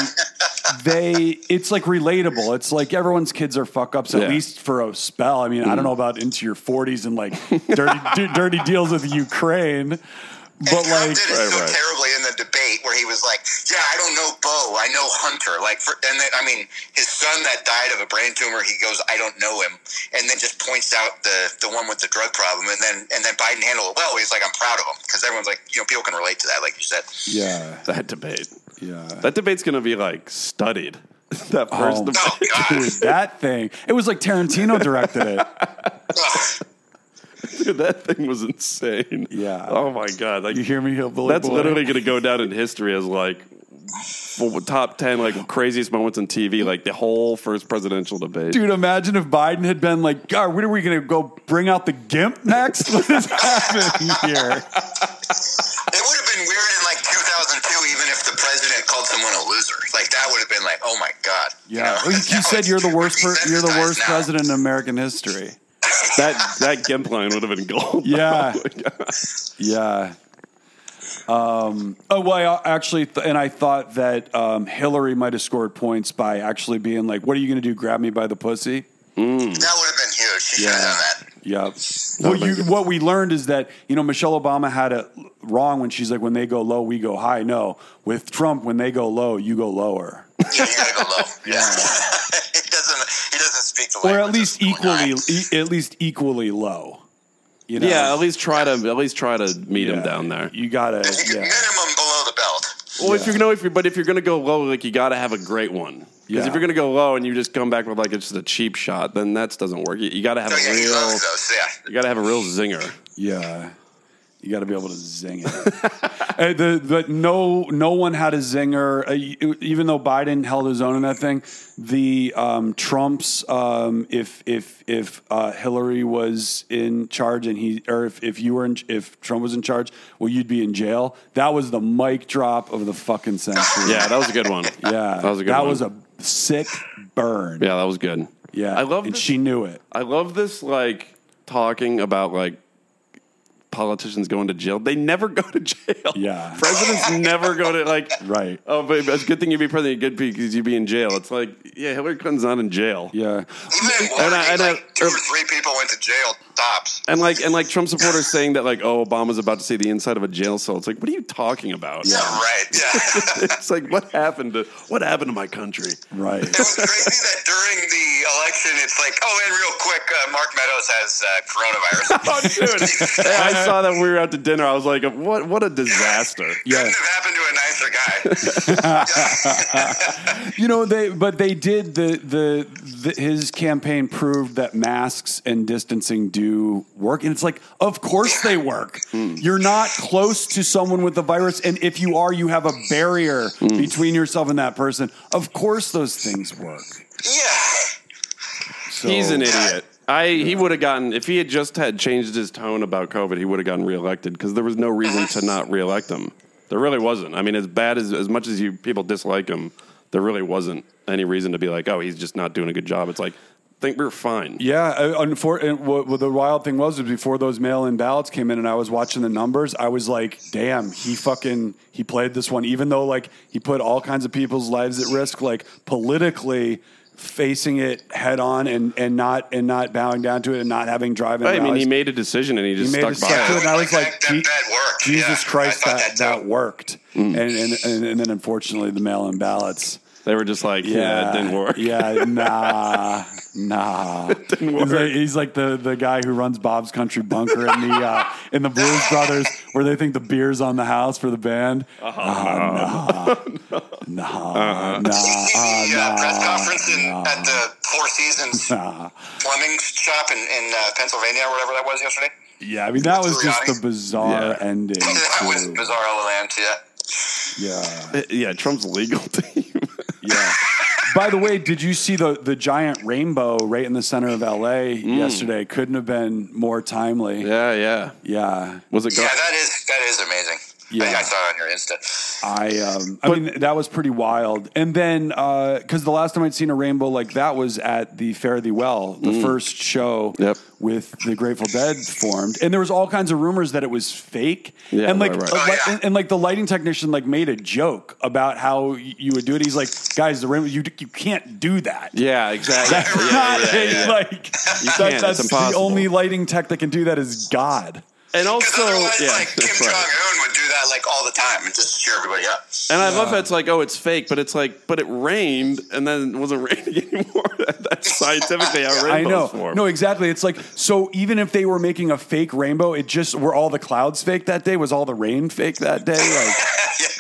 [SPEAKER 2] they it's like relatable. It's like everyone's kids are fuck ups at
[SPEAKER 1] Yeah. Mm-hmm.
[SPEAKER 2] least for a spell. I mean, I don't know about into your 40s and like dirty d- dirty deals with Ukraine, but
[SPEAKER 3] and Trump
[SPEAKER 2] like
[SPEAKER 3] did it
[SPEAKER 1] Right,
[SPEAKER 3] so
[SPEAKER 1] right.
[SPEAKER 3] terribly in the debate where he was like, "Yeah, I don't know Bo, I know Hunter." Like, for, and then I mean, his son that died of a brain tumor, he goes, "I don't know him," and then just points out the the one with the drug problem, and then and then Biden handled it well. He's like, "I'm proud of him," because everyone's like, you know, people can relate to that, like you said.
[SPEAKER 2] yeah,
[SPEAKER 1] That debate.
[SPEAKER 2] yeah.
[SPEAKER 1] That debate's going to be like studied. that first
[SPEAKER 2] Oh.
[SPEAKER 1] debate.
[SPEAKER 3] Oh God,
[SPEAKER 2] Dude, that thing. It was like Tarantino directed it.
[SPEAKER 3] Ugh.
[SPEAKER 1] Dude, that thing was insane.
[SPEAKER 2] Yeah.
[SPEAKER 1] Oh my god. Like
[SPEAKER 2] You hear me, hillbilly
[SPEAKER 1] that's
[SPEAKER 2] boy?
[SPEAKER 1] literally going to go down in history as like f- top ten like craziest moments in TV. Like the whole first presidential debate.
[SPEAKER 2] Dude, imagine if Biden had been like, God, what are we going to go bring out the GIMP next? What is happening here?
[SPEAKER 3] it would have been weird in like 2002, even if the president called someone a loser. Like that would have been like, "Oh my God." you
[SPEAKER 2] Yeah. You,
[SPEAKER 3] know? Now
[SPEAKER 2] you said you're the
[SPEAKER 3] it's
[SPEAKER 2] worst, per- you're the worst
[SPEAKER 3] desensitized now.
[SPEAKER 2] president in American history.
[SPEAKER 1] that that Gimp line would have been gold.
[SPEAKER 2] Yeah.
[SPEAKER 1] Oh my God.
[SPEAKER 2] Yeah. Um, oh, well, I actually, th- and I thought that um, Hillary might have scored points by actually being like, what are you going to do? Grab me by the pussy?
[SPEAKER 3] That would have been huge. She should
[SPEAKER 2] Yeah.
[SPEAKER 3] have done that.
[SPEAKER 2] Yep. Well,
[SPEAKER 1] my
[SPEAKER 2] you,
[SPEAKER 1] God.
[SPEAKER 2] what we learned is that you know Michelle Obama had it wrong when she's like, when they go low, we go high. No, with Trump, when they go low, you go lower,
[SPEAKER 3] Yeah, you gotta go low. Yeah. it doesn't. He doesn't speak the
[SPEAKER 2] or
[SPEAKER 3] language.
[SPEAKER 2] at least
[SPEAKER 3] that's going
[SPEAKER 2] equally,
[SPEAKER 3] on.
[SPEAKER 2] e- at least equally low. You know?
[SPEAKER 1] Yeah, at least try to at least try to meet him down there.
[SPEAKER 2] You gotta.
[SPEAKER 3] You could
[SPEAKER 2] Yeah.
[SPEAKER 3] Minimum below the belt.
[SPEAKER 1] Well, if you're gonna, if you're, but if you're gonna go low, like you got to have a great one. Because
[SPEAKER 2] Yeah.
[SPEAKER 1] if you're gonna go low and you just come back with like it's just a cheap shot, then that doesn't work. You, you got to have
[SPEAKER 3] So
[SPEAKER 1] a
[SPEAKER 3] yeah, he
[SPEAKER 1] real,
[SPEAKER 3] loves those. Yeah.
[SPEAKER 1] you got to have a real zinger.
[SPEAKER 2] Yeah. You got to be able to zing it. Uh, the, but no, no one had a zinger. Uh, e- even though Biden held his own in that thing, the um, Trump's um, if if if uh, Hillary was in charge and he or if, if you were in, if Trump was in charge, well, you'd be in jail. That was the mic drop of the fucking century.
[SPEAKER 1] Yeah, that was a good one.
[SPEAKER 2] yeah,
[SPEAKER 1] that was a good.
[SPEAKER 2] That
[SPEAKER 1] one.
[SPEAKER 2] was a sick burn.
[SPEAKER 1] Yeah, that was good.
[SPEAKER 2] Yeah.
[SPEAKER 1] I love
[SPEAKER 2] and
[SPEAKER 1] this-
[SPEAKER 2] she knew it.
[SPEAKER 1] I love this like talking about like politicians going to jail. They never go to jail.
[SPEAKER 2] Yeah.
[SPEAKER 1] Presidents never go to like
[SPEAKER 2] Right.
[SPEAKER 1] Oh, but it's a good thing you'd be president. Good because you'd be in jail. It's like, yeah, Hillary Clinton's not in jail.
[SPEAKER 2] Yeah,
[SPEAKER 3] Even in
[SPEAKER 1] And I-
[SPEAKER 3] Watergate,
[SPEAKER 1] and I-
[SPEAKER 3] like, two
[SPEAKER 2] er
[SPEAKER 3] or three people went to jail. Tops.
[SPEAKER 1] And like and like Trump supporters saying that like, oh, Obama's about to see the inside of a jail cell. It's like, what are you talking about?
[SPEAKER 3] Yeah. Right. Yeah.
[SPEAKER 1] it's like what happened to what happened to my country?
[SPEAKER 2] right.
[SPEAKER 3] It was crazy that during the election, it's like, oh, and real quick, uh, Mark Meadows has uh, coronavirus.
[SPEAKER 1] Oh, dude! I saw that when we were out to dinner. I was like, what? What a disaster!
[SPEAKER 2] Yeah.
[SPEAKER 3] Couldn't have happened to a nicer guy.
[SPEAKER 2] You know they, but they did the, the the his campaign proved that masks and distancing do work, and it's like, of course they work.
[SPEAKER 1] Hmm.
[SPEAKER 2] You're not close to someone with the virus, and if you are, you have a barrier
[SPEAKER 1] Hmm.
[SPEAKER 2] between yourself and that person. Of course, those things work.
[SPEAKER 3] yeah.
[SPEAKER 2] So,
[SPEAKER 1] He's an idiot. I he would have gotten if he had just had changed his tone about COVID, he would have gotten reelected because there was no reason to not reelect him. There really wasn't. I mean, as bad as as much as you people dislike him, there really wasn't any reason to be like, oh, he's just not doing a good job. It's like, I think we're fine.
[SPEAKER 2] Yeah, uh, unfor- and what, what the wild thing was was before those mail-in ballots came in, and I was watching the numbers. I was like, "Damn, he fucking he played this one." Even though like he put all kinds of people's lives at risk, like politically facing it head on and and not and not bowing down to it and not having drive.
[SPEAKER 1] I mean, he made a decision and he just
[SPEAKER 2] made
[SPEAKER 1] stuck
[SPEAKER 2] a
[SPEAKER 1] by
[SPEAKER 2] decision.
[SPEAKER 1] it.
[SPEAKER 2] Dude, and I was like,
[SPEAKER 3] that,
[SPEAKER 2] Je-
[SPEAKER 3] that bad work.
[SPEAKER 2] Jesus
[SPEAKER 3] Yeah,
[SPEAKER 2] Christ,
[SPEAKER 3] I
[SPEAKER 2] that
[SPEAKER 3] thought
[SPEAKER 2] that,
[SPEAKER 3] too.
[SPEAKER 2] worked.
[SPEAKER 1] Mm.
[SPEAKER 2] And, and and and then unfortunately, the mail-in ballots.
[SPEAKER 1] They were just like, yeah, it didn't work.
[SPEAKER 2] Yeah, nah, nah.
[SPEAKER 1] didn't
[SPEAKER 2] He's
[SPEAKER 1] work.
[SPEAKER 2] like, he's like the, the guy who runs Bob's Country Bunker in the uh, in the Blues Brothers, where they think the beer's on the house for the band.
[SPEAKER 1] Uh-huh.
[SPEAKER 2] Ah, nah, nah, nah,
[SPEAKER 3] Did you see the uh, press
[SPEAKER 2] ah,
[SPEAKER 3] conference in, at the Four Seasons
[SPEAKER 2] nah, nah.
[SPEAKER 3] plumbing shop in, in uh, Pennsylvania or whatever that was yesterday.
[SPEAKER 2] Yeah, I mean that was just the bizarre
[SPEAKER 1] Yeah.
[SPEAKER 2] ending.
[SPEAKER 3] that was
[SPEAKER 2] too.
[SPEAKER 3] bizarre land, yeah.
[SPEAKER 2] Yeah,
[SPEAKER 1] Yeah, Trump's legal team.
[SPEAKER 2] yeah. By the way, did you see the the giant rainbow right in the center of L.A. yesterday? Couldn't have been more timely.
[SPEAKER 1] Mm. yeah, yeah.
[SPEAKER 2] yeah.
[SPEAKER 1] Was it? Go-
[SPEAKER 3] Yeah, that is that is amazing.
[SPEAKER 2] Yeah.
[SPEAKER 3] I, I saw it on your Insta.
[SPEAKER 2] I, um, I mean, that was pretty wild. And then, because the last time I'd seen a rainbow like that was at the Fare Thee Well, the first show
[SPEAKER 1] Mm. Yep.
[SPEAKER 2] with the Grateful Dead formed, and there was all kinds of rumors that it was fake.
[SPEAKER 1] Yeah,
[SPEAKER 2] and like,
[SPEAKER 1] right, right.
[SPEAKER 2] a
[SPEAKER 3] Oh,
[SPEAKER 2] li-
[SPEAKER 3] yeah.
[SPEAKER 2] and, and, like the lighting technician like made a joke about how y- you would do it. He's like, guys, the rainbow, you d- you can't do that.
[SPEAKER 1] Yeah, exactly.
[SPEAKER 2] That's
[SPEAKER 1] Yeah,
[SPEAKER 2] not
[SPEAKER 1] yeah, yeah,
[SPEAKER 2] a-
[SPEAKER 1] yeah.
[SPEAKER 2] like that-
[SPEAKER 1] can't. It's
[SPEAKER 2] that's the
[SPEAKER 1] impossible.
[SPEAKER 2] only lighting tech that can do that is God.
[SPEAKER 1] And
[SPEAKER 3] Because
[SPEAKER 1] also,
[SPEAKER 3] otherwise,
[SPEAKER 1] yeah,
[SPEAKER 3] like Kim
[SPEAKER 1] that's right.
[SPEAKER 3] Jong Un would do that like all the time and just cheer everybody up.
[SPEAKER 1] And I love that it's like, oh, it's fake, but it's like, but it rained and then it wasn't raining anymore. That's scientifically how
[SPEAKER 2] I
[SPEAKER 1] rainbows
[SPEAKER 2] know.
[SPEAKER 1] form.
[SPEAKER 2] No, exactly. It's like so. Even if they were making a fake rainbow, it just were all the clouds fake that day. Was all the rain fake that day? Like,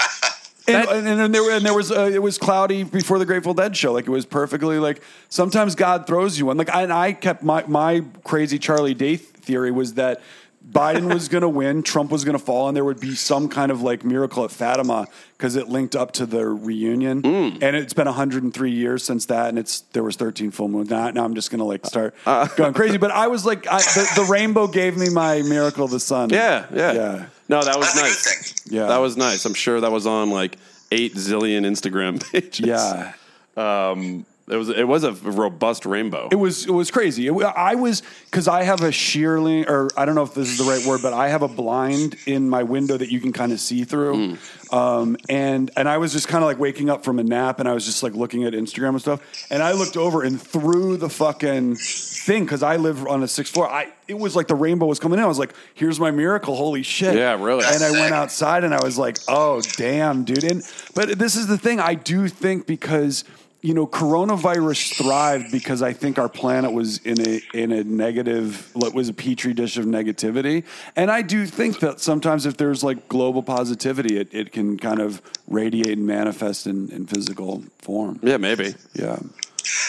[SPEAKER 2] and, and, and, there were- and there was uh, it was cloudy before the Grateful Dead show. Like it was perfectly like sometimes God throws you one. Like I, and I kept my my crazy Charlie Day theory was that. Biden was going to win, Trump was going to fall, and there would be some kind of like miracle at Fatima because it linked up to the reunion.
[SPEAKER 1] Mm.
[SPEAKER 2] And it's been 103 years since that, and it's there was 13 full moons. Now, now I'm just going to like start
[SPEAKER 1] Uh,
[SPEAKER 2] going crazy. But I was like, I, the, the rainbow gave me my miracle of the sun.
[SPEAKER 1] Yeah, yeah,
[SPEAKER 2] yeah.
[SPEAKER 1] No, that was
[SPEAKER 3] That's a good
[SPEAKER 1] nice.
[SPEAKER 3] thing.
[SPEAKER 2] Yeah.
[SPEAKER 1] that was nice. I'm sure that was on like eight zillion Instagram pages.
[SPEAKER 2] Yeah.
[SPEAKER 1] um, it was it was a robust rainbow.
[SPEAKER 2] It was it was crazy. It, wa- I was because I have a shearling, or I don't know if this is the right word, but I have a blind in my window that you can kind of see through. Um, and and I was just kind of like waking up from a nap, and I was just like looking at Instagram and stuff. And I looked over and through the fucking thing because I live on a sixth floor. I it was like the rainbow was coming in. I was like, "Here's my miracle! Holy shit!"
[SPEAKER 1] Yeah, really.
[SPEAKER 2] And I went outside and I was like, "Oh damn, dude!" And but this is the thing. I do think because you know coronavirus thrived because I think our planet was in a in a negative what was a petri dish of negativity, and I do think that sometimes if there's like global positivity, it, it can kind of radiate and manifest in, in physical form.
[SPEAKER 1] yeah, maybe.
[SPEAKER 2] Yeah.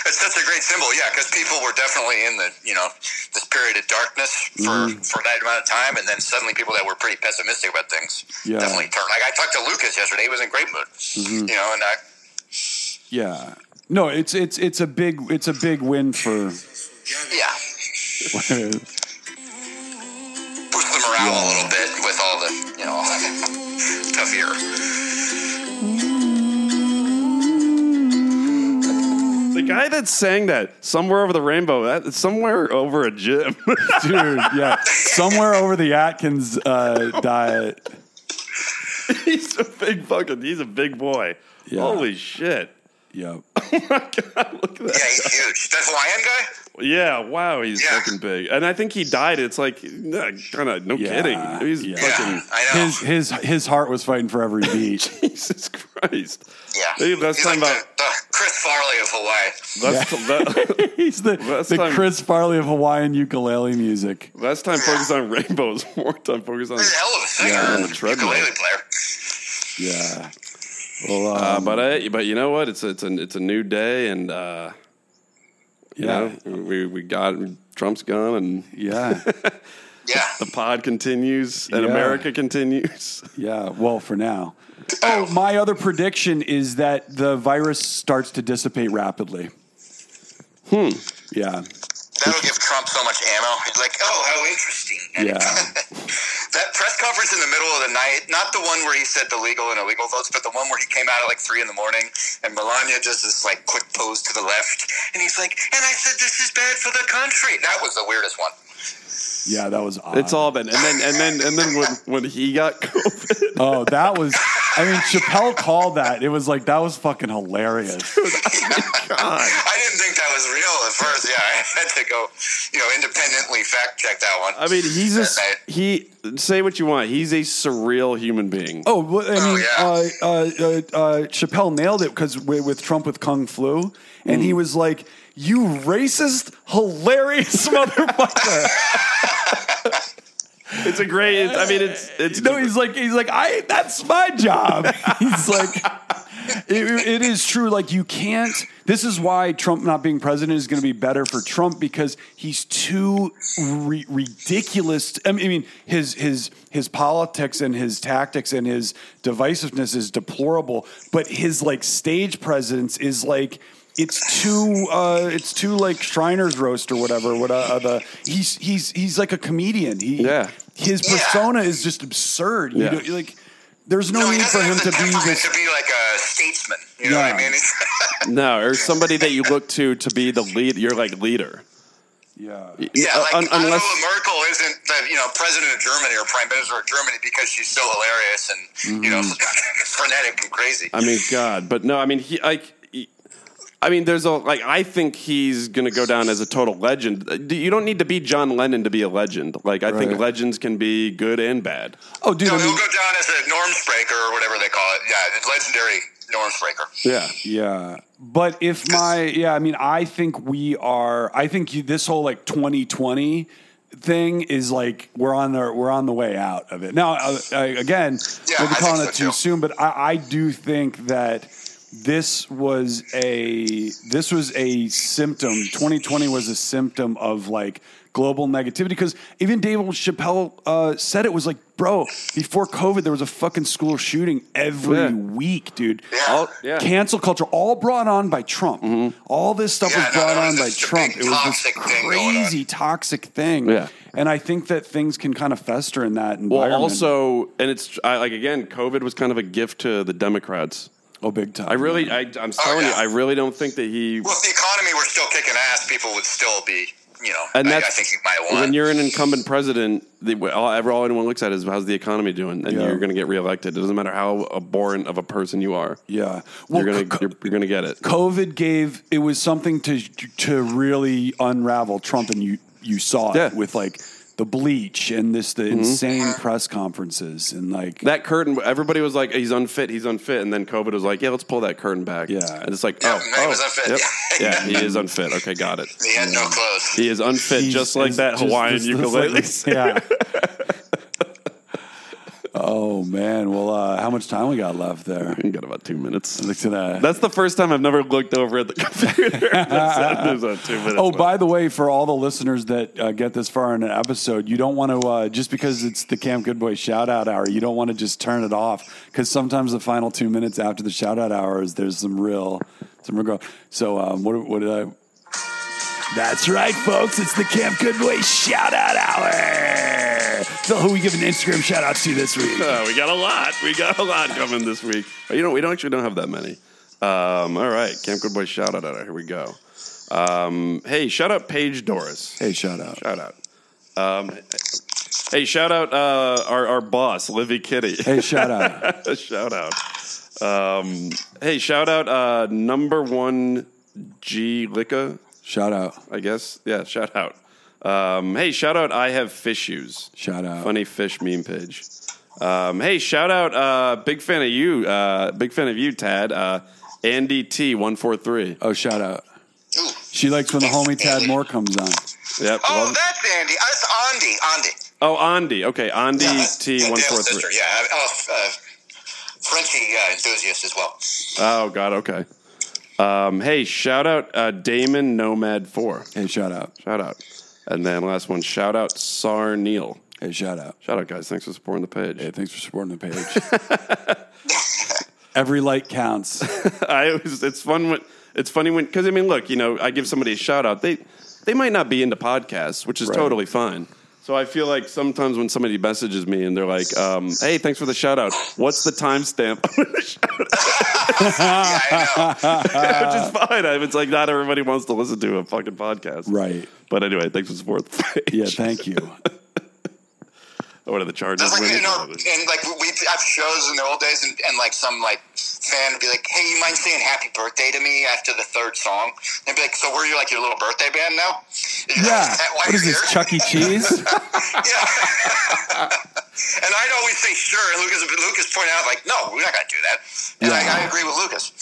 [SPEAKER 3] It's such a great symbol, yeah, because people were definitely in the you know this period of darkness for
[SPEAKER 1] Mm-hmm.
[SPEAKER 3] for that amount of time, and then suddenly people that were pretty pessimistic about things
[SPEAKER 2] Yeah.
[SPEAKER 3] definitely turned. Like I talked to Lucas yesterday; he was in great mood,
[SPEAKER 1] Mm-hmm.
[SPEAKER 3] you know, and I.
[SPEAKER 2] Yeah. No, it's it's it's a big it's a big win for
[SPEAKER 3] Yeah, pushed the morale a little bit with all the, you know, tough year.
[SPEAKER 2] Hmm.
[SPEAKER 1] The guy that sang that somewhere over the rainbow, that somewhere over a gym.
[SPEAKER 2] dude. Yeah, somewhere over the Atkins uh, diet.
[SPEAKER 1] he's a big fucking. He's a big boy.
[SPEAKER 2] Yeah.
[SPEAKER 1] Holy shit!
[SPEAKER 2] Yep.
[SPEAKER 1] Look at that.
[SPEAKER 3] Yeah, he's huge. That Hawaiian guy?
[SPEAKER 1] Yeah, wow, he's
[SPEAKER 3] Yeah.
[SPEAKER 1] fucking big. And I think he died. It's like, nah, kind of, no
[SPEAKER 2] Yeah,
[SPEAKER 1] kidding. He's
[SPEAKER 2] yeah.
[SPEAKER 1] fucking,
[SPEAKER 3] Yeah, I know.
[SPEAKER 2] His his his heart was fighting for every beat.
[SPEAKER 1] Jesus Christ.
[SPEAKER 3] yeah.
[SPEAKER 1] Hey, last
[SPEAKER 3] he's
[SPEAKER 1] time
[SPEAKER 3] like
[SPEAKER 1] about-
[SPEAKER 3] the, the Chris Farley of Hawaii.
[SPEAKER 1] Last, la-
[SPEAKER 2] He's the,
[SPEAKER 1] Last
[SPEAKER 2] the
[SPEAKER 1] time-
[SPEAKER 2] Chris Farley of Hawaiian ukulele music.
[SPEAKER 1] last time focused on rainbows, more time focused on.
[SPEAKER 3] He's a hell of a singer
[SPEAKER 1] Yeah, on
[SPEAKER 3] and
[SPEAKER 1] the treadmill.
[SPEAKER 3] ukulele player.
[SPEAKER 2] Yeah. Well, um,
[SPEAKER 1] Uh, but I, but you know what? It's a, it's a, it's a new day, and uh, you
[SPEAKER 2] Yeah.
[SPEAKER 1] know we we got Trump's gone, and
[SPEAKER 2] yeah,
[SPEAKER 3] Yeah.
[SPEAKER 1] the pod continues, and
[SPEAKER 2] Yeah.
[SPEAKER 1] America continues.
[SPEAKER 2] yeah. Well, for now. Oh, my other prediction is that the virus starts to dissipate rapidly. Hmm.
[SPEAKER 1] Hmm.
[SPEAKER 2] Yeah.
[SPEAKER 3] That'll give Trump so much ammo. He's like, oh, how interesting. And
[SPEAKER 2] Yeah.
[SPEAKER 3] that press conference in the middle of the night, not the one where he said the legal and illegal votes, but the one where he came out at like three in the morning and Melania does this like quick pose to the left. And he's like, and I said this is bad for the country. That was the weirdest one.
[SPEAKER 2] Yeah. That was odd.
[SPEAKER 1] It's all been, and then and then and then when when he got COVID,
[SPEAKER 2] Oh, that was. I mean, Chappelle called that. It was like that was fucking hilarious.
[SPEAKER 1] God,
[SPEAKER 3] I didn't think that was real at first. Yeah, I had to go, you know, independently fact check that one.
[SPEAKER 1] I mean, he's a s-
[SPEAKER 3] That night.
[SPEAKER 1] he. Say what you want. He's a surreal human being.
[SPEAKER 2] Oh, well, I mean, uh,
[SPEAKER 3] Oh,
[SPEAKER 2] uh, uh, uh, Chappelle nailed it because with, with Trump with Kung Flu, and he was like, "You racist, hilarious motherfucker."
[SPEAKER 1] It's a great. It's, I mean, it's it's
[SPEAKER 2] no, he's like, he's like, I. That's my job. he's like, it, it is true. Like you can't. This is why Trump not being president is going to be better for Trump because he's too ri- ridiculous. I mean, I mean, his his his politics and his tactics and his divisiveness is deplorable, but his like stage presence is like. It's too, uh, it's too like Shriner's roast or whatever. What uh, uh, the he's he's he's like a comedian. He
[SPEAKER 1] Yeah.
[SPEAKER 2] his persona is just absurd. You
[SPEAKER 1] Yeah.
[SPEAKER 2] don't- like there's no,
[SPEAKER 3] he
[SPEAKER 2] need for
[SPEAKER 3] doesn't
[SPEAKER 2] him
[SPEAKER 3] have
[SPEAKER 2] to
[SPEAKER 3] the
[SPEAKER 2] be
[SPEAKER 3] temperament
[SPEAKER 2] this.
[SPEAKER 3] to be like a statesman. You know what
[SPEAKER 2] Yeah.
[SPEAKER 3] I mean? It's,
[SPEAKER 1] No, or somebody that you look to to be the lead, your like leader.
[SPEAKER 2] Yeah,
[SPEAKER 3] yeah,
[SPEAKER 1] Uh,
[SPEAKER 3] like
[SPEAKER 1] un- unless
[SPEAKER 3] Angela Merkel isn't the you know president of Germany or prime minister of Germany because she's so hilarious and you know frenetic and crazy.
[SPEAKER 1] Mm-hmm. I mean, God, but no, I mean, he like, he- I mean, there's a like, I think he's gonna go down as a total legend. Uh, do- You don't need to be John Lennon to be a legend. Like, I think
[SPEAKER 2] Right.
[SPEAKER 1] legends can be good and bad.
[SPEAKER 2] Oh, dude,
[SPEAKER 3] no,
[SPEAKER 2] I
[SPEAKER 3] he'll
[SPEAKER 2] mean,
[SPEAKER 3] go down as a norms breaker or whatever they call it. Yeah, it's legendary norms breaker.
[SPEAKER 1] Yeah,
[SPEAKER 2] yeah. But if my, yeah, I mean, I think we are. I think you, this whole like 2020 thing is like we're on the we're on the way out of it. Now, uh, uh, again,
[SPEAKER 3] Yeah,
[SPEAKER 2] we'll be
[SPEAKER 3] I think
[SPEAKER 2] calling
[SPEAKER 3] so,
[SPEAKER 2] it too
[SPEAKER 3] too.
[SPEAKER 2] soon, but I, I do think that this was a this was a symptom. 2020 was a symptom of like global negativity because even David Chappelle uh, said it was like, bro, before COVID, there was a fucking school shooting every
[SPEAKER 1] Yeah.
[SPEAKER 2] week, dude.
[SPEAKER 3] Yeah. Mm-hmm.
[SPEAKER 1] All- yeah.
[SPEAKER 2] Cancel culture, all brought on by Trump. All this stuff
[SPEAKER 3] Yeah,
[SPEAKER 2] was
[SPEAKER 3] no,
[SPEAKER 2] brought
[SPEAKER 3] that
[SPEAKER 2] on
[SPEAKER 3] was
[SPEAKER 2] by
[SPEAKER 3] just a
[SPEAKER 2] Trump.
[SPEAKER 3] big
[SPEAKER 2] It was this
[SPEAKER 3] toxic thing going on.
[SPEAKER 2] crazy toxic thing.
[SPEAKER 1] Yeah.
[SPEAKER 2] And I think that things can kind of fester in that environment.
[SPEAKER 1] Well, also, and it's I, like again, COVID was kind of a gift to the Democrats.
[SPEAKER 2] oh, big time.
[SPEAKER 1] I really, I, I'm telling
[SPEAKER 3] yeah.
[SPEAKER 1] you, I really don't think that he.
[SPEAKER 3] Well, if the economy were still kicking ass, people would still be, you know,
[SPEAKER 1] And
[SPEAKER 3] I, I
[SPEAKER 1] that's-
[SPEAKER 3] think you might want.
[SPEAKER 1] When you're an incumbent president, the, all, ever- all anyone looks at is how's the economy doing, and
[SPEAKER 2] Yeah.
[SPEAKER 1] you're going to get reelected. It doesn't matter how abhorrent of a person you are.
[SPEAKER 2] yeah. Well,
[SPEAKER 1] you're
[SPEAKER 2] co-
[SPEAKER 1] gonna you're, you're gonna get it.
[SPEAKER 2] COVID gave it was something to to really unravel Trump, and you you saw it
[SPEAKER 1] Yeah.
[SPEAKER 2] with like the bleach and this the
[SPEAKER 3] Mm-hmm.
[SPEAKER 2] insane press conferences and like
[SPEAKER 1] That curtain, everybody was like, "He's unfit, he's unfit," and then COVID was like, "Yeah, let's pull that curtain back."
[SPEAKER 2] Yeah.
[SPEAKER 1] and it's like, "Oh,
[SPEAKER 3] Yeah, he
[SPEAKER 1] oh,
[SPEAKER 3] was unfit.
[SPEAKER 1] yep.
[SPEAKER 3] Yeah.
[SPEAKER 1] yeah, he is unfit." Okay, got it.
[SPEAKER 3] He had no clothes.
[SPEAKER 1] He is unfit,
[SPEAKER 2] he's-
[SPEAKER 1] just like
[SPEAKER 2] it's
[SPEAKER 1] that
[SPEAKER 2] just-
[SPEAKER 1] Hawaiian
[SPEAKER 2] it's just like-
[SPEAKER 1] ukulele.
[SPEAKER 2] yeah. oh man, well, uh, how much time we got left there?
[SPEAKER 1] We got about two minutes.
[SPEAKER 2] Look to that.
[SPEAKER 1] That's the first time I've never looked over at the computer. There's a two minutes.
[SPEAKER 2] Oh, by the way, for all the listeners that uh, get this far in an episode, you don't want to uh, just because it's the Camp Good Boy shout out hour, you don't want to just turn it off because sometimes the final two minutes after the shout out hours, there's some real, some real. Growth. So, um, what, what did I? That's right, folks. It's the Camp Good Boy shout out hour. So, who we giving Instagram shout outs to this week?
[SPEAKER 1] Uh, we got a lot. We got a lot coming this week. But, you know, we don't actually don't have that many. Um, all right, Camp Good Boy shout out. Here we go. Um, hey, shout out Paige Doris.
[SPEAKER 2] Hey, shout out.
[SPEAKER 1] Shout out. Um, hey, shout out uh, our, our boss, Livy Kitty.
[SPEAKER 2] Hey, shout out.
[SPEAKER 1] shout out. Um, hey, shout out uh, number one G Licka,
[SPEAKER 2] Shout out.
[SPEAKER 1] I guess. Yeah, shout out. Um, hey, shout out I Have Fish Shoes.
[SPEAKER 2] Shout out.
[SPEAKER 1] Funny Fish meme page. Um, hey, shout out. Uh, big fan of you. Uh, big fan of you, Tad. Uh, Andy T143.
[SPEAKER 2] Oh, shout out.
[SPEAKER 3] Ooh.
[SPEAKER 2] She likes when the homie Tad Moore comes on.
[SPEAKER 1] Yep.
[SPEAKER 3] Oh,
[SPEAKER 1] love-
[SPEAKER 3] that's Andy. That's Andy. Andy.
[SPEAKER 1] oh, Andy. Okay, Andy
[SPEAKER 3] Yeah, that's Dale's
[SPEAKER 1] T143.
[SPEAKER 3] sister. Yeah. Oh, uh, Frenchie uh, enthusiast as well.
[SPEAKER 1] Oh God, okay. Um, hey, shout out uh, Damon Nomad Four.
[SPEAKER 2] Hey, shout out.
[SPEAKER 1] Shout out, and then last one. Shout out Sar Neil.
[SPEAKER 2] Hey, shout out.
[SPEAKER 1] Shout out, guys. Thanks for supporting the page.
[SPEAKER 2] Hey, thanks for supporting the page. Every like counts.
[SPEAKER 1] I always, it's fun when it's funny when because I mean, look, you know, I give somebody a shout out. They they might not be into podcasts, which is
[SPEAKER 2] Right.
[SPEAKER 1] totally fine. So I feel like sometimes when somebody messages me and they're like, um, "Hey, thanks for the shout out. What's the timestamp?"
[SPEAKER 3] Yeah, I know.
[SPEAKER 1] which is fine. I- It's like not everybody wants to listen to a fucking podcast,
[SPEAKER 2] Right.
[SPEAKER 1] But anyway, thanks for supporting the page.
[SPEAKER 2] Yeah, thank you.
[SPEAKER 1] What are the charges?
[SPEAKER 3] That's like you know, and like we would have shows in the old days, and, and like some like fan would be like, "Hey, you mind saying happy birthday to me after the third song?" And be like, "So were you like your little birthday band now?"
[SPEAKER 2] Yeah.
[SPEAKER 3] Is that why
[SPEAKER 2] What is
[SPEAKER 3] you're
[SPEAKER 2] this,
[SPEAKER 3] here?
[SPEAKER 2] Chuck E. Cheese?
[SPEAKER 3] Yeah. and I'd always say sure, and Lucas Lucas pointed out like, "No, we're not gonna do that." And like, I agree with Lucas.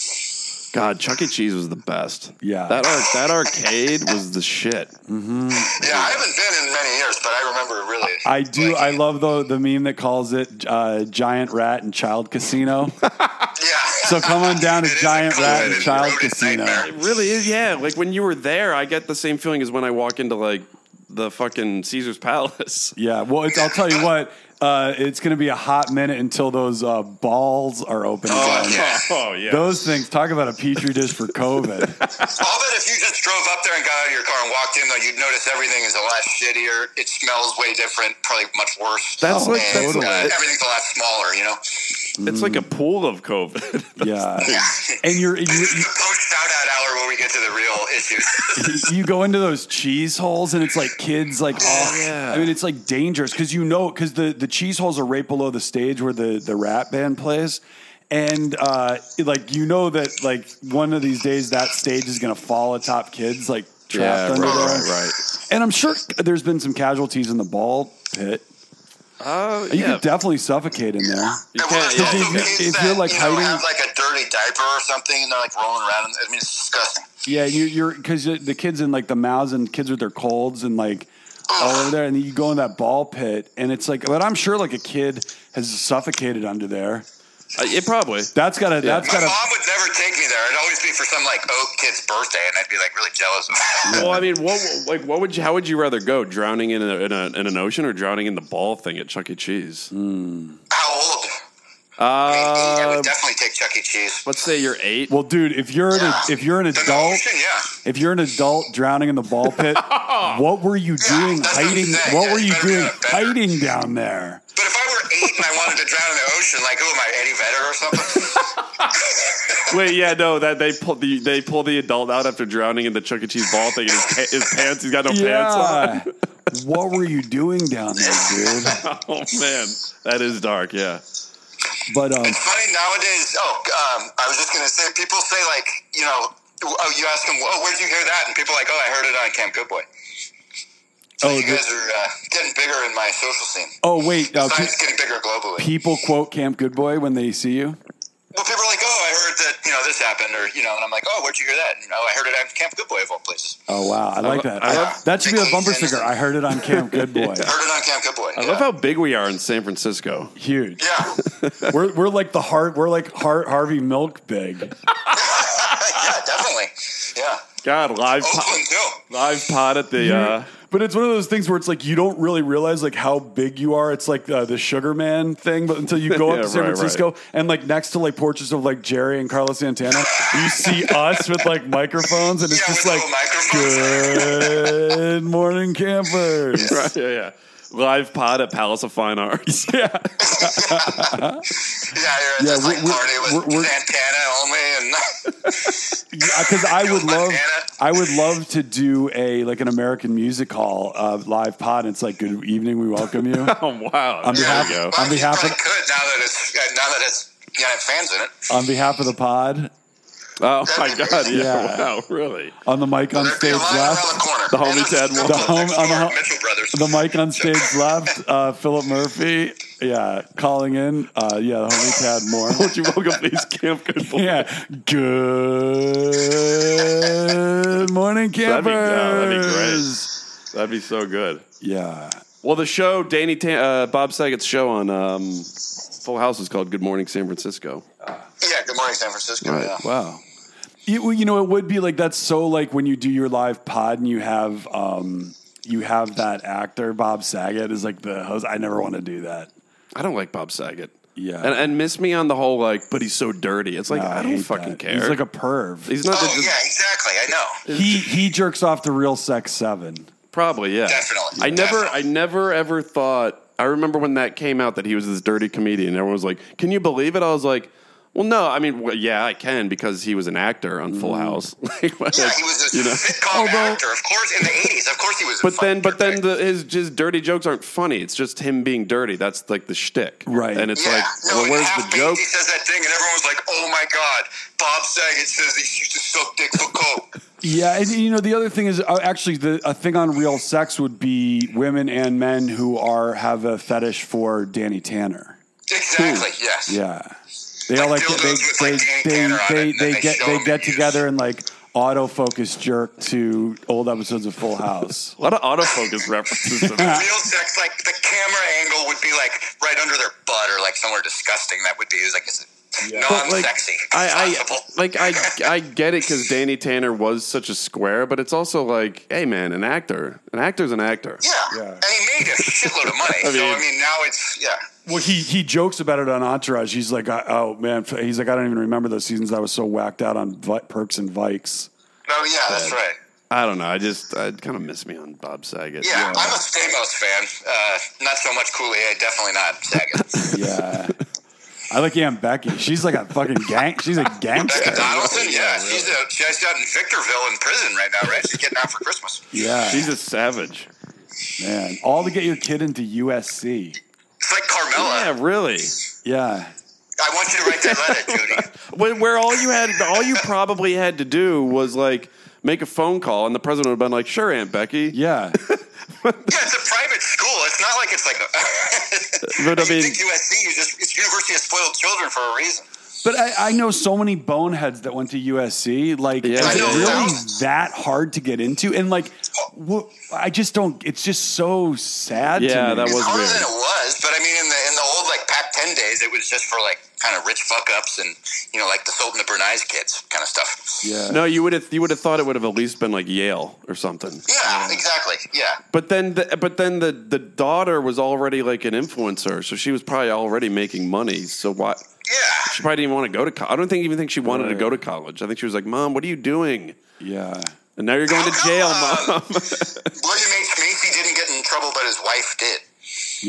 [SPEAKER 1] God, Chuck E. Cheese was the best.
[SPEAKER 2] Yeah.
[SPEAKER 1] that ar- that arcade was the shit.
[SPEAKER 3] Yeah, I haven't been in many years, but I remember really.
[SPEAKER 2] I do.
[SPEAKER 3] like,
[SPEAKER 2] I love the, the meme that calls it uh, Giant Rat and Child Casino.
[SPEAKER 3] Yeah.
[SPEAKER 2] So come on down to
[SPEAKER 3] It is a
[SPEAKER 2] Giant Rat and
[SPEAKER 3] convoluted
[SPEAKER 2] Child
[SPEAKER 3] rodent
[SPEAKER 2] Casino.
[SPEAKER 1] It
[SPEAKER 3] nightmare.
[SPEAKER 1] really is. Yeah, like when you were there, I get the same feeling as when I walk into like the fucking Caesar's Palace.
[SPEAKER 2] Yeah. Well, it's, I'll tell you what. Uh, it's going to be a hot minute until those uh, balls are open
[SPEAKER 3] Oh,
[SPEAKER 2] again.
[SPEAKER 3] yeah.
[SPEAKER 1] Oh yeah.
[SPEAKER 2] Those things. Talk about a petri dish for COVID.
[SPEAKER 3] I'll bet if you just drove up there and got out of your car and walked in, though, you'd notice everything is a lot shittier. It smells way different, probably much worse.
[SPEAKER 1] That's like-
[SPEAKER 3] and,
[SPEAKER 1] that's
[SPEAKER 3] uh,
[SPEAKER 1] like-
[SPEAKER 3] everything's a lot smaller, you know.
[SPEAKER 1] It's like a
[SPEAKER 2] Mm.
[SPEAKER 1] pool of COVID.
[SPEAKER 2] Yeah.
[SPEAKER 3] Yeah.
[SPEAKER 2] And you're,
[SPEAKER 3] This
[SPEAKER 2] you,
[SPEAKER 3] is the post Oh, shout out hour when we get to the real issues.
[SPEAKER 2] you go into those cheese holes and it's like kids like oh
[SPEAKER 1] yeah.
[SPEAKER 2] I mean it's like dangerous because you know because the the cheese holes are right below the stage where the the rap band plays and uh it- like you know that like one of these days that stage is gonna fall atop kids like trapped under there
[SPEAKER 1] right.
[SPEAKER 2] and I'm sure there's been some casualties in the ball pit
[SPEAKER 1] Oh,
[SPEAKER 2] you
[SPEAKER 1] yeah.
[SPEAKER 2] could definitely suffocate in there
[SPEAKER 1] You
[SPEAKER 3] And well,
[SPEAKER 1] can't-
[SPEAKER 3] there's
[SPEAKER 1] if
[SPEAKER 3] also
[SPEAKER 2] you-
[SPEAKER 3] kids
[SPEAKER 2] if you're,
[SPEAKER 3] that,
[SPEAKER 2] like,
[SPEAKER 3] you know,
[SPEAKER 2] hiding-
[SPEAKER 3] have like a dirty diaper or something, and they're like rolling around. I mean, it's disgusting.
[SPEAKER 2] yeah you, you're because the kids in like the mouths and kids with their colds and like all over there, and then you go in that ball pit, and it's like, but I'm sure like a kid has suffocated under there.
[SPEAKER 1] Uh, it probably.
[SPEAKER 2] That's gotta, that's
[SPEAKER 3] My
[SPEAKER 2] gotta,
[SPEAKER 3] mom would never take me there. It'd always be for some like oak kid's birthday, and I'd be like really jealous. of that.
[SPEAKER 1] Well, I mean, what like what would you, how would you rather go drowning in a, in, a, in an ocean or drowning in the ball thing at Chuck E. Cheese?
[SPEAKER 2] Mm.
[SPEAKER 3] How old? I
[SPEAKER 1] Uh,
[SPEAKER 3] would definitely take Chuck E. Cheese.
[SPEAKER 1] let's say you're eight.
[SPEAKER 2] well, dude, if you're an,
[SPEAKER 3] Yeah.
[SPEAKER 2] if you're an
[SPEAKER 3] The
[SPEAKER 2] adult,
[SPEAKER 3] ocean, yeah.
[SPEAKER 2] if you're an adult drowning in the ball pit, what were you doing
[SPEAKER 3] that's what I'm
[SPEAKER 2] hiding?
[SPEAKER 3] saying.
[SPEAKER 2] What
[SPEAKER 3] Yeah,
[SPEAKER 2] were
[SPEAKER 3] you
[SPEAKER 2] you
[SPEAKER 3] better be
[SPEAKER 2] doing
[SPEAKER 3] on a bender.
[SPEAKER 2] hiding down there?
[SPEAKER 3] But if I were eight and I wanted to drown in the ocean, like, oh, am I Eddie Vedder or something?
[SPEAKER 1] Wait, yeah, no, that they pull the they pull the adult out after drowning in the Chuck E. Cheese ball thing. And his, pa- his pants, he's got no
[SPEAKER 2] Yeah. what were you doing down there, dude?
[SPEAKER 1] pants on. Oh man, that is dark. Yeah,
[SPEAKER 2] But um,
[SPEAKER 3] It's funny nowadays. Oh, um, I was just gonna say, people say like, you know, oh, you ask them, oh, where'd you hear that? And people are like, oh, I heard it on Camp Good Boy. So
[SPEAKER 2] Oh,
[SPEAKER 3] you
[SPEAKER 2] the-
[SPEAKER 3] guys are uh, getting bigger in my social scene.
[SPEAKER 2] oh wait, uh,
[SPEAKER 3] Science
[SPEAKER 2] pe-
[SPEAKER 3] is getting bigger globally.
[SPEAKER 2] people quote Camp Good Boy when they see you.
[SPEAKER 3] well, people are like, oh, I heard that, you know, this happened, or you know, and I'm like, oh, where'd you hear that? And, oh, I heard it on Camp Good Boy of all places.
[SPEAKER 2] Oh wow, I like that.
[SPEAKER 1] I
[SPEAKER 2] I-
[SPEAKER 1] love-
[SPEAKER 2] that should be a bumper
[SPEAKER 3] Vacation.
[SPEAKER 2] sticker. I heard it on Camp Good Boy.
[SPEAKER 3] Heard it on Camp Good Boy.
[SPEAKER 1] I love how big we are in San Francisco.
[SPEAKER 2] Huge.
[SPEAKER 3] Yeah.
[SPEAKER 2] We're we're like the heart. We're like Har- Harvey Milk big.
[SPEAKER 3] yeah, definitely. Yeah.
[SPEAKER 1] God, live po-
[SPEAKER 3] Oakland too.
[SPEAKER 1] live pod at the uh,
[SPEAKER 2] But it's one of those things where it's like you don't really realize like how big you are. It's like uh, the Sugar Man thing, but until you go up
[SPEAKER 1] Yeah,
[SPEAKER 2] to San
[SPEAKER 1] right,
[SPEAKER 2] Francisco and like next to like portraits of like Jerry and Carlos Santana, you see us with like microphones, and it's
[SPEAKER 3] Yeah,
[SPEAKER 2] just
[SPEAKER 3] with
[SPEAKER 2] like
[SPEAKER 3] little microphones.
[SPEAKER 2] good morning campers.
[SPEAKER 1] right, yeah, yeah. live pod at Palace of Fine Arts.
[SPEAKER 2] Yeah.
[SPEAKER 3] Yeah, you're
[SPEAKER 2] Yeah,
[SPEAKER 3] yeah, just
[SPEAKER 2] we're-
[SPEAKER 3] like
[SPEAKER 2] we're-
[SPEAKER 3] party with
[SPEAKER 2] we're- we're-
[SPEAKER 3] Santana only, and
[SPEAKER 2] because I would love,
[SPEAKER 3] Montana.
[SPEAKER 2] I would love to do a like an American music hall uh, live pod. And it's like, good evening, we welcome you.
[SPEAKER 1] Oh wow,
[SPEAKER 2] On
[SPEAKER 1] there
[SPEAKER 2] behalf-
[SPEAKER 1] we go.
[SPEAKER 2] on
[SPEAKER 3] Well, you
[SPEAKER 2] behalf of-
[SPEAKER 3] probably could now that it's uh, now that it's you know, fans in it.
[SPEAKER 2] on behalf of the pod,
[SPEAKER 1] Oh my god, yeah,
[SPEAKER 2] Yeah.
[SPEAKER 1] wow, really.
[SPEAKER 2] on the mic on
[SPEAKER 3] There'd be a
[SPEAKER 2] stage
[SPEAKER 3] line around the
[SPEAKER 2] left,
[SPEAKER 3] corner.
[SPEAKER 1] The homie
[SPEAKER 3] And it's
[SPEAKER 1] Ted
[SPEAKER 3] still
[SPEAKER 1] Wall.
[SPEAKER 2] The
[SPEAKER 3] next
[SPEAKER 2] homie- on the
[SPEAKER 3] door,
[SPEAKER 2] ho-
[SPEAKER 3] Mitchell Brothers.
[SPEAKER 2] the mic on stage left, uh, Philip Murphy, yeah, calling in, uh, yeah, the homie Tad Moore,
[SPEAKER 1] Would you welcome please, Camp Good Boy?
[SPEAKER 2] yeah, good morning
[SPEAKER 1] That'd
[SPEAKER 2] campers,
[SPEAKER 1] be- yeah, that'd be That'd be so good.
[SPEAKER 2] yeah,
[SPEAKER 1] Well, the show, Danny Tan- uh, Bob Saget's show on um, Full House is called Good Morning San Francisco.
[SPEAKER 3] Yeah, good morning, San Francisco.
[SPEAKER 1] Right.
[SPEAKER 3] Yeah.
[SPEAKER 2] Wow. It, well, you know, it would be like that's so like when you do your live pod and you have um you have that actor Bob Saget is like the host. I never want to do that.
[SPEAKER 1] I don't like Bob Saget.
[SPEAKER 2] Yeah.
[SPEAKER 1] And, and miss me on the whole, like, but he's so dirty. It's like,
[SPEAKER 2] No,
[SPEAKER 1] I, don't
[SPEAKER 2] hate
[SPEAKER 1] fucking
[SPEAKER 2] that.
[SPEAKER 1] care.
[SPEAKER 2] He's like a perv.
[SPEAKER 1] He's not
[SPEAKER 3] Oh
[SPEAKER 1] the,
[SPEAKER 3] yeah, exactly. I know.
[SPEAKER 2] He he jerks off to real sex seven.
[SPEAKER 1] probably, yeah.
[SPEAKER 3] Definitely.
[SPEAKER 1] I never,
[SPEAKER 3] Definitely.
[SPEAKER 1] I never ever thought. I remember when that came out that he was this dirty comedian. Everyone was like, "Can you believe it?" I was like, "Well, no. I mean, well, yeah, I can because he was an actor on Full House." Like, what-
[SPEAKER 3] Yeah, he was a
[SPEAKER 1] you know.
[SPEAKER 3] sitcom actor, of course, in the '80s. Of course, he was. a
[SPEAKER 1] But then, but
[SPEAKER 3] fucking
[SPEAKER 1] then
[SPEAKER 3] dirtbag.
[SPEAKER 1] the, his his dirty jokes aren't funny. It's just him being dirty. That's like the shtick,
[SPEAKER 2] Right.
[SPEAKER 1] And it's
[SPEAKER 3] yeah,
[SPEAKER 1] like,
[SPEAKER 3] no,
[SPEAKER 1] well,
[SPEAKER 3] and
[SPEAKER 1] where's
[SPEAKER 3] half
[SPEAKER 1] the
[SPEAKER 3] baked,
[SPEAKER 1] joke?
[SPEAKER 3] He says that thing, and everyone's like, "Oh my god, Bob Saget says he used to suck dick for coke."
[SPEAKER 2] Yeah, and you know the other thing is uh, actually the a thing on real sex would be women and men who are have a fetish for Danny Tanner.
[SPEAKER 3] exactly. Yes.
[SPEAKER 2] Yeah. They all like
[SPEAKER 3] dildos
[SPEAKER 2] they
[SPEAKER 3] with,
[SPEAKER 2] they
[SPEAKER 3] like, Danny
[SPEAKER 2] they,
[SPEAKER 3] Tanner on it,
[SPEAKER 2] they,
[SPEAKER 3] and then
[SPEAKER 2] they
[SPEAKER 3] they
[SPEAKER 2] get
[SPEAKER 3] show
[SPEAKER 2] they
[SPEAKER 3] them
[SPEAKER 2] get
[SPEAKER 3] in use.
[SPEAKER 2] together and like autofocus jerk to old episodes of Full House.
[SPEAKER 1] A lot of autofocus references. in that.
[SPEAKER 3] real sex, like the camera angle would be like right under their butt or like somewhere disgusting. That would be like is it
[SPEAKER 1] But, like,
[SPEAKER 3] non-sexy.
[SPEAKER 1] I, I
[SPEAKER 3] possible.
[SPEAKER 1] like I I get it because Danny Tanner was such a square, but it's also like, hey man, an actor, an actor's an actor.
[SPEAKER 3] yeah.
[SPEAKER 2] Yeah.
[SPEAKER 3] and he made a shitload of money. so I
[SPEAKER 1] mean-
[SPEAKER 3] mean, now it's yeah.
[SPEAKER 2] Well, he he jokes about it on Entourage. He's like, I- oh man, f- he's like, I don't even remember those seasons. I was so whacked out on vi- perks and vikes.
[SPEAKER 3] No, yeah, that's right.
[SPEAKER 1] I don't know. I just I kind of miss me on Bob Saget.
[SPEAKER 3] Yeah, I'm a Stamos fan. Uh, not so much Cooley. Definitely not Saget.
[SPEAKER 2] Yeah, I like Aunt Becky. She's like a fucking gang. She's a
[SPEAKER 3] Becca
[SPEAKER 2] gangster.
[SPEAKER 3] Donaldson, yeah, she's uh she's out in Victorville in prison right now, right? She's getting out for Christmas.
[SPEAKER 2] Yeah,
[SPEAKER 1] She's a savage.
[SPEAKER 2] man. All to get your kid into USC.
[SPEAKER 3] It's like Carmela.
[SPEAKER 1] Yeah, really.
[SPEAKER 2] Yeah.
[SPEAKER 3] I want you to write that letter, Judy.
[SPEAKER 1] When, where all you had, all you probably had to do was like make a phone call, and the president would have been like, "Sure, Aunt Becky."
[SPEAKER 2] Yeah.
[SPEAKER 3] Yeah, it's a private school. It's not like it's like a.
[SPEAKER 1] But I
[SPEAKER 3] you
[SPEAKER 1] mean-
[SPEAKER 3] think USC, you just, it's University of Spoiled Children for a reason.
[SPEAKER 2] But I, I know so many boneheads that went to USC. Like,
[SPEAKER 1] Yeah.
[SPEAKER 2] is
[SPEAKER 1] I
[SPEAKER 2] it
[SPEAKER 1] know,
[SPEAKER 2] really
[SPEAKER 3] thousands.
[SPEAKER 2] that hard to get into? And like, wh- I just don't. It's just so sad.
[SPEAKER 1] Yeah,
[SPEAKER 2] to me.
[SPEAKER 1] that
[SPEAKER 3] It's
[SPEAKER 1] was
[SPEAKER 3] harder
[SPEAKER 1] weird.
[SPEAKER 3] than it was, but I mean, in the in the old like Pac-10 days, it was just for like kind of rich fuck ups and you know like the Sultan of Brunei's kids kind of stuff.
[SPEAKER 2] Yeah.
[SPEAKER 1] No, you would have you would have thought it would have at least been like Yale or something.
[SPEAKER 3] Yeah, exactly. Yeah.
[SPEAKER 1] But then, the, but then the the daughter was already like an influencer, so she was probably already making money. So why?
[SPEAKER 3] Yeah.
[SPEAKER 1] She probably didn't want to go to. college. I don't think even think she wanted to
[SPEAKER 2] Right.
[SPEAKER 1] go to college. I think she was like, "Mom, what are you doing?"
[SPEAKER 2] Yeah.
[SPEAKER 1] And now you're going to
[SPEAKER 3] How come,
[SPEAKER 1] jail,
[SPEAKER 3] uh,
[SPEAKER 1] mom.
[SPEAKER 3] William H. Macy didn't get in trouble, but his wife did.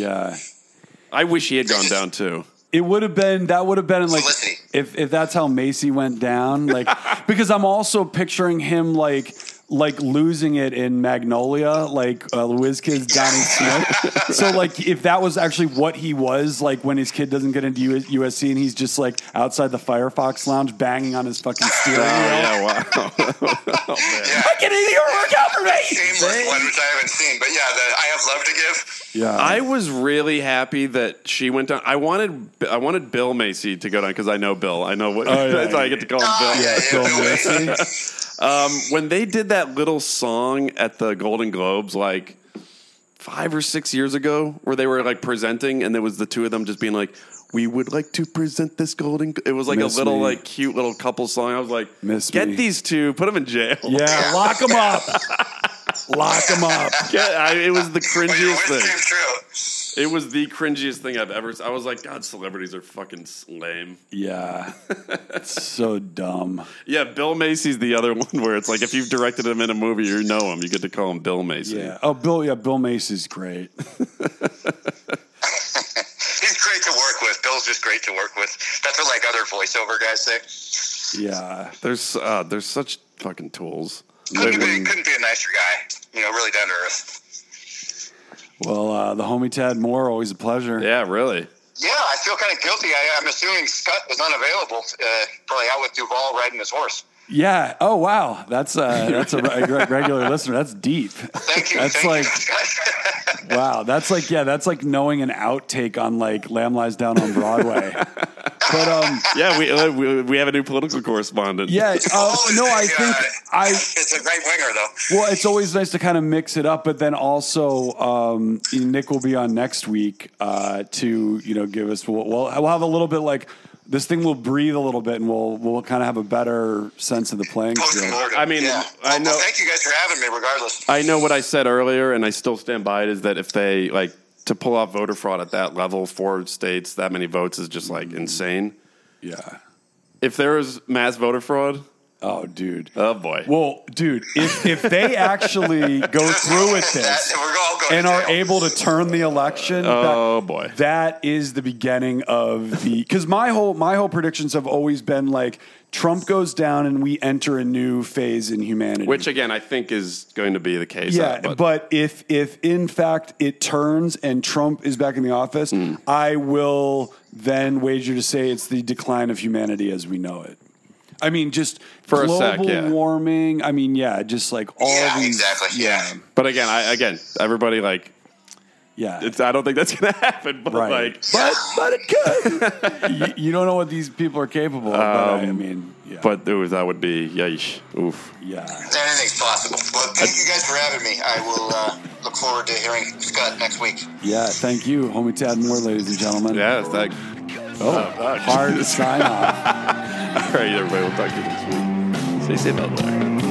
[SPEAKER 2] Yeah.
[SPEAKER 1] I wish he had gone down too.
[SPEAKER 2] It would have been that would have been like
[SPEAKER 3] Felicity.
[SPEAKER 2] if if that's how Macy went down, like because I'm also picturing him like like losing it in Magnolia, like uh, Kid's Donnie Smith. so like if that was actually what he was like when his kid doesn't get into US- USC and he's just like outside the Firefox Lounge banging on his fucking
[SPEAKER 1] Oh
[SPEAKER 2] steering wheel.
[SPEAKER 1] yeah, wow.
[SPEAKER 3] Yeah.
[SPEAKER 2] I can either work out for
[SPEAKER 3] Shameless one,
[SPEAKER 2] me.
[SPEAKER 3] which I haven't seen, but yeah, the I have love to give. oh,
[SPEAKER 2] Yeah,
[SPEAKER 1] I was really happy that she went down. I wanted I wanted Bill Macy to go down because I know Bill. I know what
[SPEAKER 2] Oh, yeah.
[SPEAKER 1] that's why I get to call him Bill.
[SPEAKER 3] Ah, yeah,
[SPEAKER 2] Bill
[SPEAKER 3] Bill
[SPEAKER 2] Macy.
[SPEAKER 1] Um, when they did that little song at the Golden Globes, like five or six years ago, where they were like presenting, and there was the two of them just being like, "We would like to present this Golden." Glo-" It was like
[SPEAKER 2] Miss
[SPEAKER 1] a little
[SPEAKER 2] me.
[SPEAKER 1] like cute little couple song. I was like,
[SPEAKER 2] Miss
[SPEAKER 1] "Get
[SPEAKER 2] me."
[SPEAKER 1] these two, put them in jail."
[SPEAKER 2] Yeah, lock him up. lock him up.
[SPEAKER 1] Get- I, it was the
[SPEAKER 3] When your
[SPEAKER 1] cringiest
[SPEAKER 3] wish came
[SPEAKER 1] thing.
[SPEAKER 3] true.
[SPEAKER 1] It was the cringiest thing I've ever. s- I was like, "God, celebrities are fucking lame."
[SPEAKER 2] Yeah. It's so dumb.
[SPEAKER 1] Yeah, Bill Macy's the other one where it's like if you've directed him in a movie, you know him. You get to call him Bill Macy.
[SPEAKER 2] Yeah. Oh, Bill. Yeah, Bill Macy's great.
[SPEAKER 3] He's great to work with. Bill's just great to work with. That's what like other voiceover guys say.
[SPEAKER 2] Yeah.
[SPEAKER 1] There's uh, there's such fucking tools.
[SPEAKER 3] Couldn't be, couldn't be a nicer guy. You know, really down to earth.
[SPEAKER 2] Well, uh, the homie Tad Moore, always a pleasure.
[SPEAKER 1] Yeah, really.
[SPEAKER 3] Yeah, I feel kind of guilty. I, I'm assuming Scott was unavailable, uh, probably out with Duval riding his horse.
[SPEAKER 2] Yeah. Oh, wow. That's uh, that's a, re- re- regular listener. That's deep.
[SPEAKER 3] Thank you.
[SPEAKER 2] That's
[SPEAKER 3] thank
[SPEAKER 2] like-
[SPEAKER 3] you, Scott.
[SPEAKER 2] Wow. That's like yeah. That's like knowing an outtake on like Lamb Lies Down on Broadway. But um,
[SPEAKER 1] Yeah, we, uh, we we have a new political correspondent.
[SPEAKER 2] yeah. Uh,
[SPEAKER 3] Always
[SPEAKER 2] no,
[SPEAKER 3] the,
[SPEAKER 2] I think
[SPEAKER 3] uh,
[SPEAKER 2] I
[SPEAKER 3] it's a right winger though.
[SPEAKER 2] Well, it's always nice to kind of mix it up, but then also um, Nick will be on next week uh, to you know give us. We'll, we'll we'll have a little bit like this thing will breathe a little bit, and we'll we'll kind of have a better sense of the playing
[SPEAKER 3] Post
[SPEAKER 2] field.
[SPEAKER 3] mortem.
[SPEAKER 1] I mean,
[SPEAKER 3] yeah.
[SPEAKER 1] I
[SPEAKER 3] Well,
[SPEAKER 1] know-
[SPEAKER 3] Well, thank you guys for having me. Regardless,
[SPEAKER 1] I know what I said earlier, and I still stand by it. Is that if they like to pull off voter fraud at that level, four states, that many votes is just like insane.
[SPEAKER 2] Yeah.
[SPEAKER 1] If there is mass voter fraud,
[SPEAKER 2] Oh, dude.
[SPEAKER 1] oh boy.
[SPEAKER 2] Well, dude, if if they actually go through with this
[SPEAKER 3] That- we're all going
[SPEAKER 2] and
[SPEAKER 3] to
[SPEAKER 2] are
[SPEAKER 3] jail.
[SPEAKER 2] able to turn the election,
[SPEAKER 1] oh
[SPEAKER 2] back-
[SPEAKER 1] boy.
[SPEAKER 2] That is the beginning of the because my whole my whole predictions have always been like Trump goes down and we enter a new phase in humanity.
[SPEAKER 1] Which again, I think is going to be the case.
[SPEAKER 2] yeah,
[SPEAKER 1] but,
[SPEAKER 2] but, if if in fact it turns and Trump is back in the office,
[SPEAKER 1] Hmm.
[SPEAKER 2] I will then wager to say it's the decline of humanity as we know it. I mean, just
[SPEAKER 1] For a
[SPEAKER 2] global
[SPEAKER 1] sec, yeah.
[SPEAKER 2] warming. I mean, yeah, just like all
[SPEAKER 3] Yeah,
[SPEAKER 2] these.
[SPEAKER 3] exactly. Yeah.
[SPEAKER 1] but again, I, again, everybody like,
[SPEAKER 2] yeah.
[SPEAKER 1] it's, I don't think that's going to happen. But
[SPEAKER 2] Right.
[SPEAKER 1] like,
[SPEAKER 2] but but it could. you, you don't know what these people are capable of. but I, I mean, yeah,
[SPEAKER 1] Um, but ooh, that would be yeesh. Oof.
[SPEAKER 2] yeah.
[SPEAKER 3] Anything's possible. Well, thank you guys for having me. I will uh, look forward to hearing Scott next week.
[SPEAKER 2] Yeah, thank you, homie Tad Moore, ladies and gentlemen.
[SPEAKER 1] Yeah, it's like,
[SPEAKER 2] Oh, hard sign off.
[SPEAKER 1] all right, everybody, we'll talk to you next week. Stay safe out there.